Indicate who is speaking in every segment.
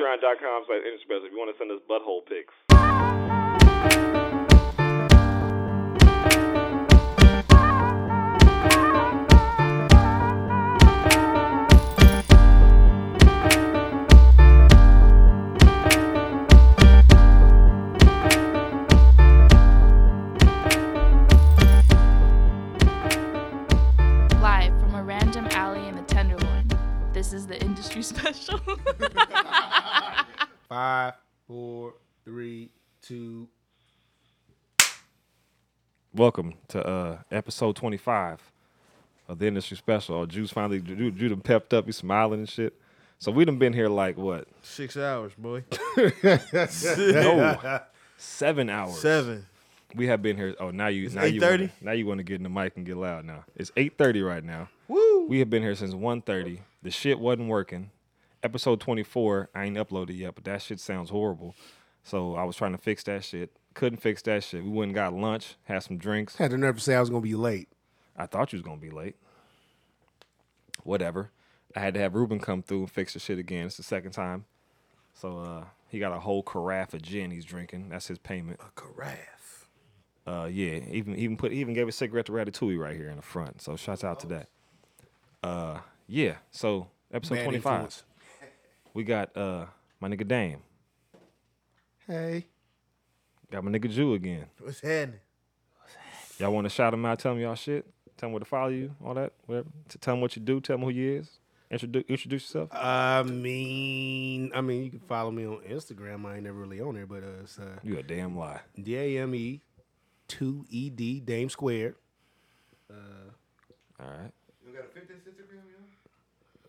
Speaker 1: Patreon.com slash Inexpress if you want to send us butthole pics.
Speaker 2: Live from a random alley in the Tenderloin, this is the industry special.
Speaker 3: Five, four, three, two.
Speaker 4: Welcome to uh, episode 25 of the industry special. Our Juice finally, Ju Ju done pepped up. He's smiling and shit. So we done been here like what?
Speaker 5: Six hours, boy.
Speaker 4: No, seven hours.
Speaker 5: Seven.
Speaker 4: We have been here. Oh, now you, now you,
Speaker 5: 8:30?
Speaker 4: wanna, now you want to get in the mic and get loud. Now it's eight thirty right now.
Speaker 5: Woo.
Speaker 4: We have been here since 1.30. The shit wasn't working. Episode 24, I ain't uploaded yet, but that shit sounds horrible. So I was trying to fix that shit. Couldn't fix that shit. We went and got lunch, had some drinks.
Speaker 3: Had the nerve to say I was gonna be late.
Speaker 4: I thought you was gonna be late. Whatever. I had to have Ruben come through and fix the shit again. It's the second time. So uh he got a whole carafe of gin he's drinking. That's his payment.
Speaker 5: Carafe.
Speaker 4: Uh yeah. Even even put he even gave a cigarette to Ratatouille right here in the front. So shouts out to that. Uh yeah. So episode
Speaker 3: Bad
Speaker 4: twenty five.
Speaker 3: influence.
Speaker 4: We got uh my nigga Dame.
Speaker 3: Hey,
Speaker 4: Got my nigga Jew again.
Speaker 5: What's happening?
Speaker 4: Y'all wanna shout him out, tell him y'all shit, tell him where to follow you, all that, whatever. T- tell him what you do, tell him who you is. Introduce introduce yourself.
Speaker 3: I mean, I mean, you can follow me on Instagram. I ain't never really on there, but uh, it's uh,
Speaker 4: You a damn lie.
Speaker 3: D A M E two E D Dame Squared.
Speaker 4: All right.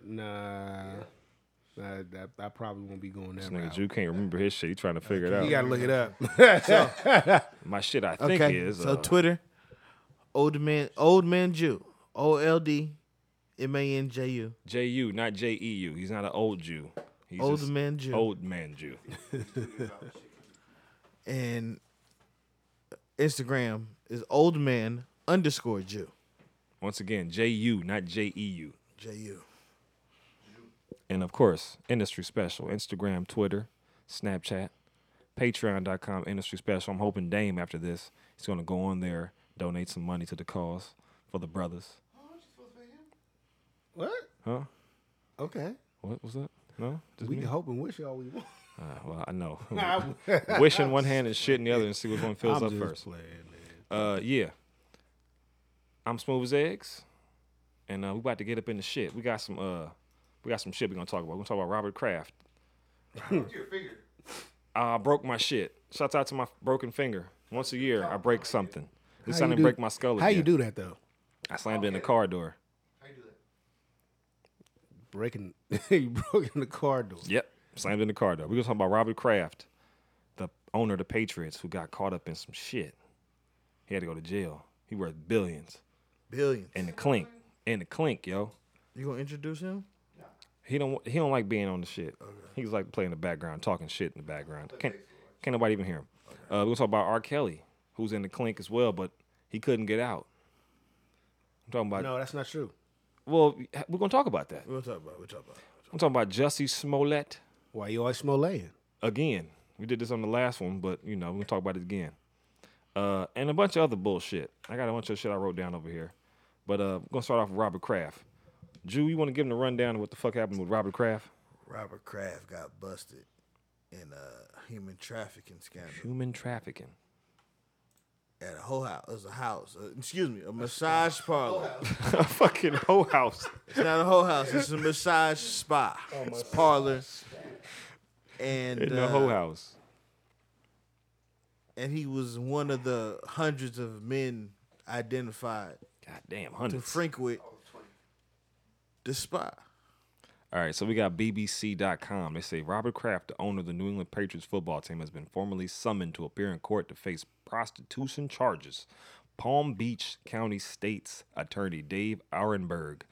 Speaker 3: Nah, nah, that- I, probably won't be going
Speaker 4: This
Speaker 3: that
Speaker 4: nigga
Speaker 3: route.
Speaker 4: Drew can't remember his shit. He trying to figure it out.
Speaker 3: You gotta look it up.
Speaker 4: My shit, I think
Speaker 5: Okay.
Speaker 4: is.
Speaker 5: so
Speaker 4: uh,
Speaker 5: Twitter, old man, old man Jew, O L D, M A N J U,
Speaker 4: J-U, not J-E-U. He's not an old Jew. He's
Speaker 5: old
Speaker 4: just
Speaker 5: man Jew,
Speaker 4: Old man Jew.
Speaker 5: and Instagram is old man underscore Jew,
Speaker 4: Once again, J-U, not J-E-U.
Speaker 5: J U.
Speaker 4: And of course, industry special. Instagram, Twitter, Snapchat, Patreon.com, industry special. I'm hoping Dame after this, he's gonna go on there, donate some money to the cause for the brothers.
Speaker 3: what?
Speaker 4: Huh?
Speaker 3: Okay.
Speaker 4: What was that? No? Just
Speaker 3: We
Speaker 4: me?
Speaker 3: can hope and wish all we want.
Speaker 4: Uh, well, I know. Wish in one hand and shit in the other and see which one fills
Speaker 3: I'm
Speaker 4: up
Speaker 3: just
Speaker 4: first.
Speaker 3: playing, man.
Speaker 4: Uh, yeah. I'm smooth as eggs, and uh, we about to get up in the shit. We got some uh, we got some shit we gonna talk about. We gonna talk about Robert Kraft. Uh, I broke my shit. Shouts out to my broken finger. Once a year, I break something. This
Speaker 3: How
Speaker 4: time
Speaker 3: you
Speaker 4: I
Speaker 3: do-
Speaker 4: break my skull.
Speaker 3: How you
Speaker 4: again.
Speaker 3: do that though?
Speaker 4: I slammed it in the car door.
Speaker 3: Breaking, you broke in the car door.
Speaker 4: Yep, slammed it in the car door. We gonna talk about Robert Kraft, the owner of the Patriots, who got caught up in some shit. He had to go to jail. He worth billions
Speaker 5: Billion.
Speaker 4: in the clink. In the clink, yo.
Speaker 5: You gonna introduce him?
Speaker 4: He don't he don't like being on the shit. He's like playing in the background, talking shit in the background. Can't can't nobody even hear him. Uh, we're gonna talk about R. Kelly, who's in the clink as well, but he couldn't get out. I'm talking about
Speaker 3: No, that's not true.
Speaker 4: well, we're gonna talk about that.
Speaker 5: We'll talk about. it, We'll talk about. it.
Speaker 4: I'm talking about Jussie Smollett
Speaker 3: Why you always smolaying?
Speaker 4: again. We did this on the last one, but you know we're gonna talk about it again. Uh, and a bunch of other bullshit. I got a bunch of shit I wrote down over here, but uh, we're gonna start off with Robert Kraft. Jew, you want to give him the rundown of what the fuck happened with Robert Kraft?
Speaker 5: Robert Kraft got busted in a human trafficking scandal.
Speaker 4: Human trafficking.
Speaker 5: at a whole house. It was a house. Uh, excuse me, a massage parlor.
Speaker 4: a fucking whole house.
Speaker 5: It's not a whole house. It's a massage spa. It's parlor. And
Speaker 4: in the
Speaker 5: uh,
Speaker 4: whole house.
Speaker 5: And he was one of the hundreds of men identified
Speaker 4: God damn,
Speaker 5: to
Speaker 4: hundreds.
Speaker 5: frequent the spa.
Speaker 4: All right, so we got BBC.com. They say Robert Kraft, the owner of the New England Patriots football team, has been formally summoned to appear in court to face prostitution charges. Palm Beach County State's attorney Dave Auerenberg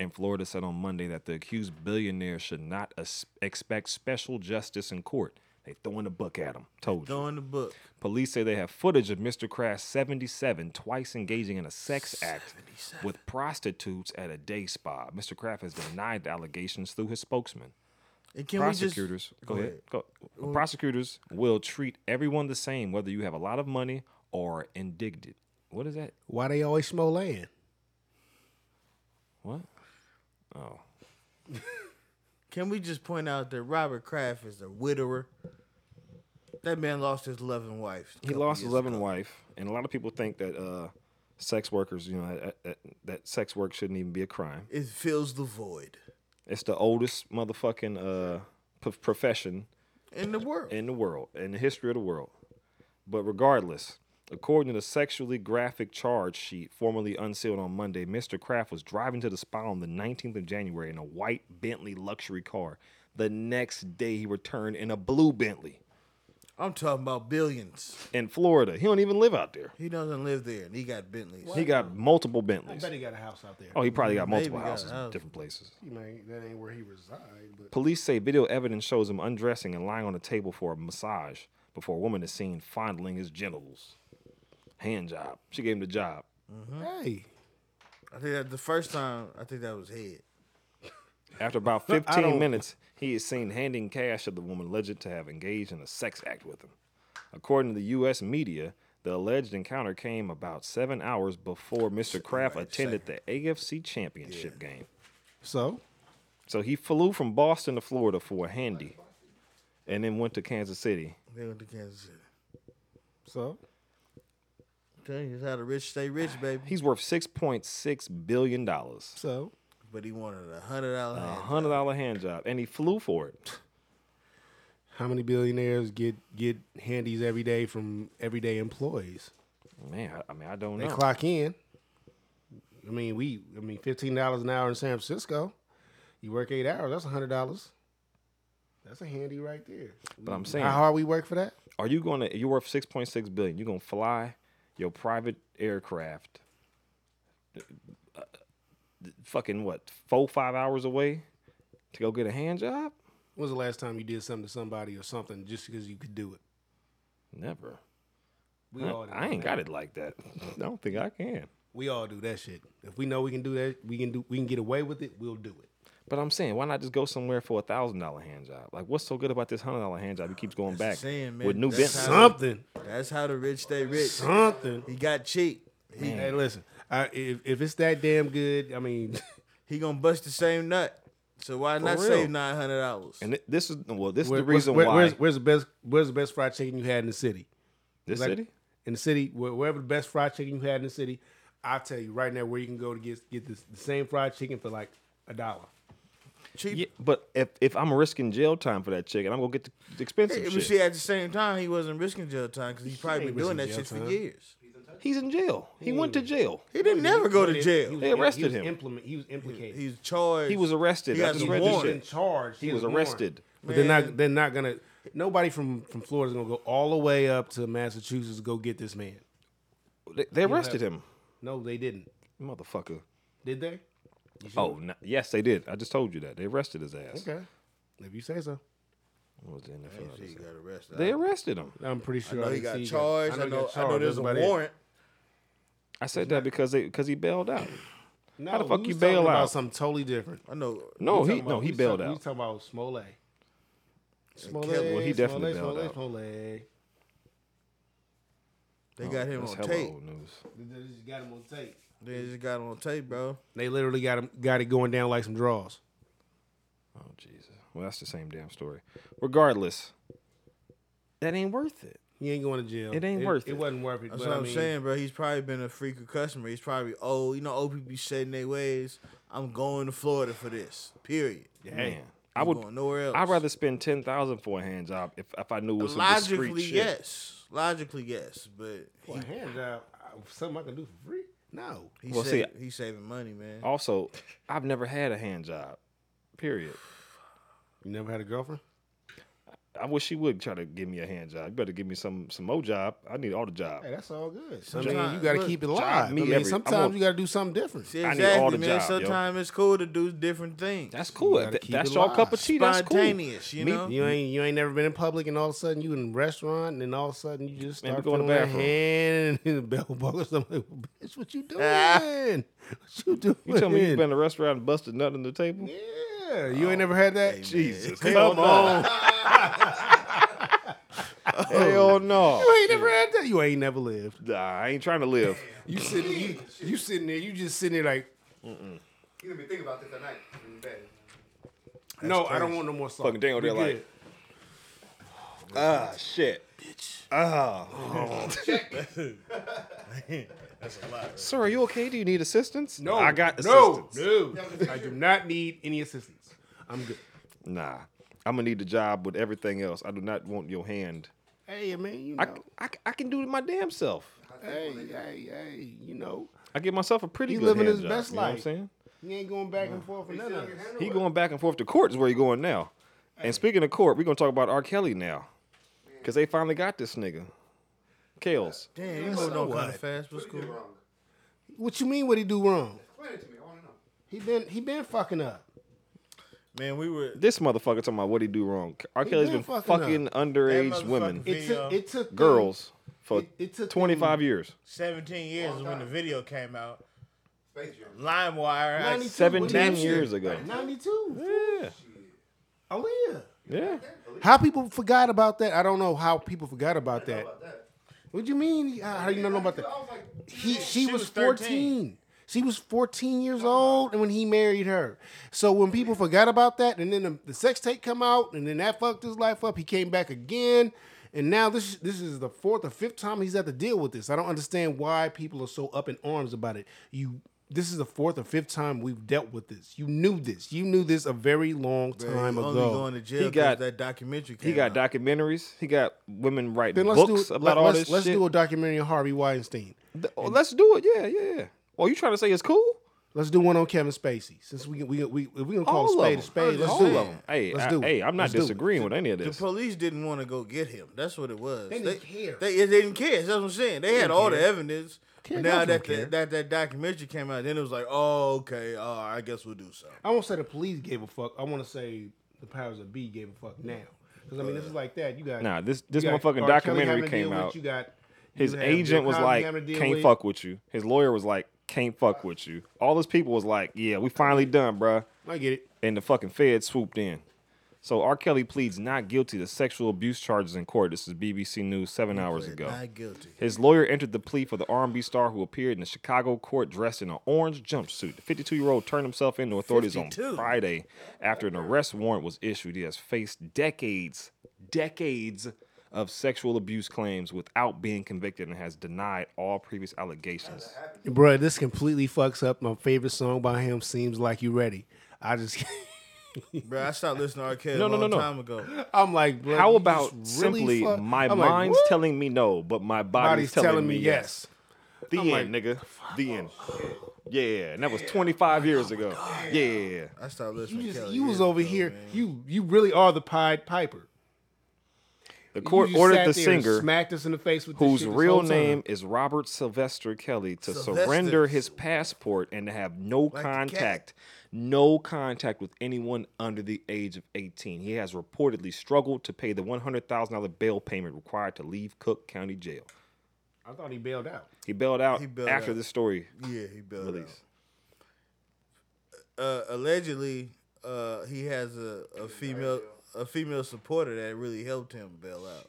Speaker 4: in Florida said on Monday that the accused billionaire should not as- expect special justice in court. They throwing the book at him. Told you.
Speaker 5: Throwing the book.
Speaker 4: Police say they have footage of Mr. Crash 77 twice engaging in a sex act with prostitutes at a day spa. Mr. Kraft has denied the allegations through his spokesman.
Speaker 5: And can we just
Speaker 4: prosecutors go,
Speaker 5: go
Speaker 4: ahead. Go. Prosecutors will treat everyone the same, whether you have a lot of money or indicted. What is that?
Speaker 3: Why they always smell land?
Speaker 4: What? Oh,
Speaker 5: can we just point out that Robert Kraft is a widower? That man lost his loving wife. a
Speaker 4: he
Speaker 5: couple
Speaker 4: lost his
Speaker 5: years
Speaker 4: loving
Speaker 5: ago.
Speaker 4: wife, and a lot of people think that uh, sex workers, you know, that, that, that sex work shouldn't even be a crime.
Speaker 5: It fills the void
Speaker 4: It's the oldest motherfucking uh, p- profession
Speaker 5: in the world.
Speaker 4: in the world, in the history of the world. But regardless, according to the sexually graphic charge sheet formally unsealed on Monday, Mr. Kraft was driving to the spot on the 19th of January in a white Bentley luxury car. The next day, he returned in a blue Bentley
Speaker 5: I'm talking about billions.
Speaker 4: in Florida. He don't even live out there.
Speaker 5: He doesn't live there, and he got Bentleys.
Speaker 4: He got multiple Bentleys.
Speaker 3: Bet he got a house out there.
Speaker 4: Oh, he probably got multiple
Speaker 5: got a
Speaker 4: houses in
Speaker 5: house.
Speaker 4: different places.
Speaker 3: He may- that ain't where he reside, but
Speaker 4: Police say video evidence shows him undressing and lying on a table for a massage before a woman is seen fondling his genitals. Hand job. She gave him the job.
Speaker 3: hey,
Speaker 5: I think that the first time, I think that was head.
Speaker 4: After about
Speaker 3: I
Speaker 4: 15
Speaker 3: don't-
Speaker 4: minutes, he is seen handing cash to the woman alleged to have engaged in a sex act with him. According to the U.S. media, the alleged encounter came about seven hours before Mr. Kraft attended the AFC Championship game.
Speaker 3: so
Speaker 4: So he flew from Boston to Florida for a handy and then went to Kansas City.
Speaker 5: They went to Kansas City.
Speaker 3: so
Speaker 5: Tell you how the rich stay rich, baby.
Speaker 4: He's worth $6.6 billion. A
Speaker 3: so
Speaker 5: But he wanted a hundred dollar hand.
Speaker 4: $100 hand job, and he flew for it.
Speaker 3: how many billionaires get get handies every day from everyday employees?
Speaker 4: Man, I, I mean, I don't
Speaker 3: They
Speaker 4: know.
Speaker 3: clock in. I mean, we. I mean, fifteen dollars an hour in San Francisco. You work eight hours. That's hundred dollars. That's a handy right there.
Speaker 4: But I'm saying-
Speaker 3: how hard we work for that.
Speaker 4: are you going to you're worth 6.6 billion you're going to fly your private aircraft uh, fucking what four five hours away to go get a hand job
Speaker 3: When was the last time you did something to somebody or something just because you could do it?
Speaker 4: never
Speaker 3: We
Speaker 4: I,
Speaker 3: all. Do
Speaker 4: I ain't
Speaker 3: that.
Speaker 4: got it like that i don't think i can
Speaker 3: We all do that shit. If we know we can do that, we can do. We can get away with it. We'll do it.
Speaker 4: but i'm saying why not just go somewhere for a thousand dollar hand job like what's so good about this hundred dollar hand job he keeps going back
Speaker 5: That's the saying, man.
Speaker 4: with new
Speaker 5: That's
Speaker 4: Bentley.
Speaker 5: how-
Speaker 3: Something.
Speaker 5: That's how the rich stay rich.
Speaker 3: Something.
Speaker 5: He got cheap.
Speaker 3: Hey, listen. I, if if it's that damn good, I mean,
Speaker 5: He gonna bust the same nut. So why not
Speaker 4: real.
Speaker 5: save nine hundred dollars?
Speaker 4: and thi- this is well this is
Speaker 3: where-
Speaker 4: the reason
Speaker 3: where-
Speaker 4: why
Speaker 3: Where's, where's the best? Where's the best fried chicken you had in the city?
Speaker 4: this
Speaker 3: Like,
Speaker 4: city
Speaker 3: In the city, where- wherever the best fried chicken you had in the city, I'll tell you right now where you can go to get get this, the same fried chicken for like a dollar.
Speaker 5: Cheap.
Speaker 4: yeah, but if, if I'm risking jail time for that chicken, I'm gonna get the the expensive
Speaker 5: Hey,
Speaker 4: shit.
Speaker 5: but see, at the same time, he wasn't risking jail time because he's probably
Speaker 3: ain't
Speaker 5: been doing that
Speaker 3: risking
Speaker 5: shit
Speaker 3: jail
Speaker 5: for
Speaker 3: time.
Speaker 5: years.
Speaker 4: He's in jail. He went to jail.
Speaker 5: He didn't never go to
Speaker 3: He
Speaker 5: jail.
Speaker 3: was-
Speaker 4: They
Speaker 3: he was
Speaker 4: arrested him.
Speaker 3: Implement. He was implicated.
Speaker 5: He's charged.
Speaker 4: He was arrested.
Speaker 5: He
Speaker 4: I
Speaker 5: got
Speaker 4: just
Speaker 5: the
Speaker 4: read this
Speaker 5: warrant.
Speaker 3: in
Speaker 4: shit.
Speaker 3: charge.
Speaker 4: He
Speaker 3: He
Speaker 4: was
Speaker 3: warned.
Speaker 4: arrested.
Speaker 3: But they're
Speaker 5: Man.
Speaker 3: not. They're not gonna. Nobody from from Florida's gonna go all the way up to Massachusetts to go get this man.
Speaker 4: They, they arrested him.
Speaker 3: No, they didn't.
Speaker 4: Motherfucker.
Speaker 3: Did they?
Speaker 4: Oh, no, yes, they did. I just told you that. They arrested his ass.
Speaker 3: Okay. If you say so.
Speaker 4: It was the NFL.
Speaker 5: He got arrested.
Speaker 4: They arrested him.
Speaker 3: I'm pretty sure.
Speaker 5: I know he
Speaker 3: didn't see
Speaker 5: got
Speaker 3: you.
Speaker 5: charged. I
Speaker 3: he
Speaker 5: know.
Speaker 3: got
Speaker 5: I know
Speaker 3: charged.
Speaker 5: there's
Speaker 3: That's
Speaker 5: a
Speaker 3: about it.
Speaker 5: warrant.
Speaker 4: I said that because they because he bailed out.
Speaker 3: No,
Speaker 4: How the fuck
Speaker 3: we
Speaker 4: you
Speaker 3: was talking
Speaker 4: bail
Speaker 3: about
Speaker 4: out?
Speaker 3: Something totally different.
Speaker 5: I know.
Speaker 3: We
Speaker 4: No, he
Speaker 3: talking
Speaker 4: no
Speaker 3: about-
Speaker 4: he
Speaker 3: we
Speaker 4: bailed
Speaker 3: talk- We
Speaker 4: out.
Speaker 3: talking about Smollett. Smollett.
Speaker 5: Kelly.
Speaker 4: Well, he definitely
Speaker 3: Smollett,
Speaker 4: bailed out.
Speaker 3: Smollett,
Speaker 5: They got him
Speaker 4: That's
Speaker 5: on
Speaker 4: hella
Speaker 5: tape.
Speaker 4: old news.
Speaker 3: Smollett. They just got him on tape.
Speaker 5: They just got him on tape, bro.
Speaker 3: They literally got him, got it going down like some draws.
Speaker 4: Oh Jesus. Well, that's the same damn story. Regardless, that ain't worth it.
Speaker 3: He ain't going to jail.
Speaker 4: It ain't worth it.
Speaker 3: It wasn't worth it.
Speaker 5: That's
Speaker 3: but
Speaker 5: what
Speaker 3: I
Speaker 5: I'm
Speaker 3: mean,
Speaker 5: saying, bro. He's probably been a frequent customer. He's probably, oh, you know, OP be setting their ways. I'm going to Florida for this. Period.
Speaker 4: Man, I
Speaker 5: I'm
Speaker 4: would.
Speaker 5: going nowhere else.
Speaker 4: I'd rather spend ten thousand for a hand job if if I knew it was some discreet
Speaker 5: Logically,
Speaker 4: shit.
Speaker 5: yes. Logically, yes. But
Speaker 3: Well, hand job, I- something I can do for free. No.
Speaker 5: he,
Speaker 4: Well,
Speaker 5: saving,
Speaker 4: see- Oh,
Speaker 5: he's saving money, man.
Speaker 4: Also, I've never had a hand job. Period.
Speaker 3: You never had a girlfriend?
Speaker 4: I wish she would try to give me a hand job. You better give me some some more job. I need all the job.
Speaker 3: Hey, that's all good. I mean,
Speaker 5: Sometimes-
Speaker 3: you got to
Speaker 5: look,
Speaker 3: keep it alive. I
Speaker 4: me
Speaker 3: mean,
Speaker 4: every- I
Speaker 3: sometimes
Speaker 4: want-
Speaker 3: you got to do something different.
Speaker 5: See,
Speaker 4: I
Speaker 5: exactly,
Speaker 4: need all the
Speaker 5: man.
Speaker 4: job, yo.
Speaker 5: Sometimes it's cool to do different things.
Speaker 4: That's cool.
Speaker 3: gotta
Speaker 4: If
Speaker 3: keep
Speaker 4: that's
Speaker 3: it
Speaker 4: y'all
Speaker 3: live.
Speaker 4: cup of tea. That's cool.
Speaker 5: Spontaneous, you
Speaker 4: Me-
Speaker 5: know?
Speaker 3: You ain't you ain't never been in public, and all of a sudden you in a restaurant, and then all of a sudden you just
Speaker 4: Man, we
Speaker 3: start
Speaker 4: go
Speaker 3: going
Speaker 4: in
Speaker 3: to
Speaker 4: the
Speaker 3: the
Speaker 4: bathroom.
Speaker 3: hand and the bell buckles. I'm like, "Well, bitch, what you doing?
Speaker 5: Ah.
Speaker 3: What you doing?
Speaker 4: You tell me you've been in a restaurant and busted nothing on the table.
Speaker 3: yeah, Yeah, you ain't never had that.
Speaker 4: Jesus,
Speaker 5: Come on.
Speaker 4: hell no.
Speaker 3: You ain't never had that. You ain't never lived.
Speaker 4: Nah, I ain't trying to live.
Speaker 3: You sitting, you, you sitting there. You just sitting there like,
Speaker 6: You gonna be thinking about this at night in bed.
Speaker 3: no, I don't want no more salt.
Speaker 4: Fucking Daniel,
Speaker 3: We
Speaker 4: they're like-
Speaker 3: good.
Speaker 4: Ah, shit. Ah.
Speaker 3: Oh.
Speaker 4: Sir, are you okay? Do you need assistance?
Speaker 3: no,
Speaker 4: I got
Speaker 3: no,
Speaker 4: assistance.
Speaker 3: no. I do not need any assistance. I'm good.
Speaker 4: Nah, I'm gonna need the job with everything else. I do not want your hand.
Speaker 3: Hey, man, you know,
Speaker 4: I, I, I can do it my damn self.
Speaker 3: hey, hey, hey, you know,
Speaker 4: I give myself a pretty
Speaker 3: He
Speaker 4: good
Speaker 3: living
Speaker 4: hand
Speaker 3: his
Speaker 4: job,
Speaker 3: best
Speaker 4: you know what I'm
Speaker 3: life.
Speaker 4: saying?
Speaker 3: you ain't going back and forth for none of us.
Speaker 4: He going back and forth to court is where he going now. And speaking of court, we're gonna talk about R. Kelly now, because they finally got this nigga, Kales.
Speaker 5: Damn, you moved on kind of fast. What's cool?
Speaker 6: Wrong.
Speaker 3: What you mean? What he do wrong?
Speaker 6: Explain it to me. I want to know.
Speaker 3: He been he been fucking up.
Speaker 5: Man, we were.
Speaker 4: This motherfucker talking about what he do wrong. R.
Speaker 3: He
Speaker 4: Kelly's
Speaker 3: been
Speaker 4: been fucking,
Speaker 3: fucking
Speaker 4: underage
Speaker 5: That motherfucker-
Speaker 4: women,
Speaker 3: It took
Speaker 6: uh,
Speaker 3: it took them-
Speaker 4: girls, for
Speaker 3: It- it took
Speaker 4: 25
Speaker 3: them-
Speaker 4: years.
Speaker 5: 17 years is when the video came out.
Speaker 6: Space Jam.
Speaker 5: LimeWire. I-
Speaker 3: 92, what do you
Speaker 4: 17
Speaker 3: mean?
Speaker 4: years ago.
Speaker 3: Ninety two.
Speaker 4: Yeah,
Speaker 3: Oh yeah.
Speaker 4: yeah.
Speaker 3: How people forgot about that? I don't know how people forgot about that. What do you mean? How how you not know about that? He she,
Speaker 5: She
Speaker 3: was
Speaker 5: was 13.
Speaker 3: fourteen. She was fourteen years old, and when he married her, so when people forgot about that, and then the, the sex tape come out, and then that fucked his life up. He came back again, and now this this is the fourth or fifth time he's had to deal with this. I don't understand why people are so up in arms about it. You. This is the fourth or fifth time we've dealt with this. You knew this. You knew this a very long
Speaker 5: Man,
Speaker 3: time
Speaker 5: you
Speaker 3: ago.
Speaker 5: only going to jail
Speaker 4: He got-
Speaker 5: 'cause that documentary came
Speaker 4: He got
Speaker 5: out.
Speaker 4: documentaries. He got women writing
Speaker 3: Then let's
Speaker 4: books
Speaker 3: do
Speaker 4: about
Speaker 3: let,
Speaker 4: all
Speaker 3: let's,
Speaker 4: this
Speaker 3: let's
Speaker 4: shit.
Speaker 3: do a documentary on Harvey Weinstein.
Speaker 4: Th- oh, let's do it. Yeah, yeah, yeah. Oh, you trying to say it's cool?
Speaker 3: Let's do one on Kevin Spacey. Since we we we if we gonna call
Speaker 4: All
Speaker 3: a
Speaker 4: of
Speaker 3: spade a
Speaker 4: them.
Speaker 3: spade. Let's
Speaker 4: all
Speaker 3: do
Speaker 4: of
Speaker 3: it.
Speaker 4: them. Hey,
Speaker 3: let's
Speaker 4: I-
Speaker 3: do it.
Speaker 4: hey, I'm not
Speaker 3: Let's do it.
Speaker 4: disagreeing with any of
Speaker 5: The
Speaker 4: this.
Speaker 5: police didn't want to go get him. That's what it was.
Speaker 3: They didn't care.
Speaker 5: They, they didn't care. That's what I'm saying. They, had all the evidence.
Speaker 3: Care,
Speaker 5: But now
Speaker 3: guys don't
Speaker 5: that, the,
Speaker 3: care.
Speaker 5: that that documentary came out, then it was like, oh, okay, all right, I guess we'll do something.
Speaker 3: I won't say the police gave a fuck. I want to say the powers that be gave a fuck now. Because I mean, this is like that. You got
Speaker 4: Nah, this- this
Speaker 3: you got
Speaker 4: motherfucking
Speaker 3: R. Kelly
Speaker 4: documentary
Speaker 3: having to deal
Speaker 4: came
Speaker 3: with,
Speaker 4: out.
Speaker 3: You got
Speaker 4: His
Speaker 3: you have Bill
Speaker 4: agent was
Speaker 3: Cosby
Speaker 4: like,
Speaker 3: having to deal
Speaker 4: "Can't
Speaker 3: with.
Speaker 4: fuck with you." His lawyer was like, "Can't fuck with you." All those people was like, "Yeah, we finally done, bruh.
Speaker 3: I get it.
Speaker 4: And the fucking Fed swooped in. So R. Kelly pleads not guilty to sexual abuse charges in court. This is BBC News seven hours ago.
Speaker 5: Not guilty.
Speaker 4: His lawyer entered the plea for the R&B star who appeared in the Chicago court dressed in an orange jumpsuit. The 52-year-old turned himself in to authorities
Speaker 5: 52.
Speaker 4: on Friday after an arrest warrant was issued. He has faced decades, decades of sexual abuse claims without being convicted and has denied all previous allegations.
Speaker 3: Bruh, this completely fucks up my favorite song by him. Seems like you ready. I just
Speaker 5: Bro, I stopped listening to R. Kelly
Speaker 4: No,
Speaker 5: a
Speaker 4: no,
Speaker 5: long
Speaker 4: no, no.
Speaker 5: time ago.
Speaker 3: I'm like, bruh,
Speaker 4: How
Speaker 3: you
Speaker 4: about
Speaker 3: just really
Speaker 4: simply
Speaker 3: fuck-
Speaker 4: my
Speaker 3: I'm like,
Speaker 4: mind's
Speaker 3: what?
Speaker 4: telling me no, but my body's,
Speaker 3: Body's
Speaker 4: telling, me yes.
Speaker 3: yes.
Speaker 4: The end, nigga. The end.
Speaker 3: oh,
Speaker 4: Yeah, and that was 25 years ago. Yeah.
Speaker 5: I stopped listening
Speaker 3: You
Speaker 5: to
Speaker 3: just
Speaker 5: Kelly.
Speaker 3: you was
Speaker 5: years
Speaker 3: over
Speaker 5: ago,
Speaker 3: here.
Speaker 5: man.
Speaker 3: You you really are the Pied Piper.
Speaker 4: The
Speaker 3: You
Speaker 4: court
Speaker 3: just
Speaker 4: ordered
Speaker 3: sat
Speaker 4: the
Speaker 3: there and
Speaker 4: singer
Speaker 3: smacked us in the face with this
Speaker 4: whose
Speaker 3: shit this
Speaker 4: real
Speaker 3: whole time.
Speaker 4: name is Robert Sylvester Kelly, to
Speaker 5: Sylvester.
Speaker 4: surrender his passport and to have no
Speaker 5: cat.
Speaker 4: contact, no contact with anyone under the age of 18. He has reportedly struggled to pay the $100,000 bail payment required to leave Cook County Jail.
Speaker 3: I thought he bailed out.
Speaker 4: He bailed out
Speaker 5: He bailed
Speaker 4: after
Speaker 5: out.
Speaker 4: this story
Speaker 5: Yeah, he built
Speaker 4: release.
Speaker 5: out. uh, allegedly uh, he has a, a female a female supporter that really helped him bail out.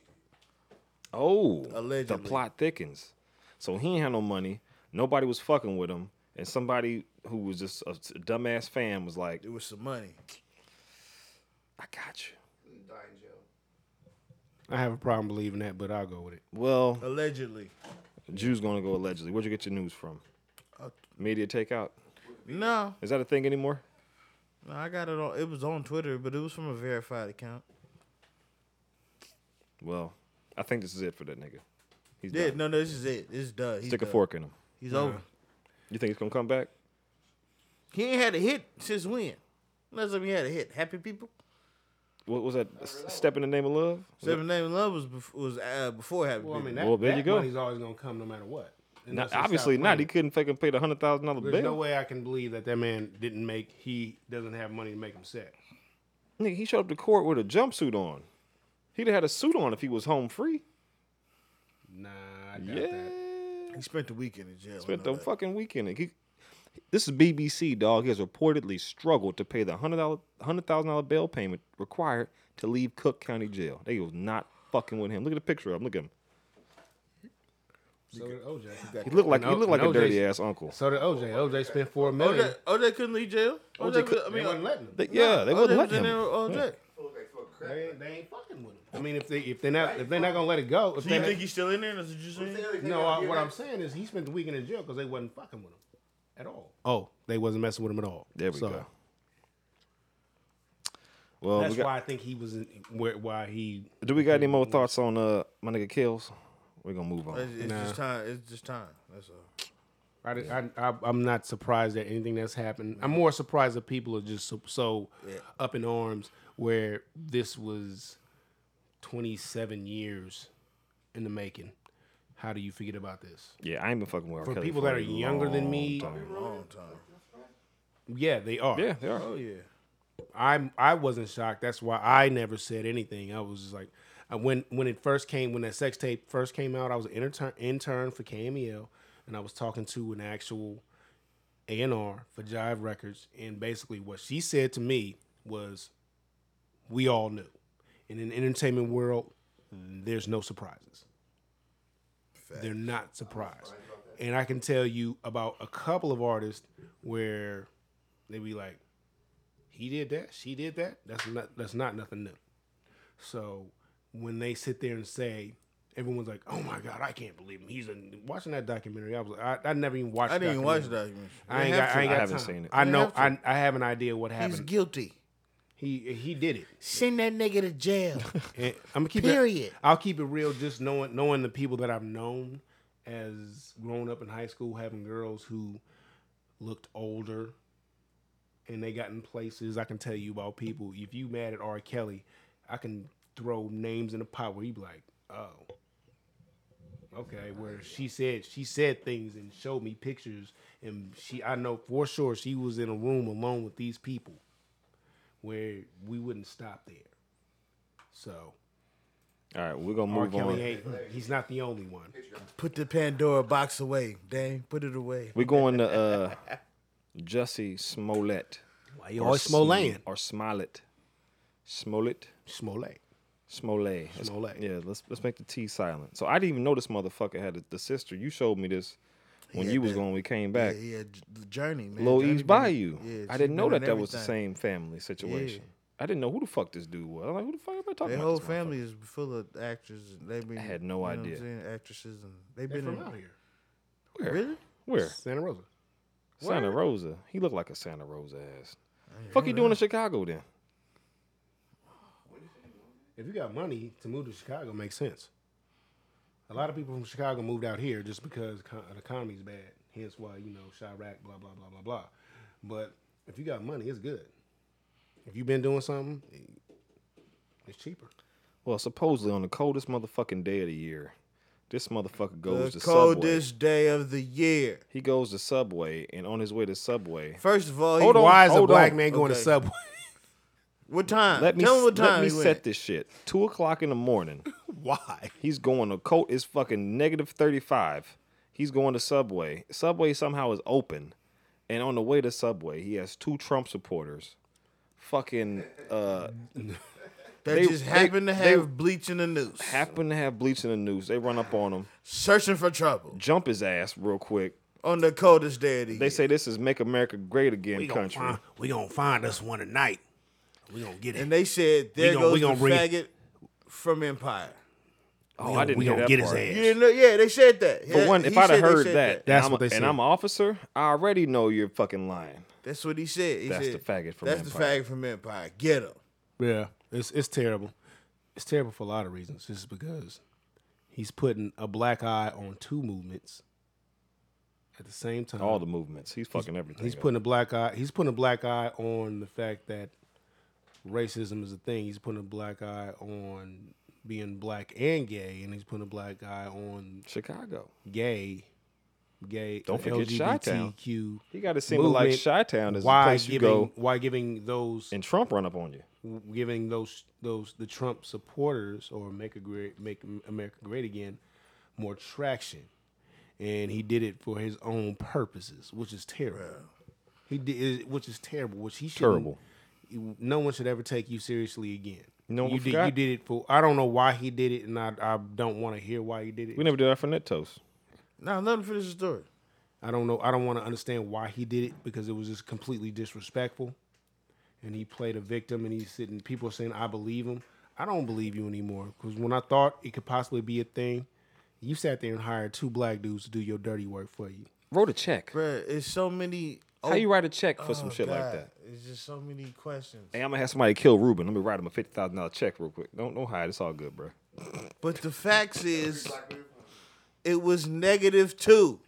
Speaker 4: Oh,
Speaker 5: Allegedly.
Speaker 4: the plot thickens. So he ain't had no money. Nobody was fucking with him, and somebody who was just a dumbass fan was like,
Speaker 5: It was some money.
Speaker 4: "I got you."
Speaker 6: Die in jail.
Speaker 3: I have a problem believing that, but I'll go with it.
Speaker 4: Well,
Speaker 5: Allegedly.
Speaker 4: Jew's gonna go allegedly. Where'd you get your news from?
Speaker 5: Uh,
Speaker 4: Media takeout.
Speaker 5: No,
Speaker 4: Is that a thing anymore?
Speaker 5: no, I got it on. It was on Twitter, but it was from a verified account.
Speaker 4: Well, I think this is it for that nigga. He's
Speaker 5: Yeah,
Speaker 4: done.
Speaker 5: no, no, this is it. This is done. He's
Speaker 4: Stick a
Speaker 5: done.
Speaker 4: fork in him.
Speaker 5: He's over.
Speaker 4: You think he's gonna come back?
Speaker 5: He ain't had a hit since when? Last time he had a hit, Happy People.
Speaker 4: What was that? S- Step in the name of love. Was
Speaker 5: Seven Name of Love was bef- was uh, before Happy
Speaker 3: Well, I
Speaker 5: People.
Speaker 3: mean, that,
Speaker 4: Well, there
Speaker 3: that
Speaker 4: you go.
Speaker 3: money's always gonna come no matter what.
Speaker 4: that-
Speaker 3: Unless they
Speaker 4: Not,
Speaker 3: stop
Speaker 4: obviously not.
Speaker 3: playing
Speaker 4: He
Speaker 3: it.
Speaker 4: couldn't fucking pay the hundred thousand dollar
Speaker 3: There's
Speaker 4: bill.
Speaker 3: no way I can believe that that man didn't make. He doesn't have money to make him set.
Speaker 4: Nigga, he showed up to court with a jumpsuit on. He'd have had a suit on if he was home free.
Speaker 3: Nah, I doubt
Speaker 4: Yeah.
Speaker 3: that.
Speaker 5: he spent the weekend in jail. I
Speaker 4: Spent
Speaker 5: know
Speaker 4: the
Speaker 5: that.
Speaker 4: fucking weekend. in- He, This is BBC, dog. He has reportedly struggled to pay the $100,000 $100,000 bail payment required to leave Cook County Jail. They was not fucking with him. Look at the picture of him. Look at him.
Speaker 3: So did OJ.
Speaker 4: He looked like, he
Speaker 3: No,
Speaker 4: looked like
Speaker 3: no,
Speaker 4: a dirty
Speaker 3: Jason.
Speaker 4: ass uncle.
Speaker 3: So did OJ. OJ spent four million.
Speaker 5: OJ, OJ couldn't leave jail. OJ, could, I
Speaker 3: They
Speaker 5: mean,
Speaker 3: wasn't letting him.
Speaker 4: They- yeah, they wouldn't
Speaker 5: OJ
Speaker 4: let
Speaker 5: was in
Speaker 4: him.
Speaker 5: there with OJ.
Speaker 4: Yeah.
Speaker 6: Okay, so crap.
Speaker 3: They ain't, they ain't fucking with him. I mean, if they if they're not if they're not gonna let it go, if
Speaker 5: Do
Speaker 3: they
Speaker 5: you think he's still in there? That's what you're saying?
Speaker 3: no, I, what I'm saying is he spent the weekend in jail because they wasn't fucking with him at all. Oh, they wasn't messing with him at all.
Speaker 4: There we
Speaker 3: So, uh,
Speaker 4: go. Well,
Speaker 3: That's
Speaker 4: we got,
Speaker 3: why I think he was in where why he.
Speaker 4: do we got any more thoughts on uh my nigga kills? We're gonna move on.
Speaker 3: Uh,
Speaker 5: It's, it's just time. It's just time. That's all.
Speaker 3: I, I, I, I'm not surprised at anything that's happened. I'm more surprised that people are just so, so up in arms where this was 27 years in the making. How do you forget about this?
Speaker 4: Yeah, I ain't been fucking with R.
Speaker 3: For
Speaker 4: Kelly
Speaker 3: people that
Speaker 4: a
Speaker 3: are younger than
Speaker 4: long
Speaker 3: me-
Speaker 4: time.
Speaker 5: Long time.
Speaker 3: Yeah, they are.
Speaker 4: Yeah, they are.
Speaker 5: Oh yeah.
Speaker 3: I'm I wasn't shocked. That's why I never said anything. I was just like I- when when it first came when that sex tape first came out, I was an intern intern for KMEL and I was talking to an actual A&R for Jive Records and basically what she said to me was we all knew. In an entertainment world, there's no surprises. They're not surprised. And I can tell you about a couple of artists where they be like, he did that, she did that. That's not that's not nothing new. So when they sit there and say, everyone's like, "Oh my god, I can't believe him." He's in, watching that documentary. I was I, I never even watched.
Speaker 5: I didn't even watch the
Speaker 3: documentary.
Speaker 5: documentary.
Speaker 3: I ain't
Speaker 5: They have
Speaker 3: got,
Speaker 5: to.
Speaker 3: I ain't got
Speaker 4: I haven't
Speaker 3: time.
Speaker 4: seen it.
Speaker 3: I
Speaker 5: They
Speaker 3: know
Speaker 5: have to.
Speaker 3: I, I have an idea what
Speaker 5: He's
Speaker 3: happened.
Speaker 5: guilty.
Speaker 3: he he did it.
Speaker 5: Send that nigga to jail.
Speaker 3: I'm gonna keep it.
Speaker 5: Period.
Speaker 3: I'll keep it real. Just knowing knowing the people that I've known as growing up in high school, having girls who looked older, and they got in places. I can tell you about people. If you mad at R. Kelly, I can throw names in the pot where you be like, oh, okay. Where she said she said things and showed me pictures, and she I know for sure she was in a room alone with these people, where we wouldn't stop there. So
Speaker 4: All right, we're gonna
Speaker 3: R.
Speaker 4: move
Speaker 3: Kelly
Speaker 4: on.
Speaker 3: ain't. He's not the only one.
Speaker 5: Put the Pandora box away, dang. Put it away.
Speaker 4: We're going to uh Jesse Smollett.
Speaker 3: Why you
Speaker 4: Or
Speaker 3: always
Speaker 4: Sm-
Speaker 3: Smolan?
Speaker 4: Or Smollett. Smollett?
Speaker 3: Smolan.
Speaker 4: Smollett. Let's-
Speaker 3: Smollett.
Speaker 4: Yeah, let's let's make the T silent. So I didn't even know this motherfucker had a, the sister. You showed me this when
Speaker 5: Yeah,
Speaker 4: you was
Speaker 5: that-
Speaker 4: gone. We came
Speaker 5: Yeah,
Speaker 4: back.
Speaker 5: yeah, J- the journey, man.
Speaker 4: Low
Speaker 5: Journey
Speaker 4: Eve's
Speaker 5: been-
Speaker 4: Bayou.
Speaker 5: yeah,
Speaker 4: I
Speaker 5: she's
Speaker 4: didn't know
Speaker 5: been in
Speaker 4: that that was the same
Speaker 5: everything.
Speaker 4: family situation. I didn't know who the fuck this dude was. I'm like, who the fuck am I talking
Speaker 5: Their
Speaker 4: about?
Speaker 5: whole
Speaker 4: this motherfucker?
Speaker 5: family is full of actors. And they've been.
Speaker 4: had no
Speaker 5: you know what
Speaker 4: idea.
Speaker 5: I'm saying, actresses and they've
Speaker 3: They're
Speaker 5: been
Speaker 3: from
Speaker 5: in-
Speaker 3: out here.
Speaker 4: Where?
Speaker 5: Really?
Speaker 4: Where?
Speaker 3: Santa Rosa.
Speaker 4: Santa Rosa. He looked like a Santa Rosa ass. Fuck you doing in Chicago then?
Speaker 3: If you got money to move to Chicago, makes sense. A lot of people from Chicago moved out here just because co- the economy's bad. Hence why you know Chirac, blah blah blah blah blah. But if you got money, it's good. If you've been doing something, it's cheaper.
Speaker 4: Well, supposedly on the coldest motherfucking day of the year, this motherfucker goes to
Speaker 5: The
Speaker 4: Subway.
Speaker 5: coldest day of the year.
Speaker 4: He goes to Subway, and on his way to Subway,
Speaker 5: First of all, he-
Speaker 4: Hold on,
Speaker 3: Why is a
Speaker 4: hold
Speaker 3: black
Speaker 4: on.
Speaker 3: man going to
Speaker 5: Okay.
Speaker 3: Subway?
Speaker 5: what
Speaker 3: Uh,
Speaker 5: time?
Speaker 4: let me
Speaker 5: Tell him what
Speaker 4: s- let
Speaker 5: time
Speaker 4: me
Speaker 5: he
Speaker 4: set
Speaker 5: went.
Speaker 4: this shit. Two o'clock in the morning.
Speaker 3: why?
Speaker 4: He's going. The coat is fucking negative thirty five. He's going to Subway. Subway somehow is open, and on the way to Subway, he has two Trump supporters. Fucking uh,
Speaker 5: That
Speaker 4: They-
Speaker 5: just
Speaker 4: they-
Speaker 5: happened to
Speaker 4: they-
Speaker 5: have bleach in the news.
Speaker 4: happen to have bleach in the news. They run up on him,
Speaker 5: Searching for trouble
Speaker 4: jump his ass real quick.
Speaker 5: on the coldest day of the
Speaker 4: They
Speaker 5: year.
Speaker 4: say this is "Make America Great Again"
Speaker 3: We gonna
Speaker 4: country.
Speaker 3: find. We gonna find us one tonight. We gonna get it.
Speaker 5: and they said, there
Speaker 3: gon- we
Speaker 5: goes
Speaker 3: gon'
Speaker 5: the
Speaker 3: bring it-
Speaker 5: faggot from Empire.
Speaker 3: We
Speaker 4: Oh, I
Speaker 3: gon-
Speaker 4: didn't
Speaker 3: we
Speaker 4: hear
Speaker 3: gon'
Speaker 4: that
Speaker 3: get his
Speaker 4: part.
Speaker 3: ass.
Speaker 5: You didn't know? Yeah, they said that.
Speaker 4: For
Speaker 5: Yeah,
Speaker 4: one, if
Speaker 5: he
Speaker 4: I'd have
Speaker 5: said they
Speaker 4: heard
Speaker 5: said
Speaker 4: that,
Speaker 3: That's
Speaker 4: and
Speaker 3: what
Speaker 4: I'm,
Speaker 3: they
Speaker 4: and
Speaker 3: said.
Speaker 4: I'm an officer, I already know you're fucking lying.
Speaker 5: That's what he said. He
Speaker 4: That's
Speaker 5: said,
Speaker 4: the faggot from
Speaker 5: That's
Speaker 4: Empire."
Speaker 5: the faggot from Empire. Get him.
Speaker 3: Yeah, it's it's terrible. It's terrible for a lot of reasons. Just because he's putting a black eye on two movements at the same time.
Speaker 4: All the movements, he's fucking everything.
Speaker 3: Uh-huh. he's
Speaker 4: up.
Speaker 3: putting a black eye. He's putting a black eye on the fact that racism is a thing. He's putting a black eye on being black and gay, and he's putting a black eye on
Speaker 4: Chicago.
Speaker 3: gay, gay.
Speaker 4: Don't forget Chi-Town.
Speaker 3: LGBTQ.
Speaker 4: He got to symbol like
Speaker 3: movement.
Speaker 4: Chi-Town is the
Speaker 3: why
Speaker 4: place you
Speaker 3: giving,
Speaker 4: go
Speaker 3: Why giving those
Speaker 4: and Trump run up on you.
Speaker 3: giving those those the Trump supporters or make a great make America great again more traction, and he did it for his own purposes, which is terrible. He did, which is terrible. Which he shouldn't-
Speaker 4: Terrible.
Speaker 3: you- No one should ever take you seriously again.
Speaker 4: You know what
Speaker 3: you
Speaker 4: we
Speaker 3: did.
Speaker 4: forgot?
Speaker 3: You did it for. I don't know why he did it, and I, I don't want to hear why he did it.
Speaker 4: We never did that for net toast.
Speaker 5: Now let him finish the story.
Speaker 3: I don't know. I don't want to understand why he did it because it was just completely disrespectful. And he played a victim, and he's sitting. People are saying, "I believe him." I don't believe you anymore because when I thought it could possibly be a thing, you sat there and hired two black dudes to do your dirty work for you.
Speaker 4: Wrote a check.
Speaker 5: Bruh, it's so many.
Speaker 4: How you write a check for some
Speaker 5: Oh,
Speaker 4: shit like
Speaker 5: God.
Speaker 4: that?
Speaker 5: It's just so many questions.
Speaker 4: Hey, I'm gonna have somebody kill Ruben. Let me write him a fifty thousand dollar check real quick. Don't don't hide. It's all good, bro.
Speaker 5: But the facts is,
Speaker 6: Black man,
Speaker 5: it was negative two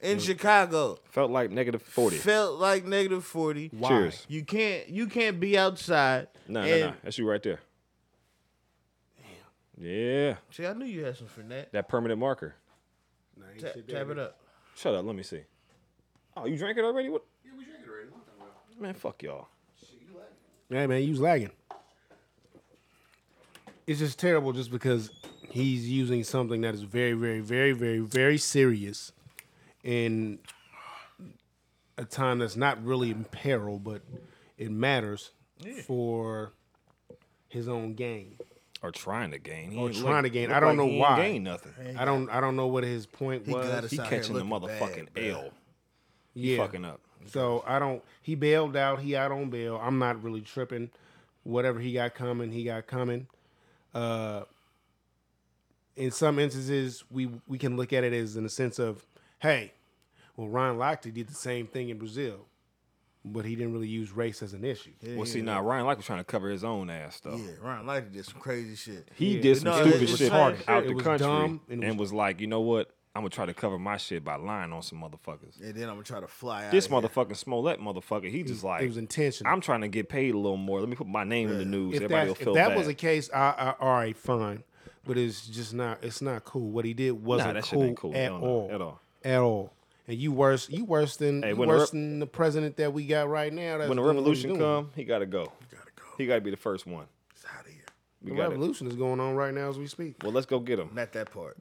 Speaker 5: in Chicago.
Speaker 4: Felt like negative Mm. forty.
Speaker 5: Felt like negative forty.
Speaker 3: Why?
Speaker 4: Cheers.
Speaker 5: You can't you can't be outside.
Speaker 4: No, no,
Speaker 5: and,
Speaker 4: no. That's you right there. Yeah,
Speaker 5: See, I knew you had some finesse.
Speaker 4: that permanent marker.
Speaker 3: Nah, ain't
Speaker 5: Ta-
Speaker 3: shit
Speaker 5: tap
Speaker 3: dirty.
Speaker 5: it up.
Speaker 4: Shut up. Let me see. Oh, you drank it already? What?
Speaker 6: Yeah, we drank it already. a long time ago.
Speaker 4: Man, fuck y'all.
Speaker 6: Shit, you like it.
Speaker 3: Yeah, man, he was lagging. It's just terrible just because he's using something that is very, very, very, very, very serious in a time that's not really in peril, but it matters for his own gain.
Speaker 4: Or trying to gain. He
Speaker 3: Or
Speaker 4: ain't
Speaker 3: trying
Speaker 4: look-
Speaker 3: to gain.
Speaker 4: look
Speaker 3: I don't
Speaker 4: like
Speaker 3: know
Speaker 4: he ain't
Speaker 3: why.
Speaker 4: Gain nothing.
Speaker 3: I don't I don't know what his point
Speaker 5: He got
Speaker 3: was.
Speaker 5: us
Speaker 4: He
Speaker 5: out
Speaker 4: catching the
Speaker 5: here looking
Speaker 4: motherfucking
Speaker 5: bad, bruh.
Speaker 4: L.
Speaker 3: yeah.
Speaker 4: Fucking up.
Speaker 3: So I don't. He bailed out. He out on bail. I'm not really tripping. Whatever he got coming, he got coming. Uh, in some instances, we we can look at it as in the sense of, hey, well Ron Lochte did the same thing in Brazil, but he didn't really use race as an issue.
Speaker 4: Well, see, now Ryan Lochte was trying to cover his own ass though.
Speaker 5: Yeah, Ron Lighty did some crazy shit.
Speaker 4: He
Speaker 3: Yeah.
Speaker 4: did some
Speaker 5: No, it
Speaker 4: stupid
Speaker 5: was
Speaker 4: shit out
Speaker 5: retarded.
Speaker 3: It
Speaker 4: the
Speaker 3: was
Speaker 4: country
Speaker 3: dumb, and it
Speaker 4: and
Speaker 3: was-
Speaker 4: was like, you know what? I'm gonna try to cover my shit by lying on some motherfuckers.
Speaker 5: And then I'm gonna try to fly out.
Speaker 4: This
Speaker 5: of here.
Speaker 4: motherfucking Smollett motherfucker, he just
Speaker 3: It
Speaker 4: like,
Speaker 3: was intentional.
Speaker 4: I'm trying to get paid a little more. Let me put my name in the news.
Speaker 3: if
Speaker 4: Everybody
Speaker 3: that
Speaker 4: will
Speaker 3: if
Speaker 4: feel
Speaker 3: that
Speaker 4: bad.
Speaker 3: was the case, I, I all right, fine. But it's just not. It's not cool. What he did wasn't
Speaker 4: that shit
Speaker 3: cool,
Speaker 4: ain't cool.
Speaker 3: at
Speaker 4: No, no,
Speaker 3: all.
Speaker 4: at all.
Speaker 3: At all. And you worse. You worse than
Speaker 4: Hey,
Speaker 3: you
Speaker 4: when the
Speaker 3: worse
Speaker 4: re-
Speaker 3: than the president that we got right now. That's
Speaker 4: when the
Speaker 3: doing what he's
Speaker 4: revolution
Speaker 3: doing.
Speaker 4: come, he gotta go.
Speaker 5: Gotta go.
Speaker 4: He gotta be the first one.
Speaker 5: It's out of here.
Speaker 4: We
Speaker 3: the
Speaker 4: got it.
Speaker 3: revolution is going on right now as we speak.
Speaker 4: Well, let's go get him.
Speaker 5: Not that part.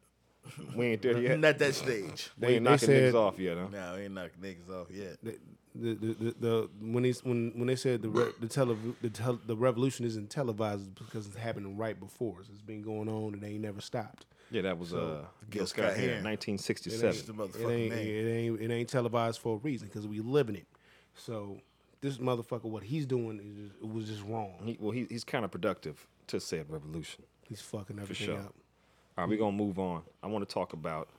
Speaker 4: We ain't there yet.
Speaker 5: Not that stage.
Speaker 4: we
Speaker 3: They-
Speaker 4: ain't
Speaker 3: they
Speaker 4: knocking
Speaker 3: said-
Speaker 4: niggas off yet, huh?
Speaker 5: No, ain't knocked niggas off yet.
Speaker 3: The the, the, the, the when he's when when they said the re, the tele, the tel, the revolution isn't televised it's because it's happening right before us. It's been going on and they ain't never stopped.
Speaker 4: Yeah, that was uh, Gil
Speaker 5: Gil
Speaker 4: Scott
Speaker 5: Scott
Speaker 4: here
Speaker 5: Heron.
Speaker 4: in
Speaker 5: It's the
Speaker 4: 1967.
Speaker 3: It
Speaker 5: motherfucking
Speaker 3: ain't,
Speaker 5: name.
Speaker 3: it ain't it ain't televised for a reason because we living it. So this motherfucker, what he's doing is just, it was just wrong.
Speaker 4: He, well, he, he's kind of productive to said revolution.
Speaker 3: He's fucking everything
Speaker 4: sure.
Speaker 3: up.
Speaker 4: All right, we're gonna move on. I want to talk about.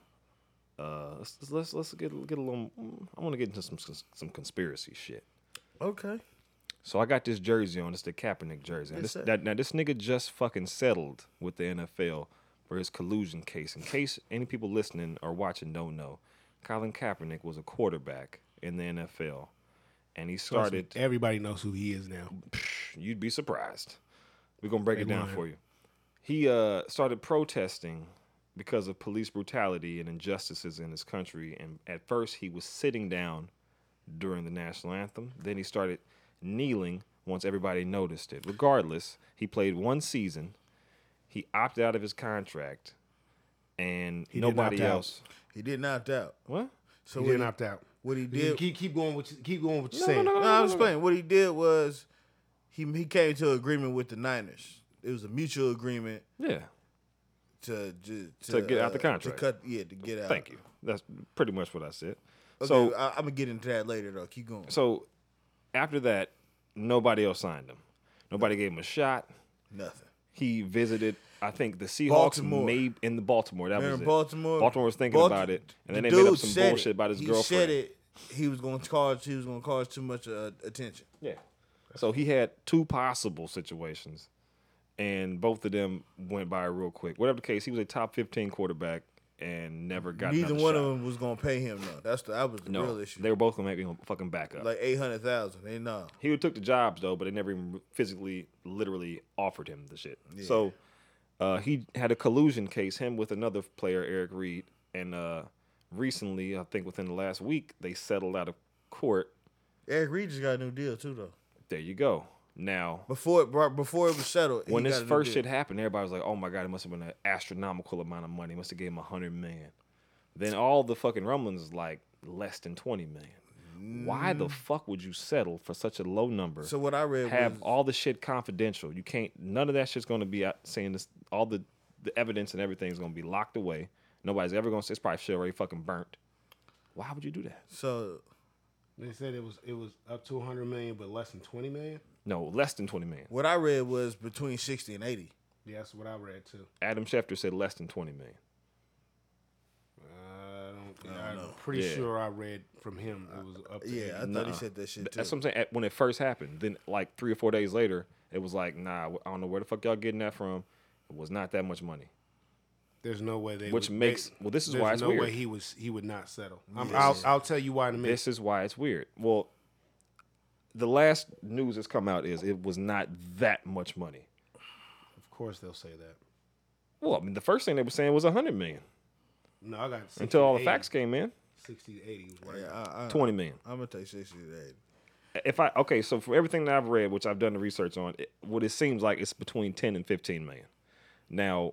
Speaker 4: Uh, let's let's let's get get a little. I want to get into some some conspiracy shit.
Speaker 5: Okay.
Speaker 4: So I got this jersey on. It's the Kaepernick jersey. Now this,
Speaker 5: sir.
Speaker 4: that, now this nigga just fucking settled with the NFL for his collusion case. In case any people listening or watching don't know, Colin Kaepernick was a quarterback in the NFL, and he started.
Speaker 3: Everybody knows who he is now.
Speaker 4: You'd be surprised. We're gonna break it down
Speaker 3: lying.
Speaker 4: for you. He uh, started protesting because of police brutality and injustices in his country. And at first, he was sitting down during the national anthem. Then he started kneeling once everybody noticed it. Regardless, he played one season. He opted out of his contract, and
Speaker 3: He did
Speaker 4: nobody
Speaker 3: opt out.
Speaker 4: else.
Speaker 5: He didn't opt out.
Speaker 4: What?
Speaker 5: So
Speaker 3: he
Speaker 5: what
Speaker 3: didn't
Speaker 5: he,
Speaker 3: opt out.
Speaker 5: what he
Speaker 3: You
Speaker 5: did
Speaker 3: keep keep going with you, keep going with you
Speaker 4: No, no,
Speaker 3: saying.
Speaker 4: no,
Speaker 5: No, I'm explaining. What he did was he he came to agreement with the Niners. It was a mutual agreement
Speaker 4: Yeah.
Speaker 5: to ju- to, uh,
Speaker 4: To get out the contract.
Speaker 5: To cut, yeah, to get out.
Speaker 4: Thank you. That's pretty much what I said.
Speaker 5: Okay,
Speaker 4: so
Speaker 5: I, I'm gonna get into that later though. Keep going.
Speaker 4: So after that, nobody else signed him. Nobody gave him a shot.
Speaker 5: Nothing.
Speaker 4: He visited, I think, the Seahawks
Speaker 5: Baltimore.
Speaker 4: maybe in the Baltimore. That
Speaker 5: Remember
Speaker 4: was it.
Speaker 5: Baltimore?
Speaker 4: Baltimore was thinking
Speaker 5: Balti-
Speaker 4: about it, and then
Speaker 5: the
Speaker 4: they made up
Speaker 5: dude
Speaker 4: some
Speaker 5: said it.
Speaker 4: bullshit about his
Speaker 5: he
Speaker 4: girlfriend.
Speaker 5: said it. He was going to cause. He was going to cause too much uh, attention.
Speaker 4: Yeah. So he had two possible situations, and both of them went by real quick. Whatever the case, he was a top fifteen quarterback and never got
Speaker 5: Neither
Speaker 4: another
Speaker 5: one
Speaker 4: shot.
Speaker 5: of them was going to pay him though. That's the, that was the
Speaker 4: No,
Speaker 5: real issue.
Speaker 4: they were both gonna make him fucking back up.
Speaker 5: like eight hundred thousand. They no.
Speaker 4: He took the jobs though, but they never even physically, literally offered him the shit. So uh, he had a collusion case, him with another player, Eric Reed, and uh, recently, I think within the last week, they settled out of court.
Speaker 5: Eric Reed just got a new deal too though.
Speaker 4: There you go. Now,
Speaker 5: Before it brought, before it was settled.
Speaker 4: when
Speaker 5: he
Speaker 4: this
Speaker 5: got a new
Speaker 4: first
Speaker 5: deal.
Speaker 4: shit happened, everybody was like, "Oh my god, it must have been an astronomical amount of money. It must have gave him a hundred million. Then all the fucking rumblings is like less than 20 million. Why the fuck would you settle for such a low number?
Speaker 5: Mm. So what I read
Speaker 4: have
Speaker 5: was-
Speaker 4: all the shit confidential. You can't. None of that shit's going to be out saying this. All the the evidence and everything is going to be locked away. Nobody's ever going to. It's probably shit already fucking burnt. Why would you do that?
Speaker 5: So
Speaker 3: They said it was it was up to 100 million, but less than 20 million.
Speaker 4: No, less than 20 million.
Speaker 5: what I read was between sixty and eighty.
Speaker 3: Yeah, that's what I read too.
Speaker 4: Adam Schefter said less than 20 million.
Speaker 3: I don't. I am pretty
Speaker 4: Yeah.
Speaker 3: sure I read from him it was up to.
Speaker 5: Yeah, I
Speaker 3: 80.
Speaker 5: thought he
Speaker 4: Nuh-uh.
Speaker 5: said that shit too.
Speaker 4: That's what I'm saying. At- When it first happened, then like three or four days later, it was like, nah, I don't know where the fuck y'all getting that from. It was not that much money.
Speaker 3: There's no way they.
Speaker 4: Which
Speaker 3: would-
Speaker 4: makes-
Speaker 3: they-
Speaker 4: well, this is
Speaker 3: there's
Speaker 4: why it's
Speaker 3: no
Speaker 4: weird.
Speaker 3: way he was he would not settle. I'm, I'll I'll tell you why in a minute.
Speaker 4: This is why it's weird. Well, the last news that's come out is it was not that much money.
Speaker 3: of course they'll say that.
Speaker 4: Well, I mean, the first thing they were saying was 100 million
Speaker 3: No, I got 60
Speaker 4: until
Speaker 3: to
Speaker 4: all the
Speaker 3: 80.
Speaker 4: facts came in.
Speaker 3: 60 to 80 was right.
Speaker 5: Yeah, I, I,
Speaker 4: 20 million.
Speaker 5: I'm gonna take sixty to eighty.
Speaker 4: If I okay, so for everything that I've read, which I've done the research on, it, what it seems like it's between 10 and 15 million. Now,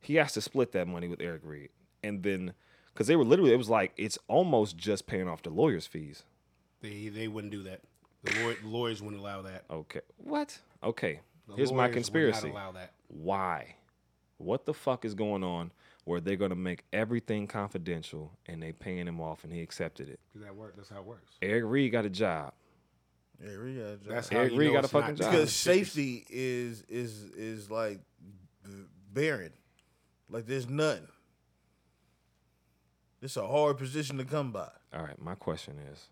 Speaker 4: he has to split that money with Eric Reed, and then because they were literally, it was like it's almost just paying off the lawyers' fees.
Speaker 3: They they wouldn't do that. The lawyer, lawyers wouldn't allow that.
Speaker 4: Okay, what? Okay,
Speaker 3: The
Speaker 4: here's my
Speaker 3: lawyers
Speaker 4: conspiracy.
Speaker 3: Would not allow that.
Speaker 4: why? What the fuck is going on where they're going to make everything confidential and they paying him off and he accepted it?
Speaker 3: 'Cause that work. That's how it works.
Speaker 4: Eric Reed got a job.
Speaker 5: Yeah, we got a job.
Speaker 3: That's how
Speaker 4: Eric
Speaker 3: you
Speaker 4: Reed
Speaker 3: know
Speaker 4: got a
Speaker 3: it's not
Speaker 4: fucking
Speaker 3: just-
Speaker 4: job.
Speaker 5: because safety is is is like b- barren. Like there's none. It's a hard position to come by.
Speaker 4: All right, my question is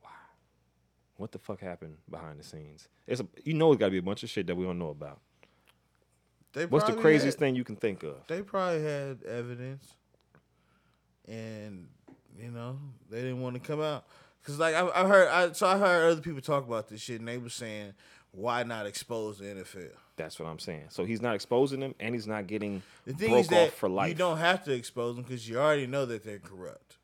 Speaker 4: why? What the fuck happened behind the scenes? It's a, you know it's got to be a bunch of shit that we don't know about.
Speaker 5: They
Speaker 4: What's the
Speaker 5: probably
Speaker 4: craziest
Speaker 5: had-
Speaker 4: thing you can think of?
Speaker 5: They probably had evidence, and you know they didn't want to come out because, like, I, I heard, I so I heard other people talk about this shit, and they were saying, "Why not expose the NFL?"
Speaker 4: That's what I'm saying. So he's not exposing them and he's not getting
Speaker 5: The thing
Speaker 4: broke
Speaker 5: is that
Speaker 4: off for life.
Speaker 5: you don't have to expose them because you already know that they're corrupt.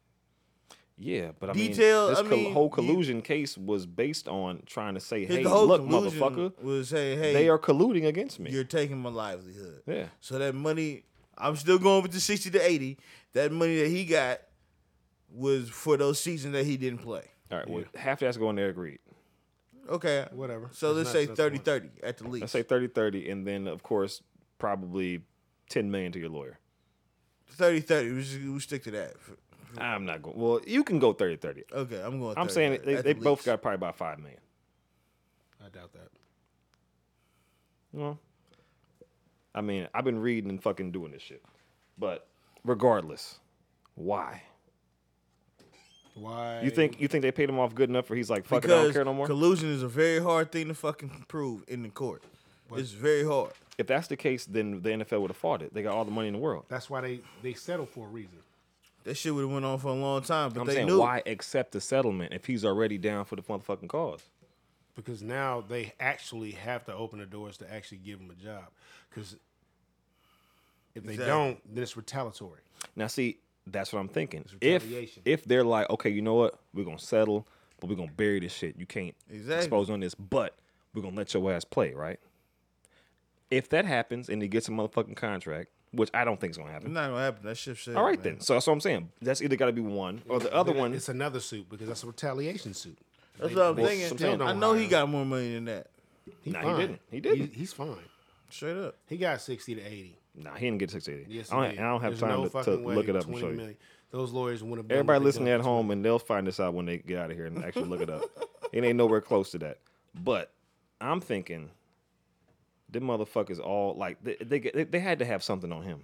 Speaker 4: Yeah, but I
Speaker 5: Detail-
Speaker 4: mean, this
Speaker 5: I
Speaker 4: col-
Speaker 5: mean,
Speaker 4: whole
Speaker 5: you-
Speaker 4: collusion case was based on trying to say,
Speaker 5: His
Speaker 4: "Hey,
Speaker 5: whole
Speaker 4: look,
Speaker 5: collusion
Speaker 4: motherfucker,
Speaker 5: was saying, "Hey,
Speaker 4: they are colluding against me."
Speaker 5: you're taking my livelihood."
Speaker 4: Yeah.
Speaker 5: So that money, I'm still going with the sixty to eighty. That money that he got was for those seasons that he didn't play.
Speaker 4: All right. Well, half that's going to agree.
Speaker 5: Okay.
Speaker 3: Whatever.
Speaker 5: So
Speaker 3: That's
Speaker 5: let's
Speaker 3: not-
Speaker 5: say
Speaker 3: that's the
Speaker 5: 30
Speaker 3: point.
Speaker 5: 30 at the least.
Speaker 4: Let's say 30 30, and then, of course, probably 10 million to your lawyer.
Speaker 5: 30 30. We, just, we stick to that.
Speaker 4: I'm not going. Well, you can go 30 30.
Speaker 5: Okay, I'm going. 30,
Speaker 4: I'm saying it-
Speaker 5: 30,
Speaker 4: they,
Speaker 5: at
Speaker 4: they
Speaker 5: the
Speaker 4: both
Speaker 5: least.
Speaker 4: got probably about 5 million.
Speaker 3: I doubt that.
Speaker 4: Well, I mean, I've been reading and fucking doing this shit. But regardless, why?
Speaker 3: Why?
Speaker 4: You think you think they paid him off good enough where he's like, fuck it, I don't
Speaker 5: because
Speaker 4: care no more?
Speaker 5: collusion is a very hard thing to fucking prove in the court. It's very hard.
Speaker 4: if that's the case, then the NFL would have fought it. They got all the money in the world.
Speaker 3: That's why they they settle for a reason.
Speaker 5: That shit would have went on for a long time, but
Speaker 4: I'm
Speaker 5: they
Speaker 4: saying,
Speaker 5: knew.
Speaker 4: why accept the settlement if he's already down for the motherfucking cause?
Speaker 3: because now they actually have to open the doors to actually give them a job. Because if they
Speaker 5: Exactly.
Speaker 3: don't, then it's retaliatory.
Speaker 4: Now, see, that's what I'm thinking. If
Speaker 3: retaliation.
Speaker 4: if they're like, okay, you know what, we're gonna settle, but we're gonna bury this shit. You can't
Speaker 5: Exactly.
Speaker 4: expose on this, but we're gonna let your ass play, right? If that happens and he gets a motherfucking contract, which I don't think is gonna happen.
Speaker 5: It's not gonna happen. That ship said.
Speaker 4: All right then. So that's what I'm saying. That's either gotta be one or the other
Speaker 3: Then
Speaker 4: one.
Speaker 3: it's another suit because that's a retaliation suit.
Speaker 5: That's what I'm
Speaker 4: Well,
Speaker 5: thinking.
Speaker 4: sometimes-
Speaker 5: I know he got more money than that.
Speaker 3: He
Speaker 4: Nah, he didn't. He didn't.
Speaker 3: he's fine.
Speaker 5: Straight up.
Speaker 3: He got sixty to eighty.
Speaker 4: Nah, he didn't get six eighty.
Speaker 3: Yes,
Speaker 4: I don't,
Speaker 3: he
Speaker 4: I
Speaker 3: did.
Speaker 4: don't have
Speaker 3: There's
Speaker 4: time
Speaker 3: no
Speaker 4: to, to
Speaker 3: fucking way
Speaker 4: look it up and
Speaker 3: 20
Speaker 4: show you.
Speaker 3: million. Those lawyers wouldn't have. done
Speaker 4: Everybody
Speaker 3: what they
Speaker 4: listening
Speaker 3: done.
Speaker 4: at home, and they'll find this out when they get out of here and actually look it up. It ain't nowhere close to that. But I'm thinking, them motherfuckers all like they they, they, they had to have something on him.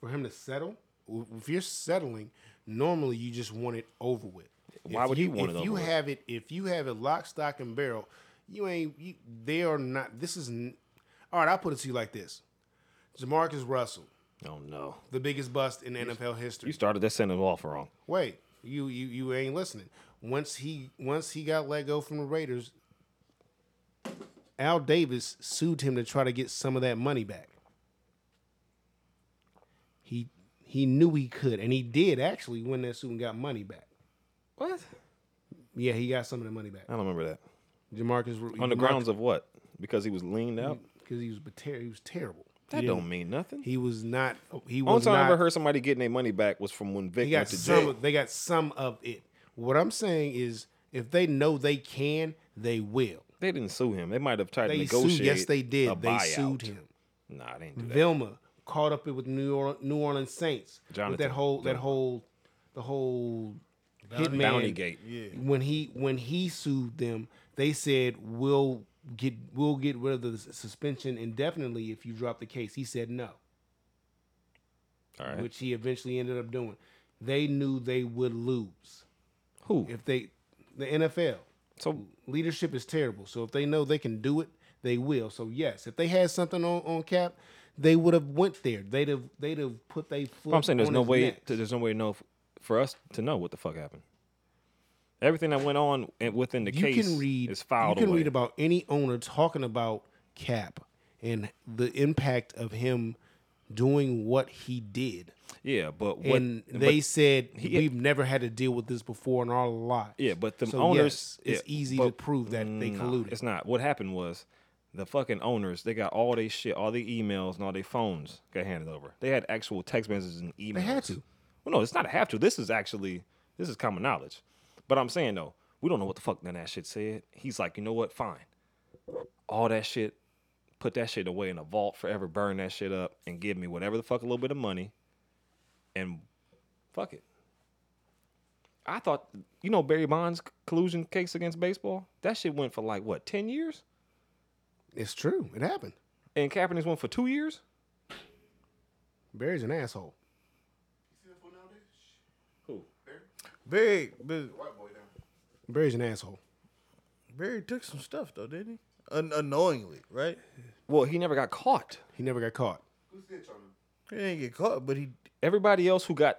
Speaker 3: for him to settle. If you're settling, normally you just want it over with.
Speaker 4: Why
Speaker 3: If
Speaker 4: would he
Speaker 3: you,
Speaker 4: want
Speaker 3: if
Speaker 4: it over
Speaker 3: you
Speaker 4: with?
Speaker 3: have it? If you have it lock, stock, and barrel, you ain't. You, they are not. This is. n- All right, I'll put it to you like this: Jamarcus Russell,
Speaker 4: Oh no,
Speaker 3: the biggest bust in NFL
Speaker 4: you
Speaker 3: history.
Speaker 4: started that sentence off wrong.
Speaker 3: Wait, you you you ain't listening. Once he once he got let go from the Raiders, Al Davis sued him to try to get some of that money back. He he knew he could, and he did actually win that suit and got money back.
Speaker 4: What?
Speaker 3: Yeah, he got some of the money back.
Speaker 4: I don't remember that.
Speaker 3: Jamarcus
Speaker 4: On the grounds of what? Because he was leaned out.
Speaker 3: because he was ter- he was terrible.
Speaker 4: That
Speaker 3: Yeah.
Speaker 4: don't mean nothing.
Speaker 3: He was not. He
Speaker 4: Only
Speaker 3: was
Speaker 4: time I
Speaker 3: not.
Speaker 4: ever heard somebody getting their money back was from when Vic
Speaker 3: They got
Speaker 4: went to
Speaker 3: some.
Speaker 4: jail.
Speaker 3: of- They got some of it. What I'm saying is, if they know they can, they will.
Speaker 4: They didn't sue him. They might have tried to
Speaker 3: They sued.
Speaker 4: negotiate.
Speaker 3: Yes, they
Speaker 4: a
Speaker 3: did. They
Speaker 4: buyout.
Speaker 3: sued him.
Speaker 4: Nah, they didn't do that.
Speaker 3: Vilma caught up with New Orleans, New Orleans Saints with
Speaker 4: Jonathan
Speaker 3: that whole that
Speaker 4: Vilma.
Speaker 3: whole the whole hitman
Speaker 4: Bounty Gate.
Speaker 3: When he when he sued them, they said we'll get we'll get rid of the s- suspension indefinitely if you drop the case. He said no,
Speaker 4: All right.
Speaker 3: which he eventually ended up doing. They knew they would lose
Speaker 4: Who?
Speaker 3: if they the NFL
Speaker 4: so
Speaker 3: leadership is terrible. So if they know they can do it, they will. So yes, if they had something on, on cap, they would have went there. They'd have they'd have put they foot.
Speaker 4: But I'm saying there's
Speaker 3: on
Speaker 4: no
Speaker 3: his
Speaker 4: way
Speaker 3: neck.
Speaker 4: to, there's no way to know f- for us to know what the fuck happened. Everything that went on in- within the
Speaker 3: you
Speaker 4: case
Speaker 3: can read
Speaker 4: is filed
Speaker 3: You can
Speaker 4: away.
Speaker 3: read about any owner talking about cap and the impact of him doing what he did.
Speaker 4: yeah, but what
Speaker 3: and they
Speaker 4: but-
Speaker 3: said we've never had to deal with this before in our lives.
Speaker 4: yeah, but the
Speaker 3: So,
Speaker 4: owners
Speaker 3: yes, it's
Speaker 4: yeah,
Speaker 3: easy to
Speaker 4: but-
Speaker 3: prove that they
Speaker 4: nah,
Speaker 3: colluded.
Speaker 4: It's not. What happened was the fucking owners, they got all their shit, all their emails and all their phones got handed over. They had actual text messages and emails.
Speaker 3: had to.
Speaker 4: Well, no, it's not a have to. This is actually this is common knowledge. But I'm saying though, we don't know what the fuck none of that shit said. He's like, you know what? Fine. All that shit, put that shit away in a vault forever, burn that shit up, and give me whatever the fuck a little bit of money, and fuck it. I thought, you know, Barry Bonds collusion case against baseball. That shit went for like what, ten years,
Speaker 3: It's true. It happened.
Speaker 4: and Kaepernick's went for two years.
Speaker 3: Barry's an asshole.
Speaker 5: Barry, but
Speaker 3: Barry's an asshole.
Speaker 5: Barry took some stuff though, didn't he? Un- unknowingly, right?
Speaker 4: Well, he never got caught.
Speaker 3: He never got caught.
Speaker 6: Who snitched on him?
Speaker 5: He didn't get caught, but he
Speaker 4: Everybody else who got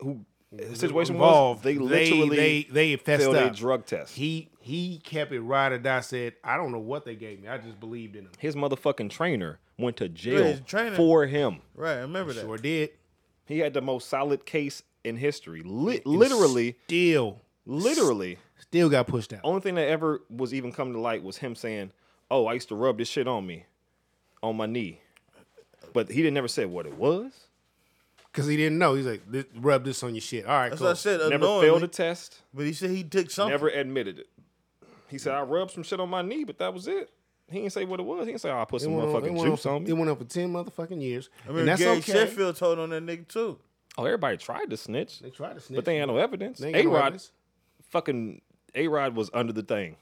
Speaker 4: who the situation
Speaker 3: involved,
Speaker 4: was they literally
Speaker 3: they they, fessed
Speaker 4: failed a
Speaker 3: up.
Speaker 4: drug test.
Speaker 3: He he kept it right or die. Said I don't know what they gave me. I just believed in him.
Speaker 4: his motherfucking trainer went to jail
Speaker 5: his trainer-
Speaker 4: for him.
Speaker 5: right. I remember that.
Speaker 3: Sure did.
Speaker 4: He had the most solid case in history. Li- literally,
Speaker 3: Still
Speaker 4: literally.
Speaker 3: still got pushed out.
Speaker 4: Only thing that ever was even come to light was him saying, "Oh, I used to rub this shit on me, on my knee," but he didn't never say what it was.
Speaker 3: Cause he didn't know. He's like, "Th- rub this on your shit. All right,
Speaker 5: That's
Speaker 3: cool.
Speaker 5: what I said.
Speaker 4: Never
Speaker 5: unknowingly,
Speaker 4: failed a test.
Speaker 5: but Uh, he said he took something.
Speaker 4: Never admitted it. He said, "I rubbed some shit on my knee, but that was it." He didn't say what it was. He didn't say, oh, "I put
Speaker 3: It
Speaker 4: some
Speaker 3: went, on, it,
Speaker 4: motherfucking
Speaker 3: went on
Speaker 4: juice
Speaker 3: for,
Speaker 4: on
Speaker 3: it
Speaker 4: me."
Speaker 3: went on for ten motherfucking years,
Speaker 5: I mean,
Speaker 3: and that's
Speaker 5: Gary
Speaker 3: okay.
Speaker 5: Sheffield told on that nigga too.
Speaker 4: Oh, everybody tried to snitch,
Speaker 3: They tried to snitch,
Speaker 4: but they had no evidence.
Speaker 3: They ain't got
Speaker 4: A
Speaker 3: no
Speaker 4: Rod,
Speaker 3: evidence.
Speaker 4: fucking A Rod was under the thing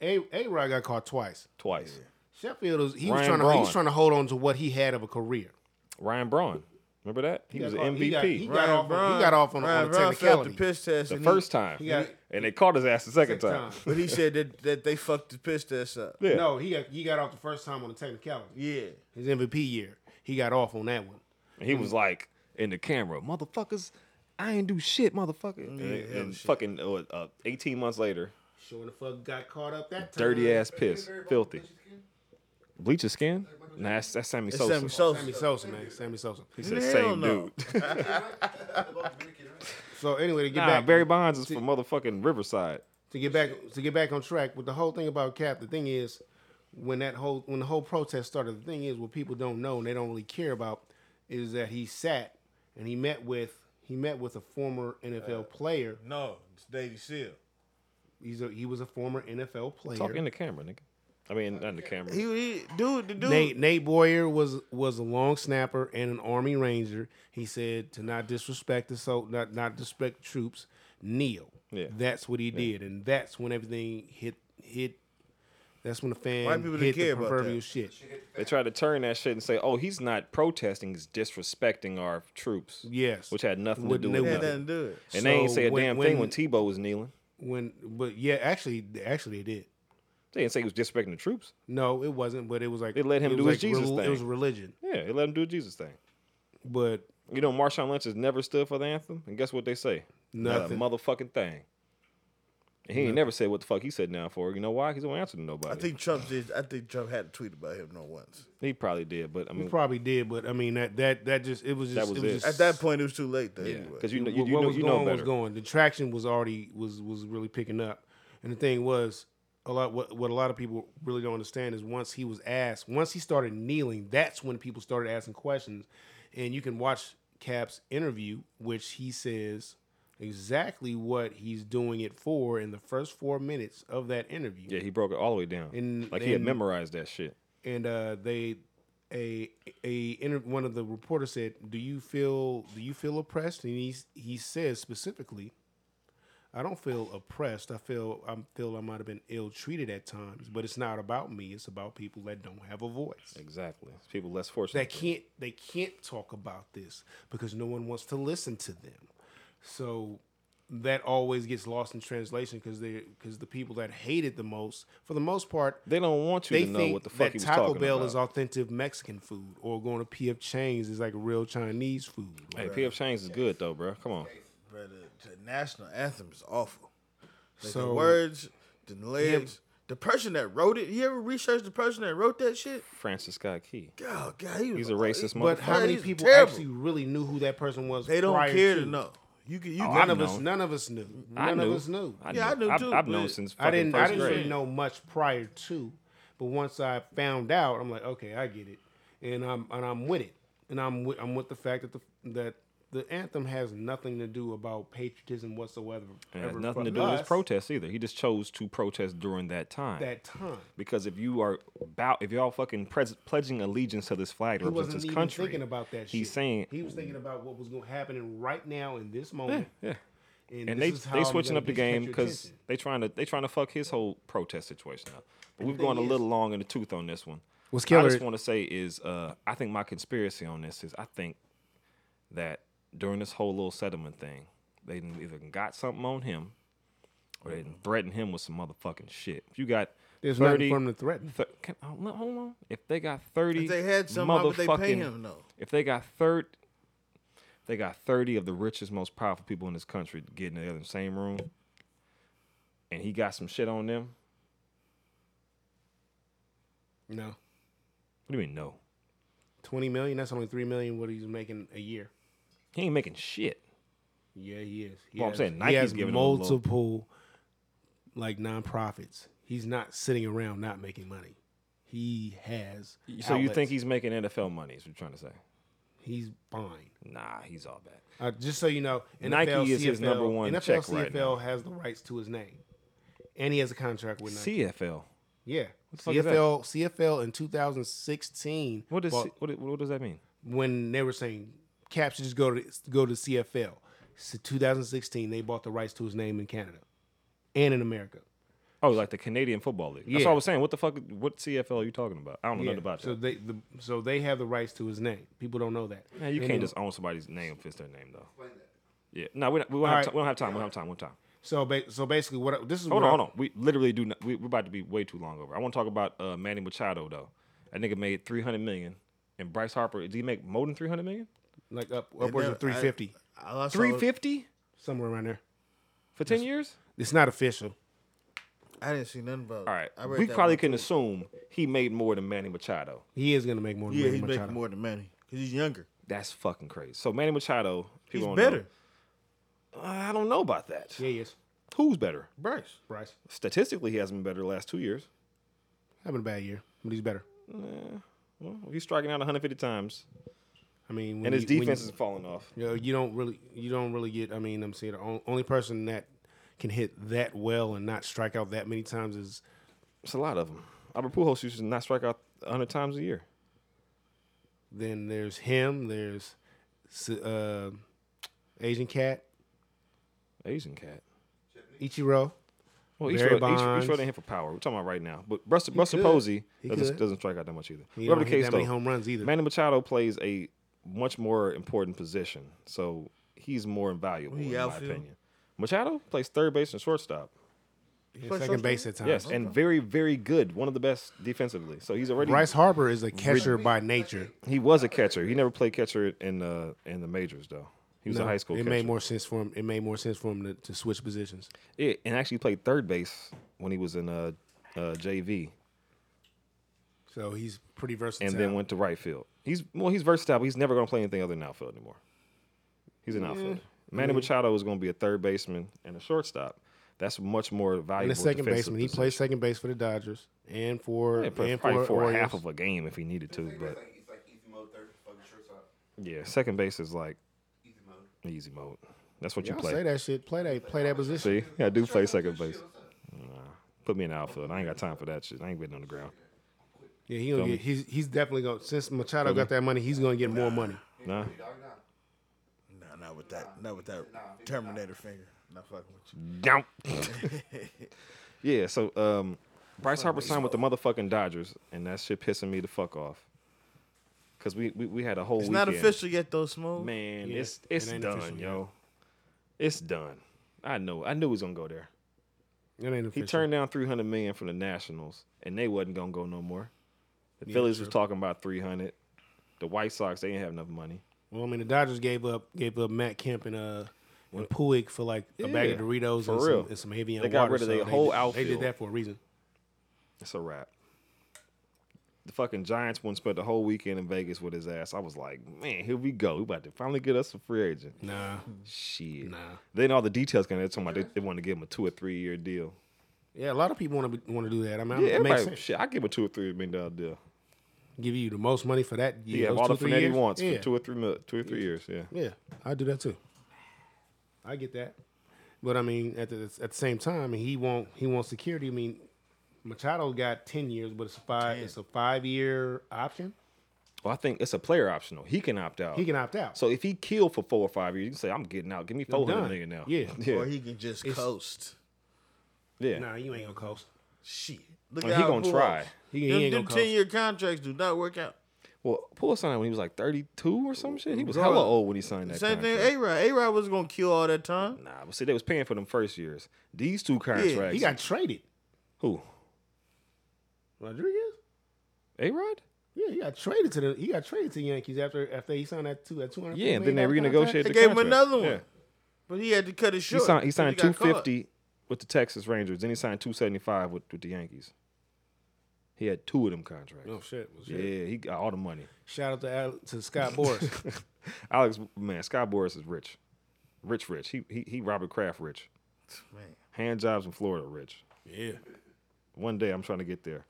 Speaker 3: A A Rod got caught twice.
Speaker 4: twice.
Speaker 3: Sheffield was he was
Speaker 4: Ryan
Speaker 3: trying to he was
Speaker 4: Braun.
Speaker 3: trying to hold on to what he had of a career.
Speaker 4: Ryan Braun, remember that? He,
Speaker 3: got
Speaker 4: was an
Speaker 3: caught-
Speaker 4: MVP.
Speaker 3: he got- he got off on- he got off on- on
Speaker 5: Ryan
Speaker 3: a
Speaker 5: Brown failed the
Speaker 3: technicality.
Speaker 5: piss test
Speaker 4: the
Speaker 5: and he-
Speaker 4: first time,
Speaker 3: he got-
Speaker 4: and they caught his ass the second, time.
Speaker 5: but he said that, that they fucked the piss test up.
Speaker 4: Yeah.
Speaker 3: No, he got he got off the first time on the technicality.
Speaker 5: Yeah,
Speaker 3: His MVP year, he got off on that one.
Speaker 4: And he was like in the camera, motherfuckers, I ain't do shit, motherfucker. And- and fucking uh, uh, 18 months later,
Speaker 3: Sure the fuck got caught up that time.
Speaker 4: dirty ass piss, filthy. Bleach his skin? Nah, that's, that's Sammy
Speaker 5: it's
Speaker 4: Sosa.
Speaker 5: Sammy Sosa.
Speaker 3: Sammy Sosa, man. Sammy Sosa.
Speaker 4: He said,
Speaker 5: Hell
Speaker 4: same
Speaker 5: no.
Speaker 4: dude.
Speaker 3: So anyway, to get
Speaker 4: nah,
Speaker 3: back
Speaker 4: Barry Bonds is from motherfucking Riverside.
Speaker 3: to get back to get back on track with the whole thing about Cap. The thing is, when that whole when the whole protest started, the thing is what people don't know and they don't really care about is that he sat and he met with he met with a former NFL player.
Speaker 5: No, it's Davey Seal.
Speaker 3: He's a, he was a former NFL player.
Speaker 4: Talk in the camera, nigga. I mean, not in the camera.
Speaker 5: He, he dude, the dude.
Speaker 3: Nate Nate Boyer was was a long snapper and an Army Ranger. He said to not disrespect the so not not disrespect troops. Kneel.
Speaker 4: Yeah.
Speaker 3: That's what he did, and that's when everything hit hit. That's when the fan
Speaker 5: White people didn't
Speaker 3: hit the
Speaker 5: care about
Speaker 3: proverbial
Speaker 5: that.
Speaker 3: shit.
Speaker 4: They try to turn that shit and say, "Oh, he's not protesting; he's disrespecting our troops."
Speaker 3: Yes,
Speaker 4: which had nothing to
Speaker 3: Wouldn't-
Speaker 4: do
Speaker 3: they
Speaker 4: with
Speaker 5: had
Speaker 4: nothing.
Speaker 5: nothing to do with it.
Speaker 4: And they ain't
Speaker 3: So
Speaker 4: say a
Speaker 3: when-
Speaker 4: damn thing when Tebow was kneeling.
Speaker 3: when but yeah, actually actually they did.
Speaker 4: They didn't say he was disrespecting the troops.
Speaker 3: No, it wasn't, but it was like
Speaker 4: They let him
Speaker 3: it
Speaker 4: do
Speaker 3: was
Speaker 4: his
Speaker 3: like
Speaker 4: Jesus
Speaker 3: rel- It
Speaker 4: thing.
Speaker 3: was religion,
Speaker 4: Yeah, they let him do a Jesus thing.
Speaker 3: but
Speaker 4: You know, Marshawn Lynch has never stood for the anthem, and guess what they say?
Speaker 3: Nothing.
Speaker 4: Not a motherfucking thing. And he ain't never said what the fuck he said now for. You know why? 'Cause He don't answer to nobody.
Speaker 5: I think Trump did. I think Trump had a tweet about him no once.
Speaker 4: he probably did, but I
Speaker 3: we
Speaker 4: mean,
Speaker 3: probably did. But I mean that that that just it was just
Speaker 4: Mm. That was
Speaker 3: it was
Speaker 4: it.
Speaker 3: just
Speaker 5: At that point, it was too late though.
Speaker 4: yeah,
Speaker 5: anyway.
Speaker 4: because you know, you,
Speaker 3: what
Speaker 4: you know,
Speaker 3: was
Speaker 4: you
Speaker 3: going
Speaker 4: know
Speaker 3: was
Speaker 4: better.
Speaker 3: going. The traction was already was was really picking up, and the thing was, a lot what, what a lot of people really don't understand is once he was asked, once he started kneeling, that's when people started asking questions. And you can watch Cap's interview, which he says exactly what he's doing it for in the first four minutes of that interview.
Speaker 4: Yeah, he broke it all the way down.
Speaker 3: And
Speaker 4: like he had
Speaker 3: then-
Speaker 4: memorized that shit.
Speaker 3: and uh, they a a inter- one of the reporters said, "Do you feel do you feel oppressed?" And he he says specifically, "I don't feel oppressed. I feel I feel I might have been ill treated at times, but it's not about me. It's about people that don't have a voice."
Speaker 4: Exactly. People less fortunate.
Speaker 3: They can't they can't talk about this because no one wants to listen to them. So that always gets lost in translation because they because the people that hate it the most, for the most part,
Speaker 4: They don't want you
Speaker 3: they
Speaker 4: to know
Speaker 3: think
Speaker 4: what the fuck
Speaker 3: that
Speaker 4: he was
Speaker 3: Taco
Speaker 4: talking
Speaker 3: Bell
Speaker 4: about.
Speaker 3: is authentic Mexican food, or going to PF Chang's is like real Chinese food.
Speaker 4: Hey,
Speaker 3: Like,
Speaker 4: PF Chang's is good though, bro. Come on.
Speaker 5: Brother, uh, the national anthem is awful. Like the
Speaker 3: So-
Speaker 5: words, the lyrics, the person that wrote it. You ever researched the person that wrote that shit?
Speaker 4: Francis Scott Key.
Speaker 5: God, God, he was
Speaker 4: He's a racist motherfucker.
Speaker 3: but how many
Speaker 5: He's
Speaker 3: people
Speaker 5: terrible.
Speaker 3: actually really knew who that person was?
Speaker 5: They don't
Speaker 3: prior
Speaker 5: care to
Speaker 3: to?
Speaker 5: know. You can, you
Speaker 4: Oh,
Speaker 5: can,
Speaker 3: None
Speaker 4: I've
Speaker 3: of us,
Speaker 4: known.
Speaker 3: none of us knew. None
Speaker 4: I knew.
Speaker 3: of us knew.
Speaker 5: Yeah, I knew,
Speaker 4: I've,
Speaker 5: too,
Speaker 4: I've known
Speaker 5: but
Speaker 4: since fucking
Speaker 3: I didn't. I
Speaker 4: first
Speaker 3: didn't
Speaker 4: grade.
Speaker 3: really know much prior to, but once I found out, I'm like, okay, I get it, and I'm and I'm with it, and I'm with, I'm with the fact that the that the anthem has nothing to do about patriotism whatsoever.
Speaker 4: It has
Speaker 3: ever
Speaker 4: nothing to
Speaker 3: from
Speaker 4: do with his
Speaker 3: us
Speaker 4: protests either. He just chose to protest during that time.
Speaker 3: That time,
Speaker 4: because if you are about, if y'all fucking pres- pledging allegiance to this flag, that
Speaker 3: he
Speaker 4: represents
Speaker 3: wasn't
Speaker 4: this
Speaker 3: even
Speaker 4: country.
Speaker 3: thinking about that.
Speaker 4: He's
Speaker 3: shit.
Speaker 4: saying,
Speaker 3: he was thinking about what was going happening right now in this moment.
Speaker 4: yeah.
Speaker 3: And,
Speaker 4: and
Speaker 3: this
Speaker 4: they
Speaker 3: is how
Speaker 4: they
Speaker 3: I'm
Speaker 4: switching
Speaker 3: gonna
Speaker 4: up the
Speaker 3: get-
Speaker 4: game
Speaker 3: catch your
Speaker 4: because
Speaker 3: attention.
Speaker 4: they trying to they trying to fuck his whole protest situation up. But we've
Speaker 3: thing
Speaker 4: gone a
Speaker 3: is-
Speaker 4: little long in the tooth on this one.
Speaker 3: What's
Speaker 4: I
Speaker 3: killer-
Speaker 4: just want to say is uh, I think my conspiracy on this is I think that during this whole little settlement thing, they done either got something on him or they done threatened him with some motherfucking shit. If you got
Speaker 3: There's nothing
Speaker 4: 30,
Speaker 3: for him to threaten.
Speaker 4: thir- can, hold on, hold on. If they got thirty,
Speaker 5: If they had some, why would
Speaker 4: motherfucking.
Speaker 5: they pay him, though?
Speaker 4: If they got third, they got thirty of the richest, most powerful people in this country getting together in the same room, and he got some shit on them.
Speaker 3: No,
Speaker 4: What do you mean no?
Speaker 3: twenty million. That's only three million. What he's making a year.
Speaker 4: He ain't making shit.
Speaker 3: Yeah, he is. He
Speaker 4: Well, I'm
Speaker 3: has-
Speaker 4: saying
Speaker 3: he
Speaker 4: Nike's
Speaker 3: has
Speaker 4: giving him a little-
Speaker 3: multiple like nonprofits. He's not sitting around not making money. He has.
Speaker 4: So you
Speaker 3: outlets.
Speaker 4: think he's making NFL money? Is what you're trying to say?
Speaker 3: he's fine?
Speaker 4: Nah, he's all bad.
Speaker 3: Uh, just so you know, NFL,
Speaker 4: Nike is
Speaker 3: CFL,
Speaker 4: his number one
Speaker 3: NFL,
Speaker 4: check right
Speaker 3: CFL has the rights to his name, and he has a contract with Nike.
Speaker 4: CFL.
Speaker 3: yeah,
Speaker 4: the fuck is
Speaker 3: CFL. CFL in 2016.
Speaker 4: What is
Speaker 3: bought-
Speaker 4: C- what, what does that mean?
Speaker 3: when they were saying Cap should just go to go to CFL. So 2016, they bought the rights to his name in Canada and in America.
Speaker 4: Oh, like the Canadian Football League. That's
Speaker 3: Yeah.
Speaker 4: what I was saying. What the fuck? What CFL are you talking about? I don't know
Speaker 3: Yeah,
Speaker 4: nothing about
Speaker 3: so
Speaker 4: that.
Speaker 3: they the, so they have the rights to his name. People don't know that.
Speaker 4: Man,
Speaker 3: And
Speaker 4: you can't
Speaker 3: then-
Speaker 4: just own somebody's name if it's their name though. Yeah. No, we, don't- we, don't
Speaker 3: All
Speaker 4: have
Speaker 3: right.
Speaker 4: ti- we don't have time. We don't have time. We don't have time.
Speaker 3: So ba- so basically, what I- this is
Speaker 4: Hold
Speaker 3: what
Speaker 4: on,
Speaker 3: I-
Speaker 4: hold on. We literally do. Not, we, we're about to be way too long over. I want to talk about uh, Manny Machado though. That nigga made three hundred million, and Bryce Harper. Did he make more than three hundred million?
Speaker 3: like up upwards
Speaker 5: never-
Speaker 3: of 350
Speaker 5: I, all I saw-
Speaker 4: Three fifty
Speaker 3: somewhere around there.
Speaker 4: for ten years.
Speaker 3: It's not official.
Speaker 5: I didn't see nothing about. it.
Speaker 4: All right,
Speaker 5: I read
Speaker 4: we
Speaker 5: that
Speaker 4: probably
Speaker 5: one,
Speaker 4: can
Speaker 5: too.
Speaker 4: assume he made more than Manny Machado.
Speaker 3: He is gonna make more. Than
Speaker 5: Yeah,
Speaker 3: Manny
Speaker 5: he's
Speaker 3: Machado.
Speaker 5: making more than Manny because he's younger.
Speaker 4: That's fucking crazy. So Manny Machado,
Speaker 5: He's
Speaker 4: people don't
Speaker 5: better.
Speaker 4: know- I don't know about that.
Speaker 3: Yeah, he is.
Speaker 4: Who's better?
Speaker 5: Bryce.
Speaker 3: Bryce
Speaker 4: Statistically, he hasn't been better the last two years.
Speaker 3: having a bad year, but he's better.
Speaker 4: Well, he's striking out 150 times,
Speaker 3: I mean, when
Speaker 4: and his
Speaker 3: you- when you-
Speaker 4: defense is falling off.
Speaker 3: You know, you don't really, you don't really get. I mean, I'm saying the on- only person that can hit that well and not strike out that many times is
Speaker 4: It's a lot of them. Albert Pujols used to not strike out 100 times a year.
Speaker 3: then there's him. There's S- uh, Asian Cat
Speaker 4: Asian cat.
Speaker 3: Ichiro.
Speaker 4: Well, each
Speaker 3: Barry
Speaker 4: row, each, each
Speaker 3: Bonds.
Speaker 4: row didn't hit for power. We're talking about right now. But Buster, Buster
Speaker 3: could.
Speaker 4: Posey
Speaker 3: He
Speaker 4: doesn't,
Speaker 3: could.
Speaker 4: doesn't strike out that much either.
Speaker 3: He
Speaker 4: Whatever
Speaker 3: don't
Speaker 4: the
Speaker 3: hit
Speaker 4: case,
Speaker 3: that many
Speaker 4: though,
Speaker 3: home runs either.
Speaker 4: Manny Machado plays a much more important position, so he's more invaluable
Speaker 5: He
Speaker 4: in
Speaker 5: outfield?
Speaker 4: my opinion. Machado plays third base and shortstop.
Speaker 3: and
Speaker 5: plays
Speaker 3: second
Speaker 5: shortstop?
Speaker 3: base at times.
Speaker 4: Yes, and very, very good. One of the best defensively. So he's already
Speaker 3: Bryce Harper is a catcher by nature.
Speaker 4: he was a catcher. He never played catcher in uh, in the majors though. He was a
Speaker 3: No,
Speaker 4: high school
Speaker 3: It
Speaker 4: catcher.
Speaker 3: made more sense for him. It made more sense for him to, to switch positions.
Speaker 4: Yeah, and actually played third base when he was in uh, uh, JV.
Speaker 3: So he's pretty versatile.
Speaker 4: and then went to right field. He's well, he's versatile, but he's never going to play anything other than outfield anymore. He's an outfielder. Manny Machado is going to be a third baseman and a shortstop. That's much more valuable.
Speaker 3: in the second
Speaker 4: defensive
Speaker 3: baseman. He
Speaker 4: position.
Speaker 3: played second base for the Dodgers and for
Speaker 4: Yeah,
Speaker 3: and
Speaker 4: probably
Speaker 3: for,
Speaker 4: for
Speaker 3: Orioles.
Speaker 4: half of a game if he needed to,
Speaker 6: It's
Speaker 4: but
Speaker 6: like, it's like easy mode, third, fucking shortstop.
Speaker 4: yeah, second base is like
Speaker 6: Easy mode.
Speaker 4: easy mode. That's what you
Speaker 3: Y'all
Speaker 4: play.
Speaker 3: say that shit. Play that. Play that position.
Speaker 4: See, I do play second base. Nah, put me in the outfield. I ain't got time for that shit. I ain't waiting on the ground.
Speaker 3: Yeah, he gonna
Speaker 4: Feel me?
Speaker 3: get. He's he's definitely gonna. Since Machado
Speaker 4: Feel me?
Speaker 3: got that money, he's gonna get more money.
Speaker 4: Nah,
Speaker 5: Nah, not with that. Not with that Terminator finger. Not fucking with you.
Speaker 4: Don't. yeah, so um, Bryce Harper signed with the motherfucking Dodgers, and that shit pissing me the fuck off. Cause we we, we had a whole
Speaker 5: It's
Speaker 4: weekend.
Speaker 5: not official yet, though, Smoke.
Speaker 4: Man,
Speaker 3: Yeah,
Speaker 4: it's
Speaker 3: it
Speaker 4: it's
Speaker 3: ain't
Speaker 4: done,
Speaker 3: official yet.
Speaker 4: yo. It's done. I know. I knew he was gonna go there.
Speaker 3: That ain't
Speaker 4: He
Speaker 3: official.
Speaker 4: turned down three hundred million from the Nationals, and they wasn't gonna go no more. The Phillies was talking about three hundred. The White Sox they didn't have enough money.
Speaker 3: Well, I mean, the Dodgers gave up gave up Matt Kemp and uh and Puig for like a bag of
Speaker 4: Yeah,
Speaker 3: Doritos
Speaker 4: for
Speaker 3: and,
Speaker 4: real.
Speaker 3: Some, and some heavy
Speaker 4: They got rid of their whole
Speaker 3: They did
Speaker 4: outfield.
Speaker 3: that for a reason.
Speaker 4: It's a wrap. The fucking Giants one spent the whole weekend in Vegas with his ass. I was like, man, here we go. We about to finally get us a free agent.
Speaker 3: Nah,
Speaker 4: Shit.
Speaker 3: Nah.
Speaker 4: Then all the details came. They're talking about they, they want to give him a two or three year deal.
Speaker 3: yeah, a lot of people want to want to do that. I mean,
Speaker 4: Yeah,
Speaker 3: it makes
Speaker 4: everybody.
Speaker 3: sense.
Speaker 4: Shit, I give a two or three million dollar deal.
Speaker 3: Give you the most money for that.
Speaker 4: Yeah,
Speaker 3: year,
Speaker 4: have
Speaker 3: those
Speaker 4: all
Speaker 3: two,
Speaker 4: the
Speaker 3: three
Speaker 4: Finetti
Speaker 3: years.
Speaker 4: wants
Speaker 3: Yeah.
Speaker 4: for two or three mil, two or three years. Yeah,
Speaker 3: Yeah, I do that too. I get that, but I mean, at the at the same time, I mean, he won't he wants security. I mean, Machado got ten years, but it's a five it's a five year option.
Speaker 4: well, I think it's a player optional. He can opt out.
Speaker 3: He can opt out.
Speaker 4: So if he killed for four or five years, you can say, "I'm getting out. Give me four hundred
Speaker 3: done.
Speaker 4: million now."
Speaker 3: Yeah.
Speaker 4: yeah,
Speaker 5: Or he can just coast.
Speaker 4: yeah.
Speaker 3: nah, you ain't gonna coast.
Speaker 5: Shit. Look
Speaker 4: And Oh, he gonna
Speaker 5: Pujols-
Speaker 4: try.
Speaker 3: He, he
Speaker 5: Them,
Speaker 3: ain't
Speaker 5: them
Speaker 3: gonna
Speaker 5: ten
Speaker 3: coast.
Speaker 5: year contracts do not work out.
Speaker 4: Well, Poole signed when he was like 32 or some shit. He was
Speaker 5: Bruh.
Speaker 4: hella old when he signed that
Speaker 5: Same thing.
Speaker 4: contract.
Speaker 5: A Rod. A Rod was gonna kill all that time.
Speaker 4: Nah, but see, they was paying for them first years. These two contracts.
Speaker 5: Yeah,
Speaker 3: He got traded.
Speaker 4: who?
Speaker 3: Rodriguez.
Speaker 4: A Rod?
Speaker 3: Yeah, he got traded to the he got traded to the Yankees after after he signed that two at two hundred.
Speaker 4: Yeah, and then they renegotiated.
Speaker 3: Contract.
Speaker 5: They
Speaker 4: the
Speaker 5: gave him
Speaker 4: contract.
Speaker 5: another one.
Speaker 4: Yeah.
Speaker 5: But he had to cut it
Speaker 4: He
Speaker 5: short.
Speaker 4: signed. He
Speaker 5: 'cause
Speaker 4: signed
Speaker 5: got caught.
Speaker 4: 250 with the Texas Rangers. Then he signed 275 with, with the Yankees. He had two of them contracts.
Speaker 3: Oh shit! Well, shit.
Speaker 4: yeah, he got all the money.
Speaker 3: Shout out to Al- to Scott Boris.
Speaker 4: Alex, man, Scott Boris is rich, rich, rich. He he he Robert Kraft rich.
Speaker 5: Man.
Speaker 4: Hand jobs in Florida rich.
Speaker 3: yeah,
Speaker 4: One day I'm trying to get there.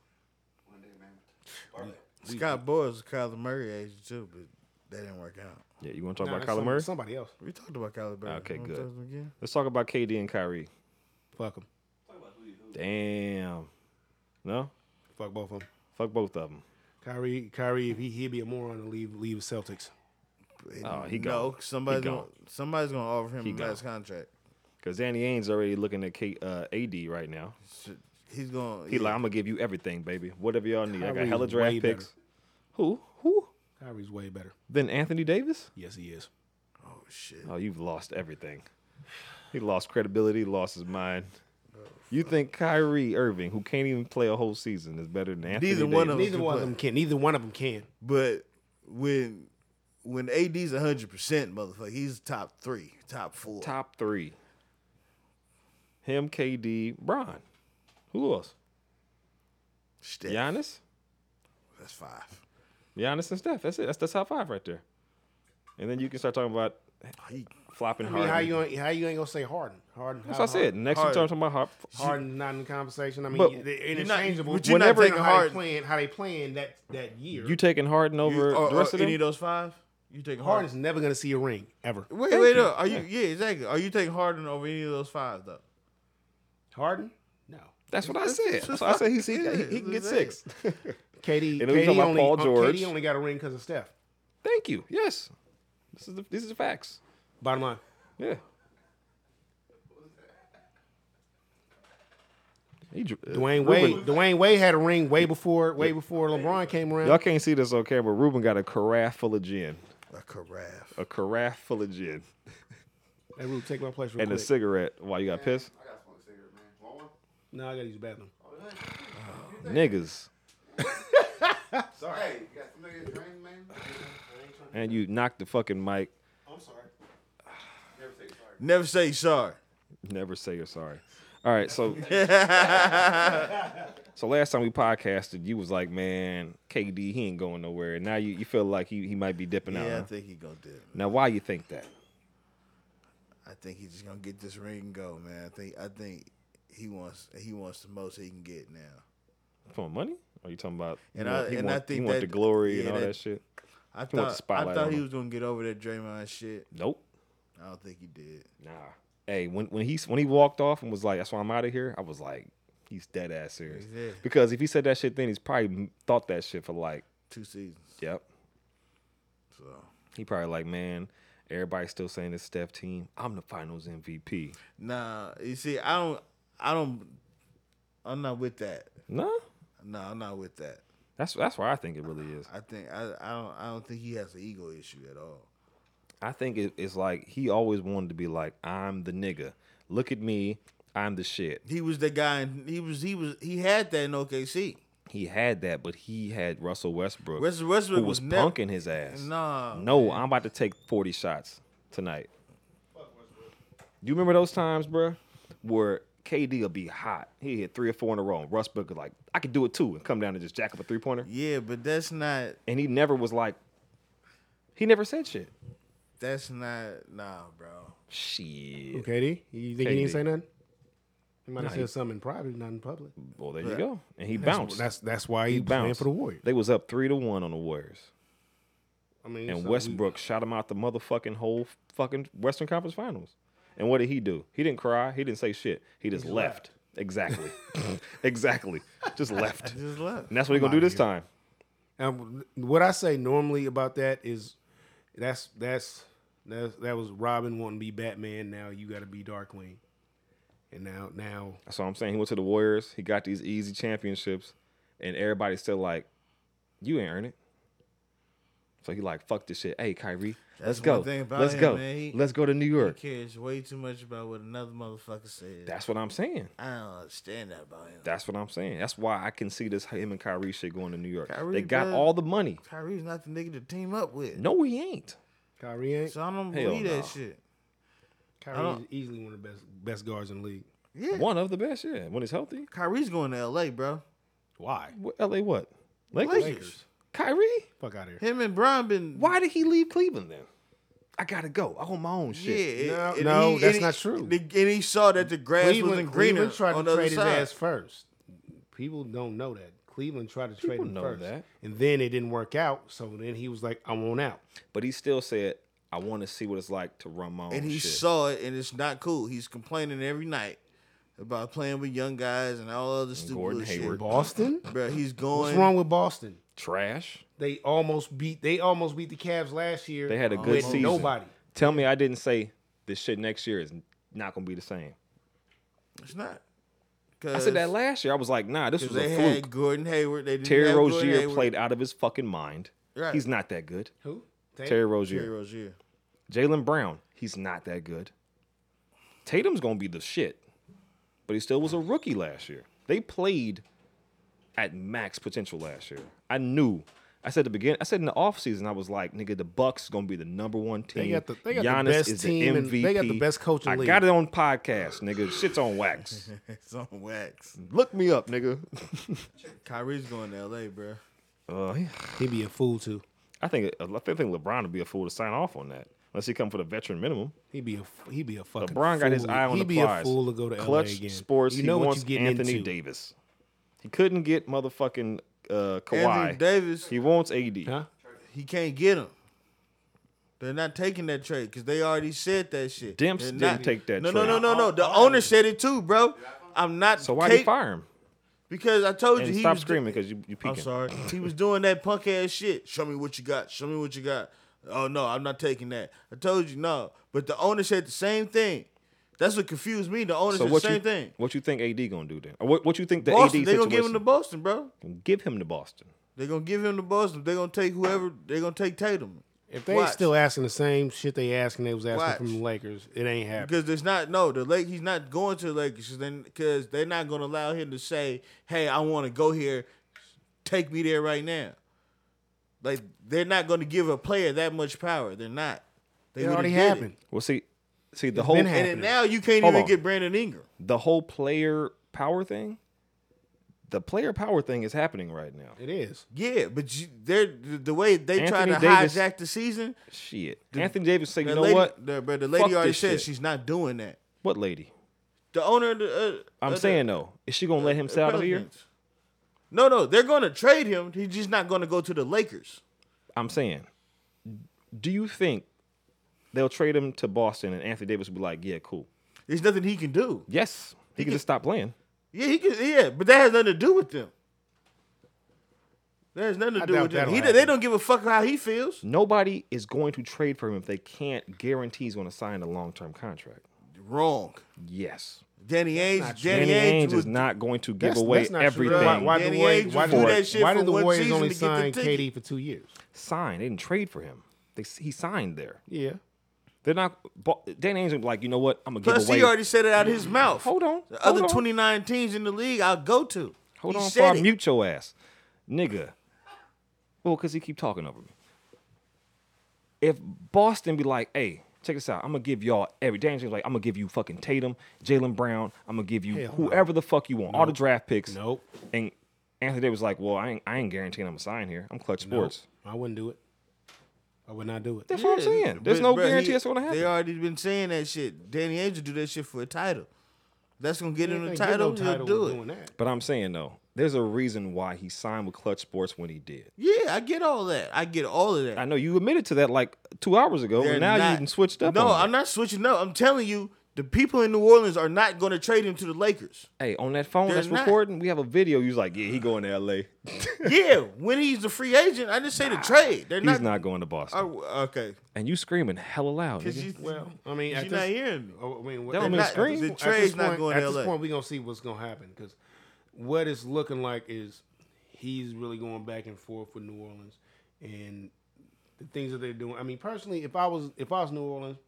Speaker 5: Scott Boras was Kyler Murray agent too, but that didn't work out.
Speaker 4: Yeah, you want to talk
Speaker 3: Nah,
Speaker 4: about
Speaker 3: that's
Speaker 4: Kyler
Speaker 3: some-
Speaker 4: Murray?
Speaker 3: Somebody else.
Speaker 5: We talked about Kyler Murray.
Speaker 4: Okay,
Speaker 5: Wanna
Speaker 4: good.
Speaker 5: talk to him again?
Speaker 4: Let's talk about KD and Kyrie.
Speaker 3: Fuck him.
Speaker 4: Damn. No,
Speaker 3: Fuck both of them.
Speaker 4: fuck both of them.
Speaker 3: Kyrie, Kyrie, if he he'd be a moron to leave leave the Celtics.
Speaker 4: Oh, he
Speaker 5: no,
Speaker 4: gone.
Speaker 5: somebody's
Speaker 4: He
Speaker 5: gonna,
Speaker 4: gone.
Speaker 5: somebody's gonna offer him
Speaker 4: He
Speaker 5: a
Speaker 4: gone.
Speaker 5: max contract.
Speaker 4: Cause Danny Ainge's already looking at K, uh, AD right now.
Speaker 5: Shit, He's gonna.
Speaker 4: He like, I'm gonna give you everything, baby. Whatever y'all need. I got
Speaker 3: Kyrie's
Speaker 4: hella draft
Speaker 3: way
Speaker 4: picks.
Speaker 3: better.
Speaker 4: Who? Who?
Speaker 3: Kyrie's way better.
Speaker 4: Then Anthony Davis?
Speaker 3: Yes, he is.
Speaker 5: oh shit.
Speaker 4: Oh, you've lost everything. He lost credibility, lost his mind. You think Kyrie Irving, who can't even play a whole season, is better than Anthony
Speaker 5: Neither
Speaker 4: Davis?
Speaker 5: one of them.
Speaker 3: Neither one of them can. Neither one of them can.
Speaker 5: But when when AD's hundred percent, motherfucker, he's top three, top four.
Speaker 4: Top three. Him, KD, Bron. Who else?
Speaker 5: Steph,
Speaker 4: Giannis?
Speaker 5: That's five.
Speaker 4: Giannis and Steph. That's it. That's the top five right there. And then you can start talking about
Speaker 5: He,
Speaker 4: flopping
Speaker 3: I mean,
Speaker 4: Harden.
Speaker 3: how you gonna- how you ain't gonna say Harden? Harden.
Speaker 4: That's
Speaker 3: how-
Speaker 4: what I said. Next you
Speaker 5: Harden.
Speaker 4: start talking about Harden.
Speaker 3: Harden not in the conversation. I mean,
Speaker 4: But-
Speaker 3: they're
Speaker 5: You're not-
Speaker 3: interchangeable.
Speaker 5: but you're not
Speaker 3: Whenever
Speaker 5: taking
Speaker 3: how they
Speaker 5: Harden-
Speaker 3: playing how they playing that that year.
Speaker 4: You taking Harden over
Speaker 5: you, are,
Speaker 4: the rest
Speaker 5: are
Speaker 4: of
Speaker 5: any
Speaker 4: them? Oh.
Speaker 5: of those five? You taking
Speaker 3: Harden's
Speaker 5: Harden?
Speaker 3: never gonna see a ring ever.
Speaker 5: Wait, wait, no. Are you? Yeah, exactly. Are you taking Harden over any of those five though?
Speaker 3: Harden? No.
Speaker 4: That's what I said. That's what I said he, he, he, he can get six.
Speaker 3: KD,
Speaker 4: And then we
Speaker 3: KD
Speaker 4: talking about
Speaker 3: only,
Speaker 4: Paul
Speaker 3: uh,
Speaker 4: George.
Speaker 3: KD only got a ring because of Steph.
Speaker 4: Thank you. Yes. This is the, these are the facts.
Speaker 3: Bottom line,
Speaker 4: Yeah. He, dr- uh,
Speaker 3: Dwayne Wade.
Speaker 4: Ruben-
Speaker 3: Dwayne Wade had a ring way before way before LeBron came around.
Speaker 4: Y'all can't see this on camera. Ruben got a carafe full of gin.
Speaker 5: A carafe.
Speaker 4: A carafe full of gin.
Speaker 3: Hey, Rube, take my place real
Speaker 4: And
Speaker 3: quick.
Speaker 4: a cigarette. Why you got pissed?
Speaker 6: I got to smoke a cigarette, man. Want one?
Speaker 3: no, I gotta use the bathroom.
Speaker 4: Niggas.
Speaker 6: Sorry. Hey, you got somebody to drain, man? I ain't trying to-
Speaker 4: And you knocked the fucking mic.
Speaker 6: I'm sorry. Never say sorry.
Speaker 5: Never say sorry.
Speaker 4: Never say you're sorry. All right, so so last time we podcasted, you was like, "Man, KD, he ain't going nowhere." And now you, you feel like he, he might be dipping out.
Speaker 5: Yeah, I
Speaker 4: huh?
Speaker 5: think he gonna do it.
Speaker 4: Now, why you think that?
Speaker 5: I think he's just gonna get this ring and go, man. I think I think he wants he wants the most he can get now.
Speaker 4: For money? Are you talking about?
Speaker 5: And
Speaker 4: he want-
Speaker 5: I-
Speaker 4: he
Speaker 5: and
Speaker 4: want,
Speaker 5: I think
Speaker 4: he want
Speaker 5: that-
Speaker 4: the glory and
Speaker 5: yeah,
Speaker 4: all that,
Speaker 5: that-
Speaker 4: shit.
Speaker 5: I
Speaker 4: He wants the
Speaker 5: thought I
Speaker 4: spotlight on
Speaker 5: thought he
Speaker 4: him.
Speaker 5: was gonna get over that Draymond shit.
Speaker 4: Nope.
Speaker 5: I don't think he did.
Speaker 4: Nah. Hey, when when he when he walked off and was like, "That's why I'm out of here," I was like, "He's dead ass serious."
Speaker 5: Yeah.
Speaker 4: Because if he said that shit, then he's probably thought that shit for like,
Speaker 5: Two seasons.
Speaker 4: yep.
Speaker 5: So
Speaker 4: He probably like, man, everybody's still saying this Steph team. I'm the Finals MVP.
Speaker 5: nah, you see, I don't I don't I'm not with that.
Speaker 4: Nah,
Speaker 5: No, I'm not with that.
Speaker 4: that's that's where I think it really is.
Speaker 5: I think I, I don't I don't think he has an ego issue at all.
Speaker 4: I think it, it's like he always wanted to be like, I'm the nigga. Look at me. I'm the shit.
Speaker 5: He was the guy. and He was he was he had that in OKC.
Speaker 4: He had that, but he had Russell Westbrook,
Speaker 5: Russell Westbrook
Speaker 4: who was,
Speaker 5: was never-
Speaker 4: punking his ass.
Speaker 5: Nah,
Speaker 4: no, I'm about to take 40 shots tonight. Do you remember those times, bruh, where KD will be hot? He hit three or four in a row. And Russell Westbrook was like, I could do it too, and come down and just jack up a three pointer.
Speaker 5: Yeah, but that's not
Speaker 4: And he never was like, he never said shit.
Speaker 5: that's not nah, bro.
Speaker 4: Shit.
Speaker 3: Who, KD? You think he
Speaker 4: KD.
Speaker 3: didn't say nothing? He might have
Speaker 4: Nah, he-
Speaker 3: said something in private, not in public.
Speaker 4: Well, there you go. And he
Speaker 3: That's-
Speaker 4: bounced.
Speaker 3: That's that's why he,
Speaker 4: he
Speaker 3: was playing
Speaker 4: bounced
Speaker 3: for the Warriors.
Speaker 4: They was up three to one on the Warriors.
Speaker 3: I mean,
Speaker 4: and
Speaker 3: so we-
Speaker 4: Westbrook shot him out the motherfucking whole fucking Western Conference Finals. And what did he do? He didn't cry. He didn't say shit. He just left. Exactly. exactly. Just left.
Speaker 5: Just left.
Speaker 4: And that's what he gonna do this time.
Speaker 3: And what I say normally about that is, that's that's that's that was Robin wanting to be Batman. Now you got to be Darkwing. And now now
Speaker 4: That's what I'm saying. He went to the Warriors. He got these easy championships, and everybody's still like, "You ain't earn it." So he like, "Fuck this shit." Hey, Kyrie, let's
Speaker 5: That's one
Speaker 4: go.
Speaker 5: thing about
Speaker 4: let's
Speaker 5: him,
Speaker 4: go.
Speaker 5: man. He-
Speaker 4: let's go to New
Speaker 5: He
Speaker 4: York.
Speaker 5: cares way too much about what another motherfucker said.
Speaker 4: That's what I'm saying.
Speaker 5: I don't understand that about him.
Speaker 4: That's what I'm saying. That's why I can see this him and Kyrie shit going to New York.
Speaker 5: Kyrie,
Speaker 4: they got
Speaker 5: bruh.
Speaker 4: all the money.
Speaker 5: Kyrie's not the nigga to team up with.
Speaker 4: No, he ain't.
Speaker 3: Kyrie ain't
Speaker 5: So I don't
Speaker 4: Hell
Speaker 5: believe
Speaker 4: nah.
Speaker 5: that shit.
Speaker 3: Kyrie is easily one of the best best guards in the league.
Speaker 5: Yeah.
Speaker 4: One of the best, yeah. When he's healthy.
Speaker 5: Kyrie's going to LA, bro.
Speaker 3: Why?
Speaker 4: What, LA what? Lakers?
Speaker 5: Lakers.
Speaker 4: Kyrie?
Speaker 3: Fuck out of here.
Speaker 5: Him and Brian been
Speaker 4: Why did he leave Cleveland then? I gotta go. I own my own
Speaker 5: Yeah,
Speaker 4: shit.
Speaker 3: No,
Speaker 5: and
Speaker 3: no, that's
Speaker 5: and
Speaker 3: not true.
Speaker 5: And he saw that the grass wasn't greener
Speaker 3: Cleveland tried
Speaker 5: on
Speaker 3: to
Speaker 5: the other
Speaker 3: trade his
Speaker 5: side.
Speaker 3: ass first. People don't know that. Cleveland tried to trade
Speaker 4: People
Speaker 3: him
Speaker 4: know
Speaker 3: first,
Speaker 4: that.
Speaker 3: and then it didn't work out. So then he was like, "I want out."
Speaker 4: But he still said, I want to see what it's like to run my own
Speaker 5: and he
Speaker 4: Oh, shit.
Speaker 5: saw it, and it's not cool. He's complaining every night about playing with young guys and all other stupid
Speaker 4: Gordon
Speaker 5: little shit.
Speaker 4: Hayward.
Speaker 3: Boston?
Speaker 5: bro. He's
Speaker 3: What's
Speaker 5: going.
Speaker 3: wrong with Boston?
Speaker 4: Trash.
Speaker 3: They almost beat. They almost beat the Cavs last year.
Speaker 4: They
Speaker 5: Oh,
Speaker 4: had a good
Speaker 3: with
Speaker 4: season.
Speaker 3: Nobody.
Speaker 4: Tell me I didn't say this shit next year is not gonna be the same.
Speaker 5: It's not.
Speaker 4: I said that last year. I was like, nah, this
Speaker 5: 'cause
Speaker 4: was
Speaker 5: they
Speaker 4: a
Speaker 5: had
Speaker 4: fluke.
Speaker 5: Gordon Hayward. They didn't
Speaker 4: Terry
Speaker 5: have Gordon
Speaker 4: Rozier
Speaker 5: Hayward.
Speaker 4: played out of his fucking mind.
Speaker 5: Right.
Speaker 4: He's not that good.
Speaker 3: Who?
Speaker 4: Terry
Speaker 5: Terry
Speaker 4: Rozier.
Speaker 5: Rozier.
Speaker 4: Jalen Brown, he's not that good. Tatum's gonna be the shit, but he still was a rookie last year. They played at max potential last year. I knew. I said at the beginning. I said in the offseason, I was like, "Nigga, the Bucks gonna be the number one team.
Speaker 3: They got the- they got the
Speaker 4: Giannis
Speaker 3: best
Speaker 4: is
Speaker 3: team
Speaker 4: the
Speaker 3: and
Speaker 4: MVP.
Speaker 3: they got the best coach in
Speaker 4: I
Speaker 3: the
Speaker 4: got it
Speaker 3: league.
Speaker 4: on podcast, nigga. Shit's on wax.
Speaker 5: It's on wax.
Speaker 4: Look me up, nigga.
Speaker 5: Kyrie's going to LA, bro.
Speaker 4: Uh, he-
Speaker 3: He'd be a fool too.
Speaker 4: I think I think LeBron would be a fool to sign off on that unless he come for the veteran minimum.
Speaker 3: He'd be a he'd be a fucking.
Speaker 4: LeBron got his
Speaker 3: fool.
Speaker 4: eye on
Speaker 3: He'd
Speaker 4: the
Speaker 3: be
Speaker 4: prize.
Speaker 3: a fool to go to
Speaker 4: Clutch
Speaker 3: LA again.
Speaker 4: sports.
Speaker 3: You know
Speaker 4: he
Speaker 3: what
Speaker 4: wants
Speaker 3: you getting
Speaker 4: Anthony
Speaker 3: into.
Speaker 4: Davis. He couldn't get motherfucking uh,
Speaker 5: Anthony
Speaker 4: Kawhi.
Speaker 5: Davis.
Speaker 4: He wants AD.
Speaker 3: Huh?
Speaker 5: He can't get him. They're not taking that trade because they already said that shit.
Speaker 4: Demps
Speaker 5: They're
Speaker 4: didn't
Speaker 5: not-
Speaker 4: take that
Speaker 5: no,
Speaker 4: trade.
Speaker 5: No, no, no, no. The
Speaker 4: Oh,
Speaker 5: owner said it too, bro. I'm not.
Speaker 4: So why would
Speaker 5: take,
Speaker 4: you fire him?
Speaker 5: Because I told you
Speaker 4: And
Speaker 5: he
Speaker 4: stop
Speaker 5: was do-
Speaker 4: screaming because you you peeking.
Speaker 5: I'm sorry. He was doing that punk ass shit. Show me what you got. Show me what you got. Oh no, I'm not taking that. I told you no. But the owner said the same thing. That's what confused me. The owner
Speaker 4: So
Speaker 5: said
Speaker 4: what
Speaker 5: the same
Speaker 4: you
Speaker 5: thing.
Speaker 4: what you think AD gonna do then? Or what what you think the
Speaker 5: Boston,
Speaker 4: AD
Speaker 5: they're
Speaker 4: situation?
Speaker 5: gonna give him to Boston, bro.
Speaker 4: give him to Boston.
Speaker 5: They're gonna give him to Boston. They're gonna take whoever they're gonna take Tatum.
Speaker 3: If they
Speaker 5: Watch.
Speaker 3: still asking the same shit they asking they was asking
Speaker 5: Watch.
Speaker 3: from the Lakers, it ain't happening.
Speaker 5: Because there's not no the Lake. He's not going to the Lakers because then because they're not going to allow him to say, "Hey, I want to go here. Take me there right now." Like they're not going to give a player that much power. They're not. They
Speaker 3: It
Speaker 5: would've
Speaker 3: already
Speaker 5: did it.
Speaker 3: happened.
Speaker 4: Well, see, see the whole
Speaker 3: been
Speaker 5: And
Speaker 3: happening.
Speaker 5: then now you can't
Speaker 4: Hold
Speaker 5: even
Speaker 4: on.
Speaker 5: get Brandon Ingram.
Speaker 4: the whole player power thing. The player power thing is happening right now.
Speaker 3: It is.
Speaker 5: Yeah, but you, they're the the way they try
Speaker 4: Anthony
Speaker 5: to
Speaker 4: Davis-
Speaker 5: hijack the season.
Speaker 4: Shit, Anthony Davis say,
Speaker 5: the
Speaker 4: you know
Speaker 5: lady-
Speaker 4: what?
Speaker 5: The, but the
Speaker 4: Fuck
Speaker 5: lady already
Speaker 4: this
Speaker 5: said
Speaker 4: shit."
Speaker 5: she's not doing that.
Speaker 4: What lady?
Speaker 5: The owner of the. Uh,
Speaker 4: I'm
Speaker 5: of the-
Speaker 4: saying though, is she gonna let him sit out of here?
Speaker 5: Pelicans. No, no, they're going to trade him. He's just not going to go to the Lakers.
Speaker 4: I'm saying, do you think they'll trade him to Boston and Anthony Davis will be like, yeah, cool?
Speaker 5: There's nothing he can do.
Speaker 4: Yes, he, can just stop playing.
Speaker 5: Yeah, he can. Yeah, but that has nothing to do with them. That has nothing to
Speaker 3: I
Speaker 5: do
Speaker 3: doubt
Speaker 5: with them.
Speaker 3: that'll
Speaker 5: He, they
Speaker 3: happen.
Speaker 5: don't give a fuck how he feels.
Speaker 4: Nobody is going to trade for him if they can't guarantee he's gonna sign a long term contract.
Speaker 5: Wrong.
Speaker 4: Yes,
Speaker 5: Danny Ainge. Danny,
Speaker 4: Danny
Speaker 5: Ainge,
Speaker 4: Ainge
Speaker 5: was
Speaker 4: is not going to give
Speaker 3: That's-
Speaker 4: away
Speaker 3: that's not true.
Speaker 4: everything.
Speaker 3: Why, why,
Speaker 5: Danny
Speaker 3: the Warriors-
Speaker 5: Ainge
Speaker 3: why
Speaker 5: would do
Speaker 3: did,
Speaker 5: that shit
Speaker 3: why
Speaker 5: for
Speaker 3: did the
Speaker 5: one
Speaker 3: Warriors
Speaker 5: season
Speaker 3: only
Speaker 5: to get the
Speaker 3: sign
Speaker 5: ticket.
Speaker 3: KD for two years?
Speaker 4: Signed, they didn't trade for him. They s- he signed there.
Speaker 3: Yeah.
Speaker 4: They're not. Bo- Danny Ainge would be like, you know what? I'm gonna give
Speaker 5: Plus,
Speaker 4: away.
Speaker 5: he already said it out of his mouth.
Speaker 4: Hold on.
Speaker 5: The
Speaker 4: hold
Speaker 5: other
Speaker 4: on.
Speaker 5: 29 teams in the league I'll go to.
Speaker 4: Hold
Speaker 5: he
Speaker 4: on
Speaker 5: said
Speaker 4: before I
Speaker 5: it.
Speaker 4: mute your ass, nigga. Well, because he keep talking over me. If Boston be like, hey, check this out, I'm gonna give y'all every Danny Ainge like, I'm gonna give you fucking Tatum, Jalen Brown, I'm gonna give you
Speaker 3: Hell no.
Speaker 4: whoever the fuck you want, all the draft picks.
Speaker 3: Nope.
Speaker 4: And Anthony Davis was like, well, I ain't, I ain't guaranteeing I'm gonna sign here. I'm Clutch Sports.
Speaker 3: I wouldn't do it. I would not do it.
Speaker 4: That's what I'm saying. There's
Speaker 5: But,
Speaker 4: no
Speaker 5: bruh, he-
Speaker 4: guarantee that's gonna
Speaker 5: They
Speaker 4: happen.
Speaker 5: already been saying that shit. Danny Ainge will do that shit for a title. That's gonna get him
Speaker 3: They
Speaker 5: the
Speaker 3: ain't getting
Speaker 5: title.
Speaker 3: no
Speaker 5: he'll
Speaker 3: title
Speaker 5: do
Speaker 3: with
Speaker 5: it.
Speaker 3: doing that.
Speaker 4: But I'm saying though, there's a reason why he signed with Clutch Sports when he did.
Speaker 5: Yeah, I get all that. I get all of that.
Speaker 4: I know you admitted to that like two hours ago,
Speaker 5: They're
Speaker 4: and now
Speaker 5: not-
Speaker 4: you even switched up.
Speaker 5: No,
Speaker 4: on it.
Speaker 5: I'm not switching up. I'm telling you, the people in New Orleans are not going to trade him to the Lakers.
Speaker 4: Hey, on that phone
Speaker 5: They're
Speaker 4: that's
Speaker 5: not.
Speaker 4: recording, we have a video. You was like, yeah, he going to L.A.
Speaker 5: yeah, when he's the free agent, I just say the trade. They're
Speaker 4: He's
Speaker 5: not.
Speaker 4: not going to Boston.
Speaker 5: I- okay,
Speaker 4: and you screaming hella loud.
Speaker 5: because
Speaker 4: nigga.
Speaker 5: you
Speaker 3: Well, I mean,
Speaker 5: you're
Speaker 3: at
Speaker 5: not
Speaker 3: this,
Speaker 5: hearing me.
Speaker 3: Oh, I mean, what-
Speaker 4: That
Speaker 3: at
Speaker 4: don't mean
Speaker 3: this-
Speaker 4: screen.
Speaker 5: The
Speaker 3: at this
Speaker 5: trade's not
Speaker 3: point-
Speaker 5: going
Speaker 3: at
Speaker 5: to LA.
Speaker 3: this point, we're gonna see what's gonna happen because what it's looking like is he's really going back and forth with New Orleans and the things that they're doing. I mean, personally, if I was if I was New Orleans,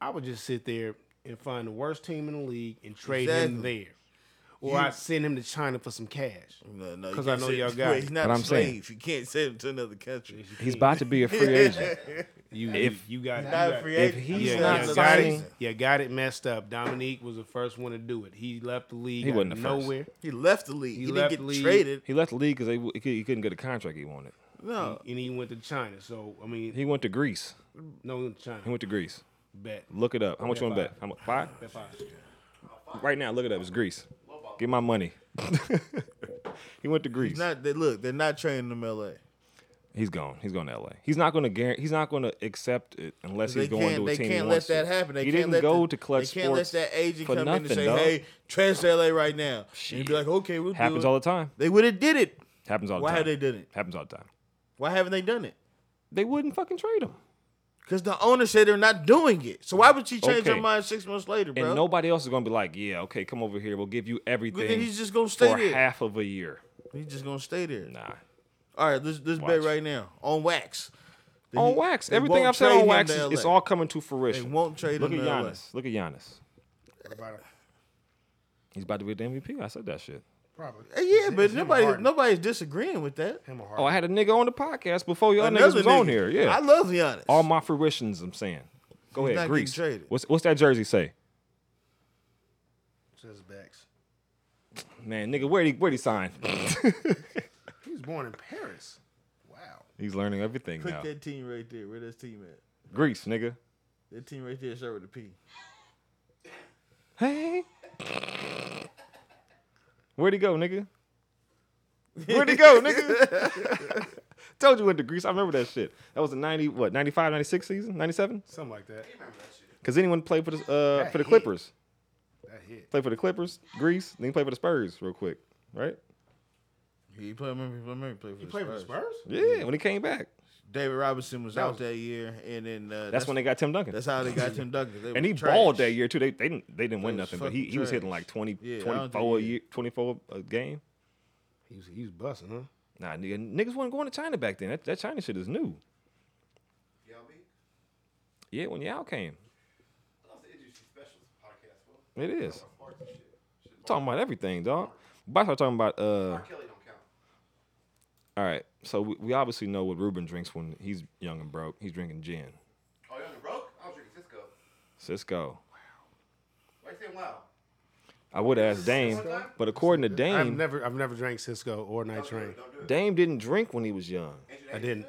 Speaker 3: I would just sit there and find the worst team in the league and trade him
Speaker 5: Exactly.
Speaker 3: there, or I'd send him to China for some cash.
Speaker 5: No, no, you
Speaker 3: 'Cause I
Speaker 5: can't
Speaker 3: know
Speaker 5: say-
Speaker 3: y'all got
Speaker 5: Wait,
Speaker 3: it.
Speaker 5: He's not
Speaker 4: But
Speaker 5: a
Speaker 4: I'm saying-
Speaker 5: slave. You can't send him to another country.
Speaker 4: He's about to be a free agent.
Speaker 3: You if you got, you
Speaker 5: Not a
Speaker 3: got-
Speaker 5: free
Speaker 4: If
Speaker 5: agent.
Speaker 4: he's
Speaker 3: yeah,
Speaker 4: not
Speaker 3: yeah, got
Speaker 4: signing-
Speaker 3: it. Yeah, got it messed up. Dominique was the first one to do it. He left the league.
Speaker 4: He
Speaker 3: out
Speaker 4: wasn't
Speaker 3: of
Speaker 4: the first.
Speaker 3: nowhere.
Speaker 5: He left the league. He,
Speaker 3: He
Speaker 5: didn't
Speaker 3: left
Speaker 5: get
Speaker 3: the league.
Speaker 5: traded.
Speaker 4: He left the league because he couldn't get a contract he wanted.
Speaker 5: No,
Speaker 3: and he went to China. So I mean,
Speaker 4: He went to Greece.
Speaker 3: no he went to China.
Speaker 4: He went to Greece.
Speaker 3: bet.
Speaker 4: Look it up. How much you want to bet? How much? Five?
Speaker 3: Bet five.
Speaker 4: Right now, look it up. It's Greece. Get my money. he went to Greece.
Speaker 5: he's not. They, look, they're not trading him L.A.
Speaker 4: he's gone. He's going to L.A. He's not going to guarantee. He's not going to accept it unless
Speaker 5: They
Speaker 4: he's going
Speaker 5: can't.
Speaker 4: to a
Speaker 5: They
Speaker 4: team. he
Speaker 5: can't let
Speaker 4: wants
Speaker 5: that
Speaker 4: to.
Speaker 5: happen. They
Speaker 4: he
Speaker 5: can't
Speaker 4: didn't
Speaker 5: let
Speaker 4: go
Speaker 5: the-
Speaker 4: to Clutch
Speaker 5: They can't let
Speaker 4: Sports
Speaker 5: that agent
Speaker 4: for
Speaker 5: come
Speaker 4: nothing,
Speaker 5: in and say,
Speaker 4: dog.
Speaker 5: "Hey, transfer to L.A. right now." And be like, "Okay, we'll
Speaker 4: happens
Speaker 5: do it."
Speaker 4: all the time.
Speaker 5: They would have did it.
Speaker 4: Happens all the
Speaker 5: Why
Speaker 4: time.
Speaker 5: have they done it?
Speaker 4: Happens all the time.
Speaker 5: Why haven't they done it?
Speaker 4: They wouldn't fucking trade him.
Speaker 5: Because the owner said they're not doing it. So why would she change
Speaker 4: Okay.
Speaker 5: her mind six months later, bro?
Speaker 4: And nobody else is gonna be like, yeah, okay, come over here. We'll give you
Speaker 5: But
Speaker 4: everything
Speaker 5: then he's just gonna stay
Speaker 4: for
Speaker 5: there.
Speaker 4: half of a year.
Speaker 5: He's just gonna stay there.
Speaker 4: Nah.
Speaker 5: All right, let's let's
Speaker 4: Watch.
Speaker 5: bet right now on wax. That
Speaker 4: on
Speaker 5: he-
Speaker 4: wax.
Speaker 5: they
Speaker 4: Everything
Speaker 5: won't
Speaker 4: I've said
Speaker 5: trade
Speaker 4: on
Speaker 5: him
Speaker 4: wax
Speaker 5: to
Speaker 4: is
Speaker 5: LA.
Speaker 4: it's all coming to
Speaker 5: They
Speaker 4: fruition.
Speaker 5: won't trade
Speaker 4: Look at
Speaker 5: him. to LA.
Speaker 4: Giannis. Look at Giannis. He's about to be the MVP. I said that shit.
Speaker 3: Probably.
Speaker 5: Uh, Yeah,
Speaker 3: It's-
Speaker 5: but
Speaker 3: it's him or
Speaker 5: nobody
Speaker 3: Harden.
Speaker 5: nobody's disagreeing with that.
Speaker 3: Him or
Speaker 4: Oh, I
Speaker 3: Harden.
Speaker 4: had a nigga on the podcast before y'all niggas was on
Speaker 5: nigga.
Speaker 4: here. Yeah.
Speaker 5: I love Giannis.
Speaker 4: all my fruitions, I'm saying. Go ahead,
Speaker 5: He's not getting
Speaker 4: Greece.
Speaker 5: traded.
Speaker 4: What's what's that jersey say?
Speaker 3: Says Bex.
Speaker 4: Man, nigga, where'd he where'd he sign?
Speaker 3: He was born in Paris. Wow.
Speaker 4: He's learning everything
Speaker 5: Put
Speaker 4: now.
Speaker 5: that team right there. Where that team at?
Speaker 4: Greece, nigga.
Speaker 5: That team right there, start with a P.
Speaker 4: Hey. Where'd he go, nigga? Where'd he go, nigga? Told you went to Greece. I remember that shit. That was the 90, what, 95, 96 season? 97?
Speaker 3: Something like that.
Speaker 4: Because anyone played for the, uh, for the Clippers.
Speaker 3: That hit.
Speaker 4: Played for the Clippers, Greece, then he played for the Spurs real quick, right?
Speaker 5: He played. Remember, remember he played for,
Speaker 3: He
Speaker 5: the,
Speaker 3: played for the
Speaker 5: Spurs.
Speaker 3: Spurs?
Speaker 4: Yeah, when he came back.
Speaker 5: David Robinson was
Speaker 3: That
Speaker 5: out
Speaker 3: was-
Speaker 5: that year, and then uh,
Speaker 4: That's, when they got Tim Duncan.
Speaker 5: That's how they got Tim Duncan. They
Speaker 4: and
Speaker 5: were
Speaker 4: he
Speaker 5: trash.
Speaker 4: balled that year, too. They, they didn't, they didn't win
Speaker 5: was
Speaker 4: nothing, but
Speaker 5: fucking
Speaker 4: he, he was hitting
Speaker 5: trash.
Speaker 4: like 20,
Speaker 5: Yeah, I don't
Speaker 4: 24, a
Speaker 5: think he-
Speaker 4: year, 24 a game.
Speaker 3: He was, he was busting, huh?
Speaker 4: Nah, nigga, niggas wasn't going to China back then. That, that China shit is new.
Speaker 6: LB?
Speaker 4: Yeah, when Yao came.
Speaker 6: That was the industry specials podcast. Well,
Speaker 4: It is.
Speaker 6: parts and shit. Shit,
Speaker 4: talking about everything, dog. But I start talking about uh
Speaker 6: R. Kelly don't count.
Speaker 4: all right. So we, we obviously know what Ruben drinks when he's young and broke. He's drinking gin.
Speaker 6: Oh, you're broke? I was drinking Cisco.
Speaker 4: Cisco.
Speaker 6: Why you saying wow?
Speaker 4: I would ask Dame, but according to
Speaker 3: I've
Speaker 4: Dame,
Speaker 3: never I've never drank Cisco or Night Train.
Speaker 6: Don't do it.
Speaker 4: Dame didn't drink when he was young.
Speaker 3: I didn't.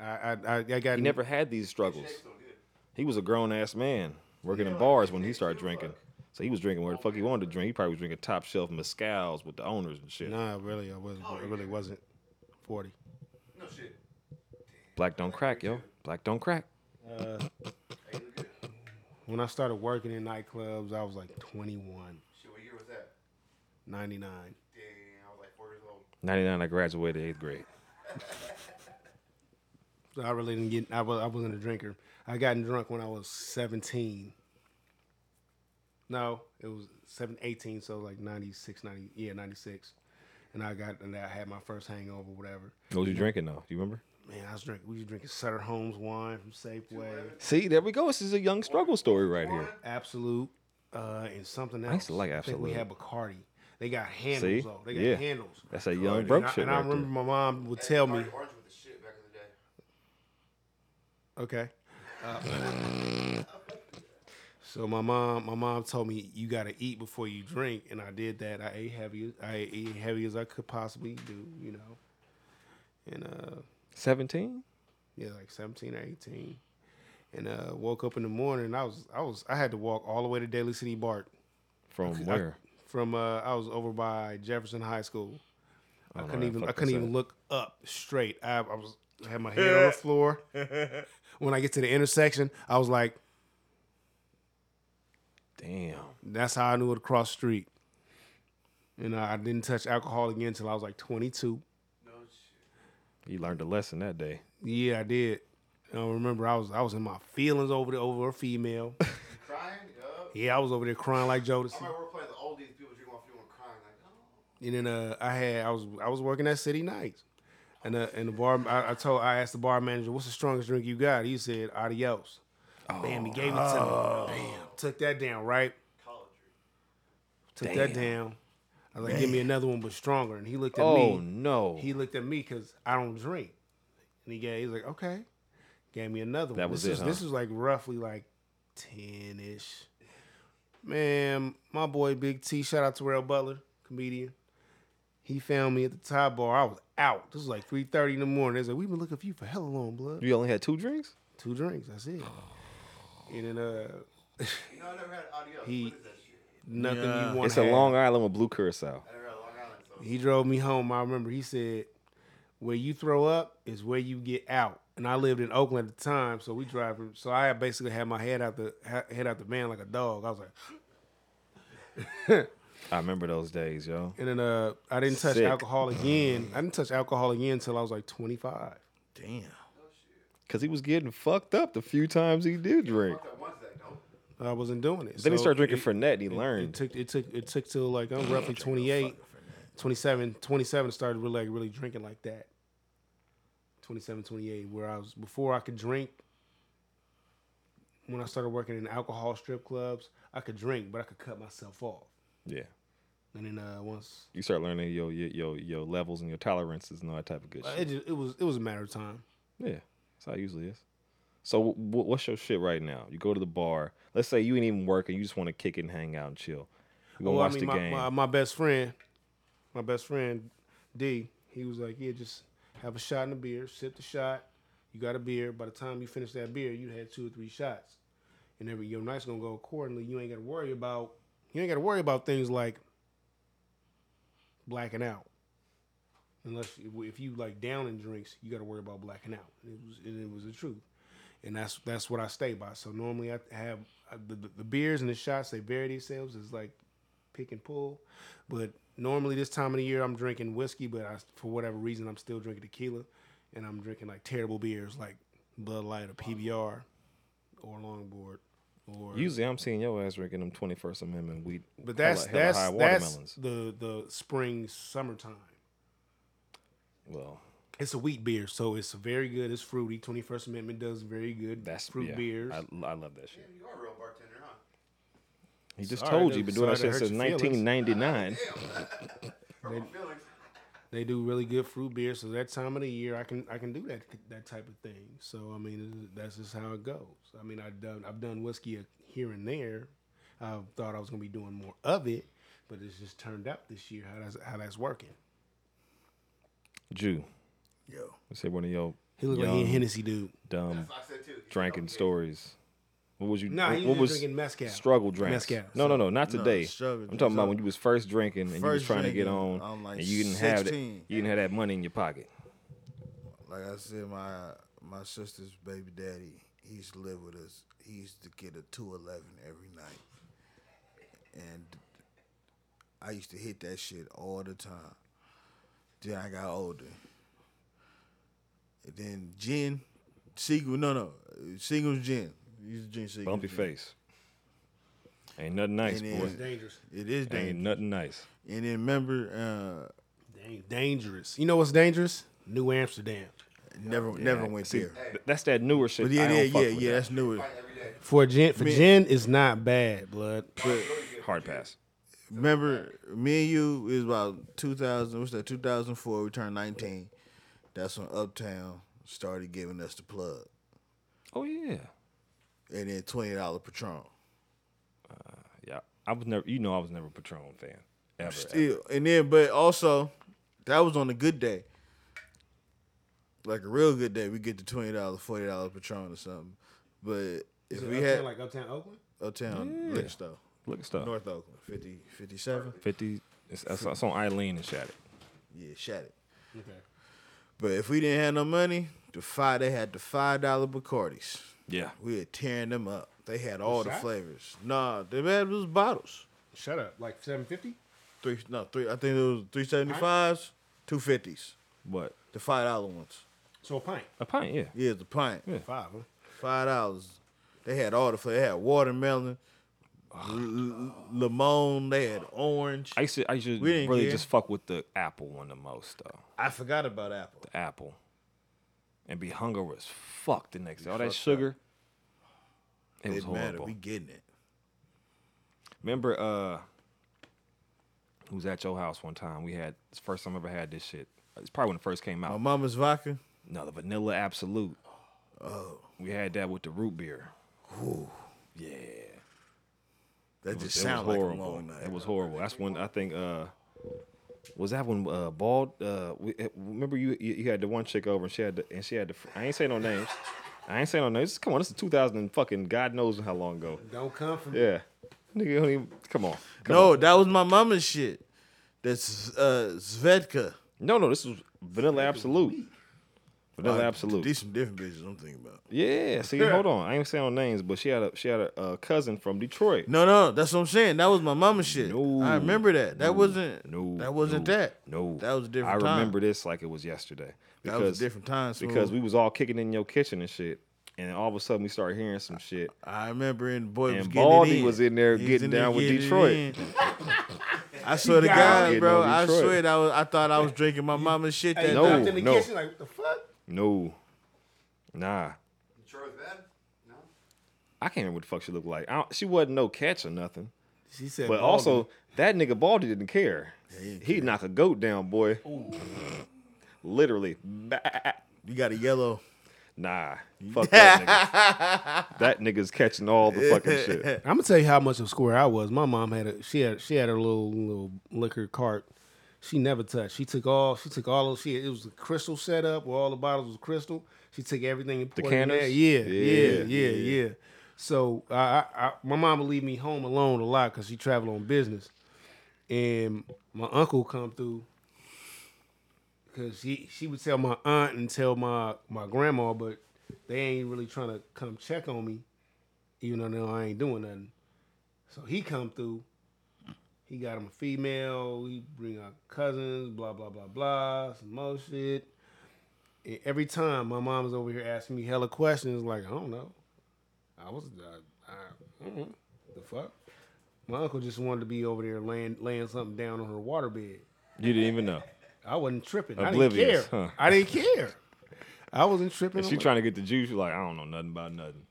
Speaker 3: I I I, I got
Speaker 4: He never had these struggles.
Speaker 6: So good.
Speaker 4: He was a grown ass man working in bars when he started drinking. So he was drinking where the fuck he wanted to drink. He probably was drinking top shelf mezcals with the owners and shit.
Speaker 3: Nah, really, I
Speaker 6: Oh,
Speaker 3: wasn't. I really wasn't. Forty.
Speaker 6: No shit.
Speaker 4: Black don't crack, yo. Black don't crack.
Speaker 3: When I started working in nightclubs, I was like 21,
Speaker 6: Shit, what year was that?
Speaker 3: 99.
Speaker 6: Damn, I was like four years old.
Speaker 4: 99, I graduated eighth grade.
Speaker 3: So I really didn't get. I was. I wasn't a drinker. I gotten drunk when I was 17. No, it was 7, 18, so like 96, 90, yeah, 96. And I got, and I had my first hangover, whatever.
Speaker 4: What was you drinking though? Do you remember?
Speaker 3: Man, I was drinking, we was drinking Sutter Homes wine from Safeway,
Speaker 4: See, there we go. This is a young struggle story right here.
Speaker 3: Absolute, uh, and something else.
Speaker 4: I used to like
Speaker 3: think we had
Speaker 4: Absolute.
Speaker 3: Bacardi. They got handles,
Speaker 4: See?
Speaker 3: though. They got
Speaker 4: Yeah.
Speaker 3: handles.
Speaker 4: That's a young
Speaker 3: And
Speaker 4: broke
Speaker 3: I-
Speaker 4: shit
Speaker 3: And I
Speaker 4: right
Speaker 3: remember
Speaker 4: there.
Speaker 3: my mom would tell me,
Speaker 6: Party Orange with the shit back in the day.
Speaker 3: Okay. Uh, so my mom, my mom told me you gotta eat before you drink, and I did that. I ate heavy. I ate heavy as I could possibly do, you know. And uh,
Speaker 4: 17?
Speaker 3: yeah, like seventeen or eighteen, and uh, woke up in the morning. I was, I was, I had to walk all the way to Daly City Bart
Speaker 4: From where?
Speaker 3: from. Uh, I was over by Jefferson High School. I,
Speaker 4: don't know
Speaker 3: couldn't
Speaker 4: where the
Speaker 3: even, I
Speaker 4: fuck
Speaker 3: couldn't
Speaker 4: that's
Speaker 3: even
Speaker 4: at.
Speaker 3: look up straight. I, I was, I had my head on the floor. when I get to the intersection, I was like.
Speaker 4: Damn.
Speaker 3: That's how I knew it across the street. And uh, I didn't touch alcohol again until I was like 22.
Speaker 4: You learned a lesson that day.
Speaker 3: Yeah, I did. I remember I was I was in my feelings over the, over a female.
Speaker 6: Crying? Yup.
Speaker 3: yeah, I was over there crying like Jodeci.
Speaker 6: I remember we're playing the oldies, people drinking off you and crying. Like, oh.
Speaker 3: And then uh, I had I was I was working at City Nights, and uh, and the bar I, I told I asked the bar manager what's the strongest drink you got. He said adios. Bam, he gave it to me. Bam, took that down right. Took that down. I was like, give me another one, but stronger. And he looked at me.
Speaker 4: Oh, no.
Speaker 3: He looked at me because I don't drink, and he gave. He's like, okay, gave me another one.
Speaker 4: That was
Speaker 3: this
Speaker 4: it,
Speaker 3: is-
Speaker 4: huh?
Speaker 3: This was like roughly like ten ish. Man, my boy Big T, shout out to Terrell Butler, comedian. He found me at the top bar. I was out. This was like three thirty in the morning. They said we've been looking for you for hella long, blood.
Speaker 4: You only had two drinks?
Speaker 3: Two drinks, that's it. And
Speaker 6: You
Speaker 3: then uh,
Speaker 6: know, I never had audio.
Speaker 3: He-
Speaker 6: what is that shit?
Speaker 3: nothing
Speaker 5: Yeah.
Speaker 3: you want.
Speaker 4: It's a Long Island with blue curacao.
Speaker 6: I never had Long Island, so.
Speaker 3: He drove me home. I remember he said, "Where you throw up is where you get out." And I lived in Oakland at the time, so we drive. So I basically had my head out the ha- head out the van like a dog. I was like,
Speaker 4: I remember those days, yo.
Speaker 3: and then uh, I didn't touch
Speaker 4: Sick.
Speaker 3: alcohol again. I didn't touch alcohol again until I was like 25.
Speaker 5: Damn.
Speaker 4: Because he was getting fucked up the few times he did drink.
Speaker 6: That one's that, no?
Speaker 3: I wasn't doing it.
Speaker 4: Then he
Speaker 3: So
Speaker 4: started drinking
Speaker 3: it-
Speaker 4: Fernet and he
Speaker 3: It
Speaker 4: learned.
Speaker 3: took it took it took till like I'm roughly 28, 27, 27 started really like really drinking like that. 27, 28, where I was before I could drink. When I started working in alcohol strip clubs, I could drink, but I could cut myself off.
Speaker 4: Yeah.
Speaker 3: And then uh, once
Speaker 4: You start learning your, your your your levels and your tolerances and all that type of good shit.
Speaker 3: it, just, it was it was a matter of time.
Speaker 4: Yeah, that's how it usually is. So, w- what's your shit right now? You go to the bar. Let's say you ain't even working. You just want to kick it and hang out and chill. You gonna
Speaker 3: Well,
Speaker 4: watch
Speaker 3: Oh, I mean,
Speaker 4: the
Speaker 3: my,
Speaker 4: game.
Speaker 3: My, my best friend, my best friend, D. He was like, "Yeah, just have a shot and a beer. Sip the shot. You got a beer. By the time you finish that beer, you had two or three shots, and every your night's gonna go accordingly. You ain't got to worry about you ain't got to worry about things like blacking out. Unless if you like down in drinks, you got to worry about blacking out. And it was and it was the truth, and that's that's what I stay by. So normally I have I, the, the the beers and the shots they vary themselves is like pick and pull. But normally this time of the year, I'm drinking whiskey, but I, for whatever reason, I'm still drinking tequila, and I'm drinking like terrible beers like Bud Light or PBR or Longboard. Or
Speaker 4: usually, I'm seeing your ass drinking them 21st Amendment wheat.
Speaker 3: but that's
Speaker 4: hella- hella
Speaker 3: that's
Speaker 4: high
Speaker 3: that's
Speaker 4: watermelons.
Speaker 3: the the spring summertime.
Speaker 4: Well,
Speaker 3: It's a wheat beer, so it's very good. It's fruity. Twenty First Amendment does very good.
Speaker 4: that's
Speaker 3: fruit
Speaker 4: yeah,
Speaker 3: beers.
Speaker 4: I, I love that shit.
Speaker 6: You are a real bartender, huh?
Speaker 4: He just
Speaker 3: Sorry,
Speaker 4: told
Speaker 3: that-
Speaker 4: you, been doing that
Speaker 3: sorry
Speaker 4: shit
Speaker 3: that
Speaker 4: since
Speaker 3: hurt your feelings.
Speaker 6: Ah,
Speaker 4: 1999.
Speaker 6: Hurt my feelings.
Speaker 3: they do really good fruit beer. So that time of the year, I can I can do that that type of thing. So I mean, it- that's just how it goes. I mean, I've done I've done whiskey here and there. I thought I was gonna be doing more of it, but it's just turned out this year how that's how that's working.
Speaker 4: Jew,
Speaker 5: Yo.
Speaker 4: let's hear one of your
Speaker 3: He looked like he a
Speaker 4: Young.
Speaker 3: Hennessy dude.
Speaker 4: dumb
Speaker 6: That's what I said too. You
Speaker 4: drinking
Speaker 6: know,
Speaker 4: stories. What was you?
Speaker 3: Nah,
Speaker 4: what,
Speaker 3: he
Speaker 4: what
Speaker 3: was
Speaker 4: was
Speaker 3: drinking mezcal.
Speaker 4: struggle drinks?
Speaker 3: Mezcal,
Speaker 4: No, no, no, not
Speaker 5: No,
Speaker 4: today.
Speaker 5: struggle
Speaker 4: I'm
Speaker 5: drinks.
Speaker 4: talking about
Speaker 5: So-
Speaker 4: when you was first drinking and you was
Speaker 5: First
Speaker 4: trying to get on,
Speaker 5: drinking, I'm like
Speaker 4: and you didn't have that.
Speaker 5: 16.
Speaker 4: You didn't have that money in your pocket.
Speaker 5: Like I said, my my sister's baby daddy, he used to live with us. He used to get a two eleven every night, and I used to hit that shit all the time. Then I got older. And then gin, Seagull, no, no, Seagull's gin. You used to drink Seagull's
Speaker 4: Bumpy
Speaker 5: gin.
Speaker 4: face. Ain't nothing nice,
Speaker 5: And
Speaker 4: boy.
Speaker 5: then-
Speaker 3: Dangerous.
Speaker 5: It is
Speaker 4: Ain't
Speaker 5: dangerous.
Speaker 4: nothing nice.
Speaker 5: And then remember, uh,
Speaker 3: Dang, dangerous. You know what's dangerous? New Amsterdam.
Speaker 5: uh, never, never
Speaker 4: Yeah,
Speaker 5: went
Speaker 4: see,
Speaker 5: there.
Speaker 4: th- That's that newer shit.
Speaker 5: But yeah,
Speaker 4: I
Speaker 5: yeah,
Speaker 4: don't fuck
Speaker 5: yeah,
Speaker 4: with
Speaker 5: yeah.
Speaker 4: that.
Speaker 5: That's newer.
Speaker 3: For gin, for
Speaker 5: Man.
Speaker 3: gin is not bad, blood.
Speaker 4: Hard pass.
Speaker 5: Remember, me and you is about 2000. What's that? 2004. We turned 19. That's when Uptown started giving us the plug,
Speaker 4: Oh yeah,
Speaker 5: and then twenty dollar Patron.
Speaker 4: yeah. I was never. You know, I was never a Patron fan. Ever. ever.
Speaker 5: Still, and then, but also, that was on a good day, like a real good day. We get the twenty dollar, forty dollar Patron or something. But if we had
Speaker 3: like uptown Oakland.
Speaker 5: Uptown liquor store,
Speaker 4: Look at stuff.
Speaker 5: North Oakland, 50, 57.
Speaker 4: Fifty. It's, it's, it's on Eileen and Shattuck.
Speaker 5: Yeah, shat it.
Speaker 3: Okay.
Speaker 5: But if we didn't have no money, the five they had the five dollar Bacardis.
Speaker 4: Yeah.
Speaker 5: We were tearing them up. They had all the
Speaker 3: shots?
Speaker 5: flavors. Nah, they had those bottles.
Speaker 3: Shut up. Like seven fifty.
Speaker 5: Three no three. I think it was three seventy fives, two fifties.
Speaker 4: What?
Speaker 5: The five dollar ones.
Speaker 3: So a pint.
Speaker 4: A pint. Yeah.
Speaker 5: Yeah, the pint.
Speaker 3: Five. Huh?
Speaker 5: Five dollars. They had all the flavors. They had watermelon, l- l- lemon. They had orange.
Speaker 4: I used to. I used to
Speaker 5: We didn't
Speaker 4: really
Speaker 5: care.
Speaker 4: just fuck with the apple one the most though.
Speaker 5: I forgot about apple.
Speaker 4: The apple. And be hungover as fuck the next day. All that sugar. It was
Speaker 5: Didn't matter.
Speaker 4: horrible.
Speaker 5: We getting it.
Speaker 4: Remember, uh, who was at your house one time? We had it's the first time I ever had this shit. It's probably when it first came out.
Speaker 5: My mama's vodka.
Speaker 4: No, the vanilla absolute. Oh. We had that with the root beer. Yeah.
Speaker 5: That just
Speaker 4: It
Speaker 5: sounds
Speaker 4: was
Speaker 5: like a
Speaker 4: horrible.
Speaker 5: long night.
Speaker 4: It was horrible. That's when I think uh was that when uh bald uh we, uh, remember you you you had the one chick over and she had the and she had the fr- I ain't saying no names. I ain't saying no names. Come on, this is 2000 and fucking God knows how long ago.
Speaker 3: Don't come from.
Speaker 4: Yeah. Nigga, don't even, come on. Come
Speaker 5: no,
Speaker 4: on.
Speaker 5: that was my mama's shit. That's uh, Zvedka.
Speaker 4: No, no, this was Vanilla Absolute. Vanilla
Speaker 5: Uh,
Speaker 4: Absolute.
Speaker 5: These some different bitches I'm thinking about.
Speaker 4: Yeah, see, hold on. I ain't saying no names, but she had a she had a, uh cousin from Detroit.
Speaker 5: No, no, that's what I'm saying. That was my mama's shit.
Speaker 4: No,
Speaker 5: I remember that. That wasn't.
Speaker 4: No,
Speaker 5: that wasn't
Speaker 4: no,
Speaker 5: that.
Speaker 4: No,
Speaker 5: that was a different.
Speaker 4: I
Speaker 5: time.
Speaker 4: remember this like it was yesterday.
Speaker 5: That was a different time, Smooth.
Speaker 4: Because we was all kicking in your kitchen and shit, and all of a sudden we started hearing some shit.
Speaker 5: I remember, and the boy was
Speaker 4: And
Speaker 5: getting it
Speaker 4: Baldy
Speaker 5: in.
Speaker 4: was in there
Speaker 5: He was
Speaker 4: getting
Speaker 5: there
Speaker 4: down with
Speaker 5: getting it
Speaker 4: Detroit.
Speaker 5: in. I swear to
Speaker 3: He got
Speaker 5: God,
Speaker 4: it.
Speaker 5: bro.
Speaker 4: Getting on
Speaker 5: I
Speaker 4: Detroit.
Speaker 5: swear that I was. I thought I was drinking my mama's shit that
Speaker 3: Hey,
Speaker 4: No,
Speaker 3: no,
Speaker 5: night.
Speaker 3: in the
Speaker 4: no.
Speaker 3: kitchen like what the fuck?
Speaker 4: No, nah,
Speaker 6: Detroit's bad? No?
Speaker 4: I can't remember what the fuck she looked like. I don't, she wasn't no catch or nothing.
Speaker 5: She said,
Speaker 4: But
Speaker 5: Baldy.
Speaker 4: also that nigga Baldy didn't care. He'd knock a goat down, boy. Literally, Bah.
Speaker 5: you got a yellow.
Speaker 4: nah, fuck that nigga. that nigga's catching all the fucking shit.
Speaker 3: I'm gonna tell you how much of a square I was. My mom had a she had she had her little little liquor cart. She never touched. She took all she took all of she it was a crystal setup where all the bottles was crystal. She took everything and
Speaker 4: The
Speaker 3: poured it in there.
Speaker 4: canners?
Speaker 3: Yeah, yeah,
Speaker 4: Yeah,
Speaker 3: yeah, yeah. So I, I, I my mom would leave me home alone a lot because she traveled on business, and my uncle come through because she she would tell my aunt and tell my my grandma, but they ain't really trying to come check on me, even though no, I ain't doing nothing. So he come through. He got him a female. We bring our cousins. Blah blah blah blah. Some more shit. And every time my mom's over here asking me hella questions, like I don't know. I was I, I, mm the fuck. My uncle just wanted to be over there laying laying something down on her waterbed.
Speaker 4: You didn't even know.
Speaker 3: I wasn't tripping.
Speaker 4: Oblivious,
Speaker 3: I didn't care.
Speaker 4: huh?
Speaker 3: I didn't care. I wasn't tripping.
Speaker 4: And she trying to get the juice. You're like, I don't know nothing about nothing.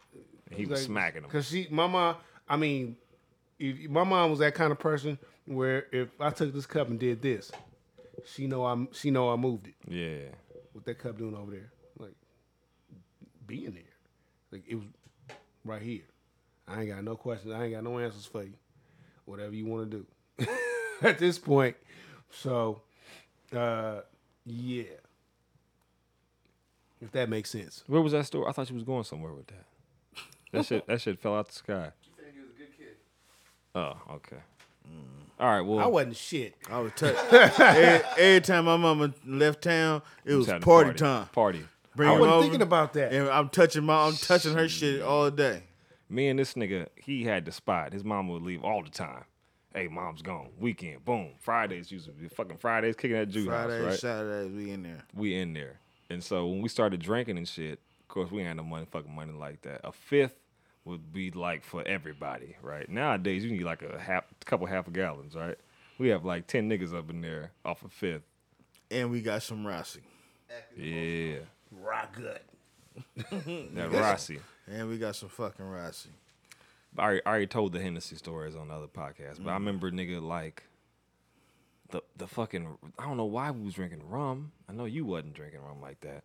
Speaker 4: And he was smacking him.
Speaker 3: because she, my mom. I mean, if, my mom was that kind of person where if I took this cup and did this, she know I she know I moved it.
Speaker 4: Yeah.
Speaker 3: What that cup doing over there? Like being there. Like it was right here. I ain't got no questions. I ain't got no answers for you. Whatever you want to do. At this point, so uh, yeah. If that makes sense.
Speaker 4: Where was that store? I thought she was going somewhere with that. That shit, that shit fell out the sky.
Speaker 6: You said he was a good kid.
Speaker 4: Oh, okay. Mm. All right. Well,
Speaker 3: I wasn't shit.
Speaker 5: I was touched. every, every time my mama left town, it
Speaker 4: we
Speaker 5: was
Speaker 4: had
Speaker 5: party,
Speaker 4: a
Speaker 5: time.
Speaker 4: Party.
Speaker 5: Bring
Speaker 3: I
Speaker 5: her
Speaker 3: wasn't
Speaker 5: over,
Speaker 3: thinking about that.
Speaker 5: And I'm touching my, I'm touching her shit all day.
Speaker 4: Me and this nigga, he had the spot. His mom would leave all the time. Hey, mom's gone. Weekend, boom. Fridays used to be fucking Fridays kicking that Jew
Speaker 5: Fridays,
Speaker 4: house, right?
Speaker 5: Saturdays, we in there.
Speaker 4: we in there. And so when we started drinking and shit, of course we ain't no money fucking money like that. A fifth would be like for everybody, right? Nowadays you need like a half couple half a gallons, right? We have like ten niggas up in there off a fifth.
Speaker 5: And we got some Rossi.
Speaker 4: Yeah.
Speaker 3: Rock good.
Speaker 4: That Rossi.
Speaker 5: And we got some fucking Rossi.
Speaker 4: I already, I already told the Hennessy stories on the other podcast, but I
Speaker 3: Mm-hmm.
Speaker 4: remember nigga like the the fucking I don't know why we was drinking rum. I know you wasn't drinking rum like that,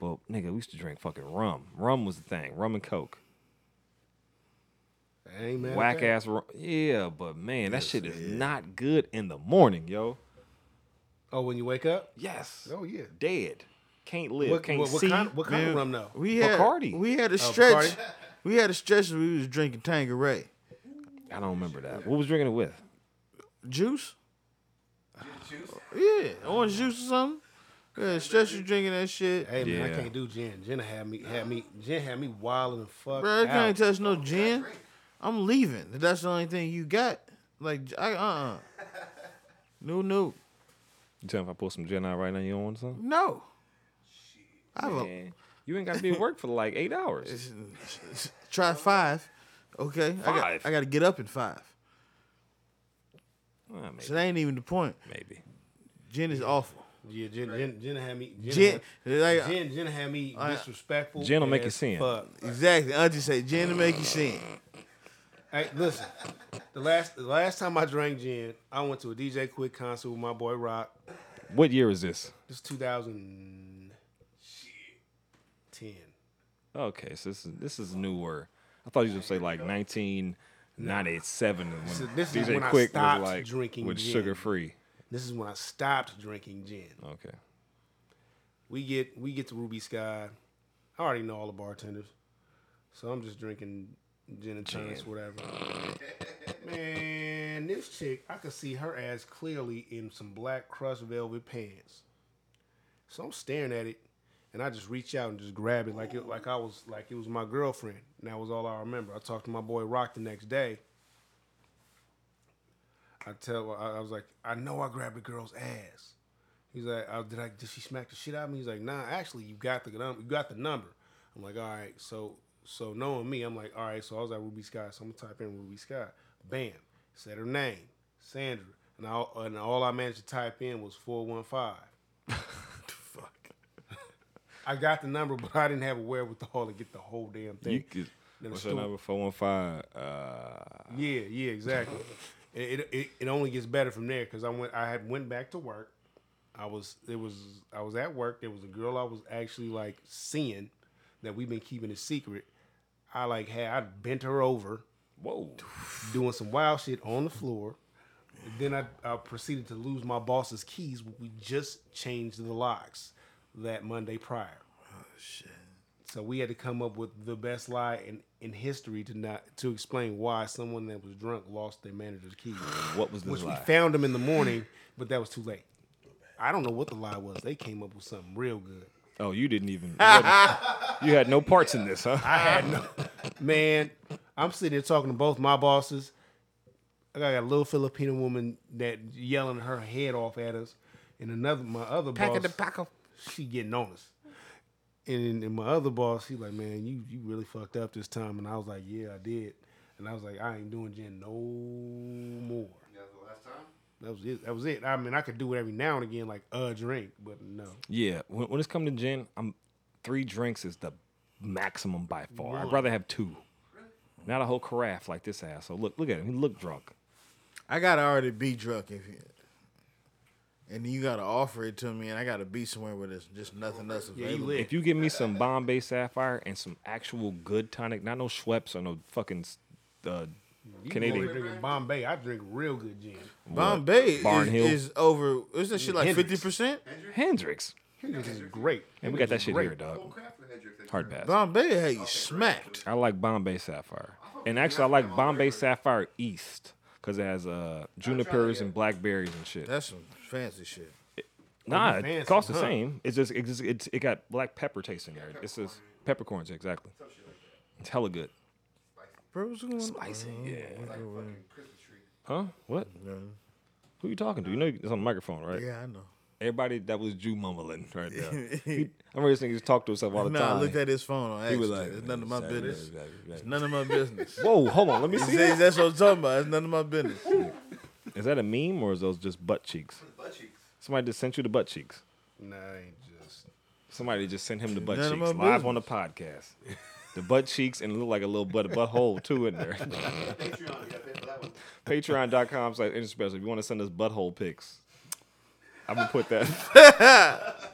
Speaker 4: but nigga, we used to drink fucking rum. Rum was the thing. Rum and coke.
Speaker 3: I ain't mad at
Speaker 4: Whack
Speaker 3: that.
Speaker 4: ass rum. Yeah, but man, that shit is not good in the morning, yo.
Speaker 3: Oh, when you wake up?
Speaker 4: Yes.
Speaker 3: Oh yeah.
Speaker 4: Dead. Can't live.
Speaker 3: What,
Speaker 4: can't
Speaker 3: what, what
Speaker 4: see.
Speaker 3: kind? What kind of rum though? Oh,
Speaker 5: We had
Speaker 4: Bacardi.
Speaker 5: we had a
Speaker 3: Bacardi?
Speaker 5: stretch. we had a stretch where we was drinking Tangeray.
Speaker 4: I don't remember that. What was drinking it with?
Speaker 5: Juice?
Speaker 6: Juice?
Speaker 5: Yeah. Orange juice or something? Yeah, stretch you drinking that shit.
Speaker 3: Hey man, I
Speaker 4: Yeah.
Speaker 3: can't do gin. Gin had me, had me, gin had me wild and fuck
Speaker 5: Bro, I
Speaker 3: out.
Speaker 5: can't touch no gin. I'm leaving. If That's the only thing you got. Like, I, uh-uh. No, no.
Speaker 4: You tell me if I pull some gin out right now, you don't want some?
Speaker 5: No. I have a,
Speaker 4: Man, You ain't got to be at work for like eight hours.
Speaker 5: try five. Okay. I, got,
Speaker 4: Five?
Speaker 5: I got to get up in five.
Speaker 4: Well, maybe.
Speaker 5: So that ain't even the point.
Speaker 4: maybe.
Speaker 5: Gin is awful.
Speaker 3: Yeah, gin, gin, gin had me. Gin,
Speaker 5: Gin,
Speaker 3: had,
Speaker 5: like, uh,
Speaker 3: gin, gin had me disrespectful.
Speaker 4: Gin will make
Speaker 3: as
Speaker 4: you sin.
Speaker 3: Fuck.
Speaker 5: exactly. Auntie say gin to make you sin.
Speaker 3: Hey, listen. The last, the last time I drank gin, I went to a DJ Quick concert with my boy Rock.
Speaker 4: What year is this?
Speaker 3: This is 2010.
Speaker 4: Okay, so this is this is newer. I thought you would say like 1997 when
Speaker 3: So this is
Speaker 4: DJ
Speaker 3: when I
Speaker 4: Quick
Speaker 3: stopped
Speaker 4: was like
Speaker 3: drinking
Speaker 4: with
Speaker 3: gin.
Speaker 4: sugar free.
Speaker 3: This is when I stopped drinking gin.
Speaker 4: Okay.
Speaker 3: We get we get to Ruby Sky. I already know all the bartenders, so I'm just drinking gin and tonics,
Speaker 4: Gin.
Speaker 3: whatever. Man, this chick, I could see her ass clearly in some black crushed velvet pants. So I'm staring at it, and I just reach out and just grab it like it like I was like it was my girlfriend, and that was all I remember. I talked to my boy Rock the next day. I tell I, I was like, I know I grabbed the girl's ass. He's like, oh, did I did she smack the shit out of me? He's like, nah, actually, you got the num- you got the number. I'm like, all right, so so knowing me, I'm like, all right, so I was at Ruby Sky, so I'm gonna type in Ruby Sky. Bam, said her name, Sandra, and all and all I managed to type in was four one five. Fuck. I got the number, but I didn't have a wherewithal to get the whole damn thing.
Speaker 4: You could,
Speaker 3: Then a
Speaker 4: what's your
Speaker 3: stool-
Speaker 4: number? 415. Uh,
Speaker 3: yeah, yeah, exactly. it, it- it it only gets better from there because I went I had went back to work. I was it was I was at work. There was a girl I was actually like seeing that we've been keeping a secret. I like had I bent her over,
Speaker 4: whoa.
Speaker 3: doing some wild shit on the floor. Then I, I proceeded to lose my boss's keys. We just changed the locks that Monday prior.
Speaker 4: Oh,
Speaker 3: So we had to come up with the best lie in, in history to not to explain why someone that was drunk lost their manager's keys.
Speaker 4: What was this
Speaker 3: Which we
Speaker 4: lie?
Speaker 3: found them in the morning, but that was too late. I don't know what the lie was. They came up with something real good.
Speaker 4: oh, you didn't even. You had, you had no parts in this, huh?
Speaker 3: I had no man. I'm sitting there talking to both my bosses. I got a little Filipino woman that yelling her head off at us, and another my other boss. She getting on us. And, and my other boss, he like, man, you you really fucked up this time. And I was like, yeah, I did. And I was like, I ain't doing gin no more.
Speaker 6: That was the last time?
Speaker 3: That was it. That was it. I mean, I could do it every now and again, like a drink, but no.
Speaker 4: Yeah, when, when it's come to gin, I'm three drinks is the maximum by far. I'd rather have two, not a whole carafe like this asshole. Look, look at him. He look drunk.
Speaker 5: I gotta already be drunk if you. And you gotta offer it to me, and I gotta be somewhere where there's just nothing else
Speaker 3: Yeah, you
Speaker 5: available.
Speaker 3: lit.
Speaker 4: If you give me some Bombay Sapphire and some actual good tonic, not no Schweppes or no fucking uh,
Speaker 3: You
Speaker 4: Canadian.
Speaker 3: over there drinking Bombay. I drink real good gin.
Speaker 5: Bombay
Speaker 4: Barn Hill.
Speaker 5: is, is over. Isn't that shit like
Speaker 3: Hendrix.
Speaker 5: fifty percent?
Speaker 4: Hendrix.
Speaker 3: This is great.
Speaker 4: And we got that shit
Speaker 3: Great.
Speaker 4: here, dog. Hard pass.
Speaker 5: Bombay had you smacked.
Speaker 4: I like Bombay Sapphire. And actually, I like Bombay Sapphire East because it has uh, junipers and blackberries and shit.
Speaker 5: That's some fancy shit.
Speaker 4: Nah,
Speaker 3: fancy,
Speaker 4: it costs the
Speaker 3: huh?
Speaker 4: same. It's just, it just it's, it got black pepper taste in there. It's just peppercorns, exactly. It's hella good.
Speaker 5: Bro, what's going on?
Speaker 4: Spicy, yeah. Mm-hmm. Huh? What? Who you talking to? You know it's on the microphone, right?
Speaker 5: Yeah, I know.
Speaker 4: Everybody that was Jew mumbling right there. He- I remember this nigga just talked to himself all the
Speaker 5: No,
Speaker 4: time.
Speaker 5: I looked at his phone on
Speaker 4: he
Speaker 5: accident.
Speaker 4: was like,
Speaker 5: it's none of my
Speaker 4: exactly,
Speaker 5: business.
Speaker 4: exactly, exactly.
Speaker 5: It's none of my business.
Speaker 4: Whoa, hold on. Let me
Speaker 5: He
Speaker 4: see
Speaker 5: says
Speaker 4: that.
Speaker 5: that's what I'm talking about. It's none of my business.
Speaker 4: Is that a meme or is those just butt cheeks? Somebody just sent you the butt cheeks.
Speaker 3: Nah, I just.
Speaker 4: Somebody just sent him the butt
Speaker 5: None of
Speaker 4: cheeks
Speaker 5: my
Speaker 4: live on the podcast. The butt cheeks and it look like a little butt butthole too in there. Patreon.com slash internet special. If you want to send us butthole pics, I'm gonna put that.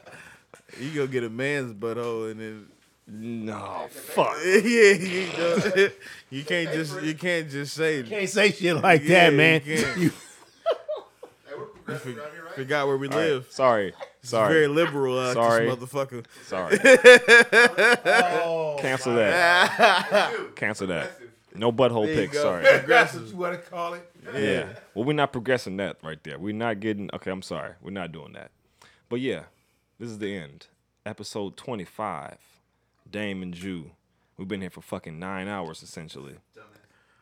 Speaker 5: You go get a man's butthole and then
Speaker 4: No, fuck.
Speaker 5: yeah, you, go, you can't just you can't just say
Speaker 3: Can't say shit like
Speaker 5: Yeah,
Speaker 3: that, man.
Speaker 5: you can't.
Speaker 3: You-
Speaker 5: forgot where we
Speaker 4: All right,
Speaker 5: live.
Speaker 4: Sorry, sorry,
Speaker 5: Very liberal, uh,
Speaker 4: Sorry.
Speaker 5: this motherfucker.
Speaker 4: sorry.
Speaker 5: Oh.
Speaker 4: Cancel that. Cancel that. No butthole
Speaker 5: There you
Speaker 4: pics.
Speaker 5: go.
Speaker 4: Sorry.
Speaker 3: That's what you want to call it.
Speaker 4: Yeah. Well, we're not progressing that right there. We're not getting. Okay, I'm sorry. We're not doing that. But yeah, this is the end. Episode 25. Dame and Jew. We've been here for fucking nine hours essentially.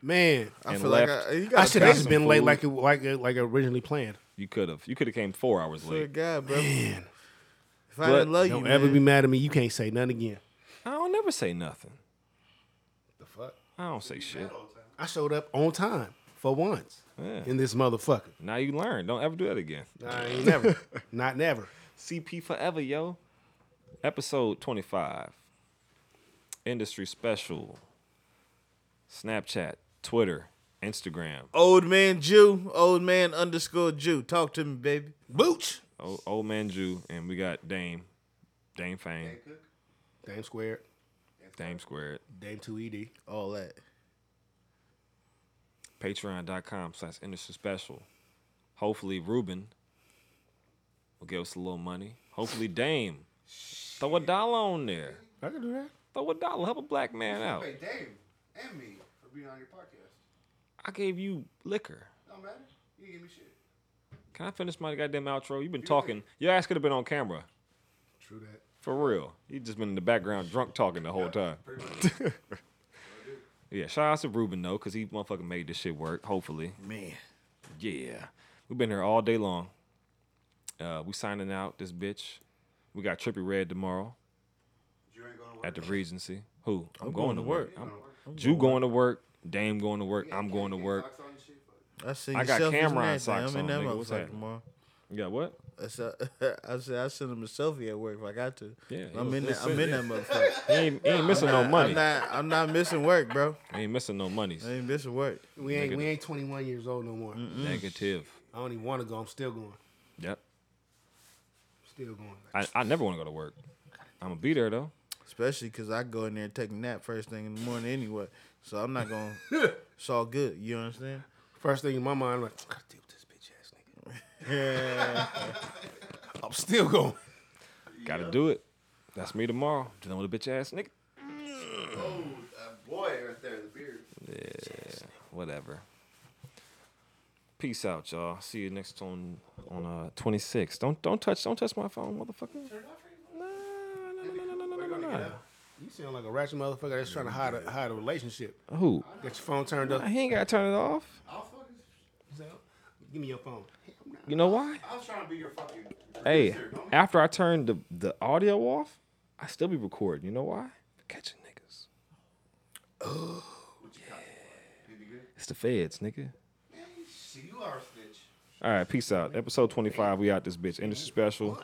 Speaker 3: Man,
Speaker 5: I
Speaker 4: And
Speaker 5: feel
Speaker 4: left.
Speaker 5: like I, you gotta
Speaker 3: I should have
Speaker 5: pass
Speaker 3: just
Speaker 5: him
Speaker 3: been
Speaker 5: for
Speaker 3: late like it, like it, like originally planned.
Speaker 4: You could have. You could have came four hours
Speaker 5: a
Speaker 4: late.
Speaker 5: guy, bro. If
Speaker 4: But
Speaker 5: I didn't love you,
Speaker 3: Don't ever
Speaker 5: man.
Speaker 3: be mad at me. You can't say nothing again.
Speaker 4: I don't never say nothing.
Speaker 3: The fuck?
Speaker 4: I don't say shit.
Speaker 3: I showed up on time for once
Speaker 4: Yeah.
Speaker 3: in this motherfucker.
Speaker 4: Now you learn. Don't ever do that again.
Speaker 3: I ain't never, not never.
Speaker 4: CP forever, yo. Episode 25. Industry special. Snapchat, Twitter, Instagram.
Speaker 5: old man Jew, old man underscore Jew. Talk to me, baby.
Speaker 3: Booch.
Speaker 4: old, old man Jew, and we got Dame, Dame Fame,
Speaker 3: Dame squared.
Speaker 4: Dame Squared,
Speaker 3: Dame two E ed.
Speaker 5: All that.
Speaker 4: patreon.com slash industry special. Hopefully, Ruben will give us a little money. Hopefully, Dame. Throw a dollar on there.
Speaker 3: I can do that.
Speaker 4: Throw a dollar. Help a black man out.
Speaker 6: Hey, Dame and me for being on your podcast.
Speaker 4: I gave you liquor.
Speaker 6: Don't matter. You didn't give me shit.
Speaker 4: Can I finish my goddamn outro? You've been talking. Your ass could have been on camera.
Speaker 3: True that.
Speaker 4: For real. You just been in the background drunk talking the whole time. yeah, shout out to Ruben though, because he motherfucking made this shit work, hopefully.
Speaker 5: Man.
Speaker 4: Yeah. We've been here all day long. Uh, we signing out this bitch. We got Trippy Red tomorrow
Speaker 6: You ain't going to work.
Speaker 4: at the Regency. Who? I'm, going, to work. I'm, Jew going to work. Dame going to work. I'm going to work.
Speaker 6: Socks on and shit, but
Speaker 5: I seen
Speaker 4: I got
Speaker 5: selfies and
Speaker 4: Cameron
Speaker 5: everything.
Speaker 4: socks
Speaker 5: I'm in
Speaker 4: on,
Speaker 5: that
Speaker 4: nigga. What's
Speaker 5: motherfucker
Speaker 4: happening?
Speaker 5: tomorrow.
Speaker 4: You got what?
Speaker 5: I said I said I sent him a selfie at work if I got to.
Speaker 4: Yeah, he
Speaker 5: I'm
Speaker 4: was-
Speaker 5: in
Speaker 4: he
Speaker 5: that I'm in that motherfucker.
Speaker 4: He ain't, he ain't missing no money.
Speaker 5: I'm not I'm not missing work, bro.
Speaker 4: He ain't missing no monies.
Speaker 5: I ain't missing work.
Speaker 3: We ain't we ain't 21 years old no more.
Speaker 4: Negative.
Speaker 3: I don't even want to go. I'm still going.
Speaker 4: Yep.
Speaker 3: Still going.
Speaker 4: I, I never want to go to work. I'm gonna be there though.
Speaker 5: Especially because I go in there and take a nap first thing in the morning anyway. So I'm not going to. It's all good. You understand?
Speaker 3: First thing in my mind, I'm like, I gotta deal with this bitch ass nigga. I'm still going.
Speaker 4: Gotta do it. That's me tomorrow. Dealing with a bitch ass nigga.
Speaker 6: Oh, that boy right there, the beard.
Speaker 4: whatever. Peace out, y'all. See you next on on uh 26. Don't don't touch don't touch my phone, motherfucker. No, no, no, no, no, no, no, no,
Speaker 3: You sound like a ratchet motherfucker that's trying to hide a, hide a relationship.
Speaker 4: no. Who?
Speaker 3: Got your phone turned up.
Speaker 4: He ain't gotta turn it off.
Speaker 6: I'll fucking-
Speaker 3: Give me your phone.
Speaker 4: You know why?
Speaker 6: I was trying to be your fucking. producer,
Speaker 4: Hey,
Speaker 6: don't-
Speaker 4: after I turned the the audio off, I still be recording. You know why? Catching niggas.
Speaker 6: What you got? Did you good?
Speaker 4: It's the feds, nigga.
Speaker 6: Man, shit, you are a snitch.
Speaker 4: All right, peace out. Episode 25, we out this bitch. Industry special.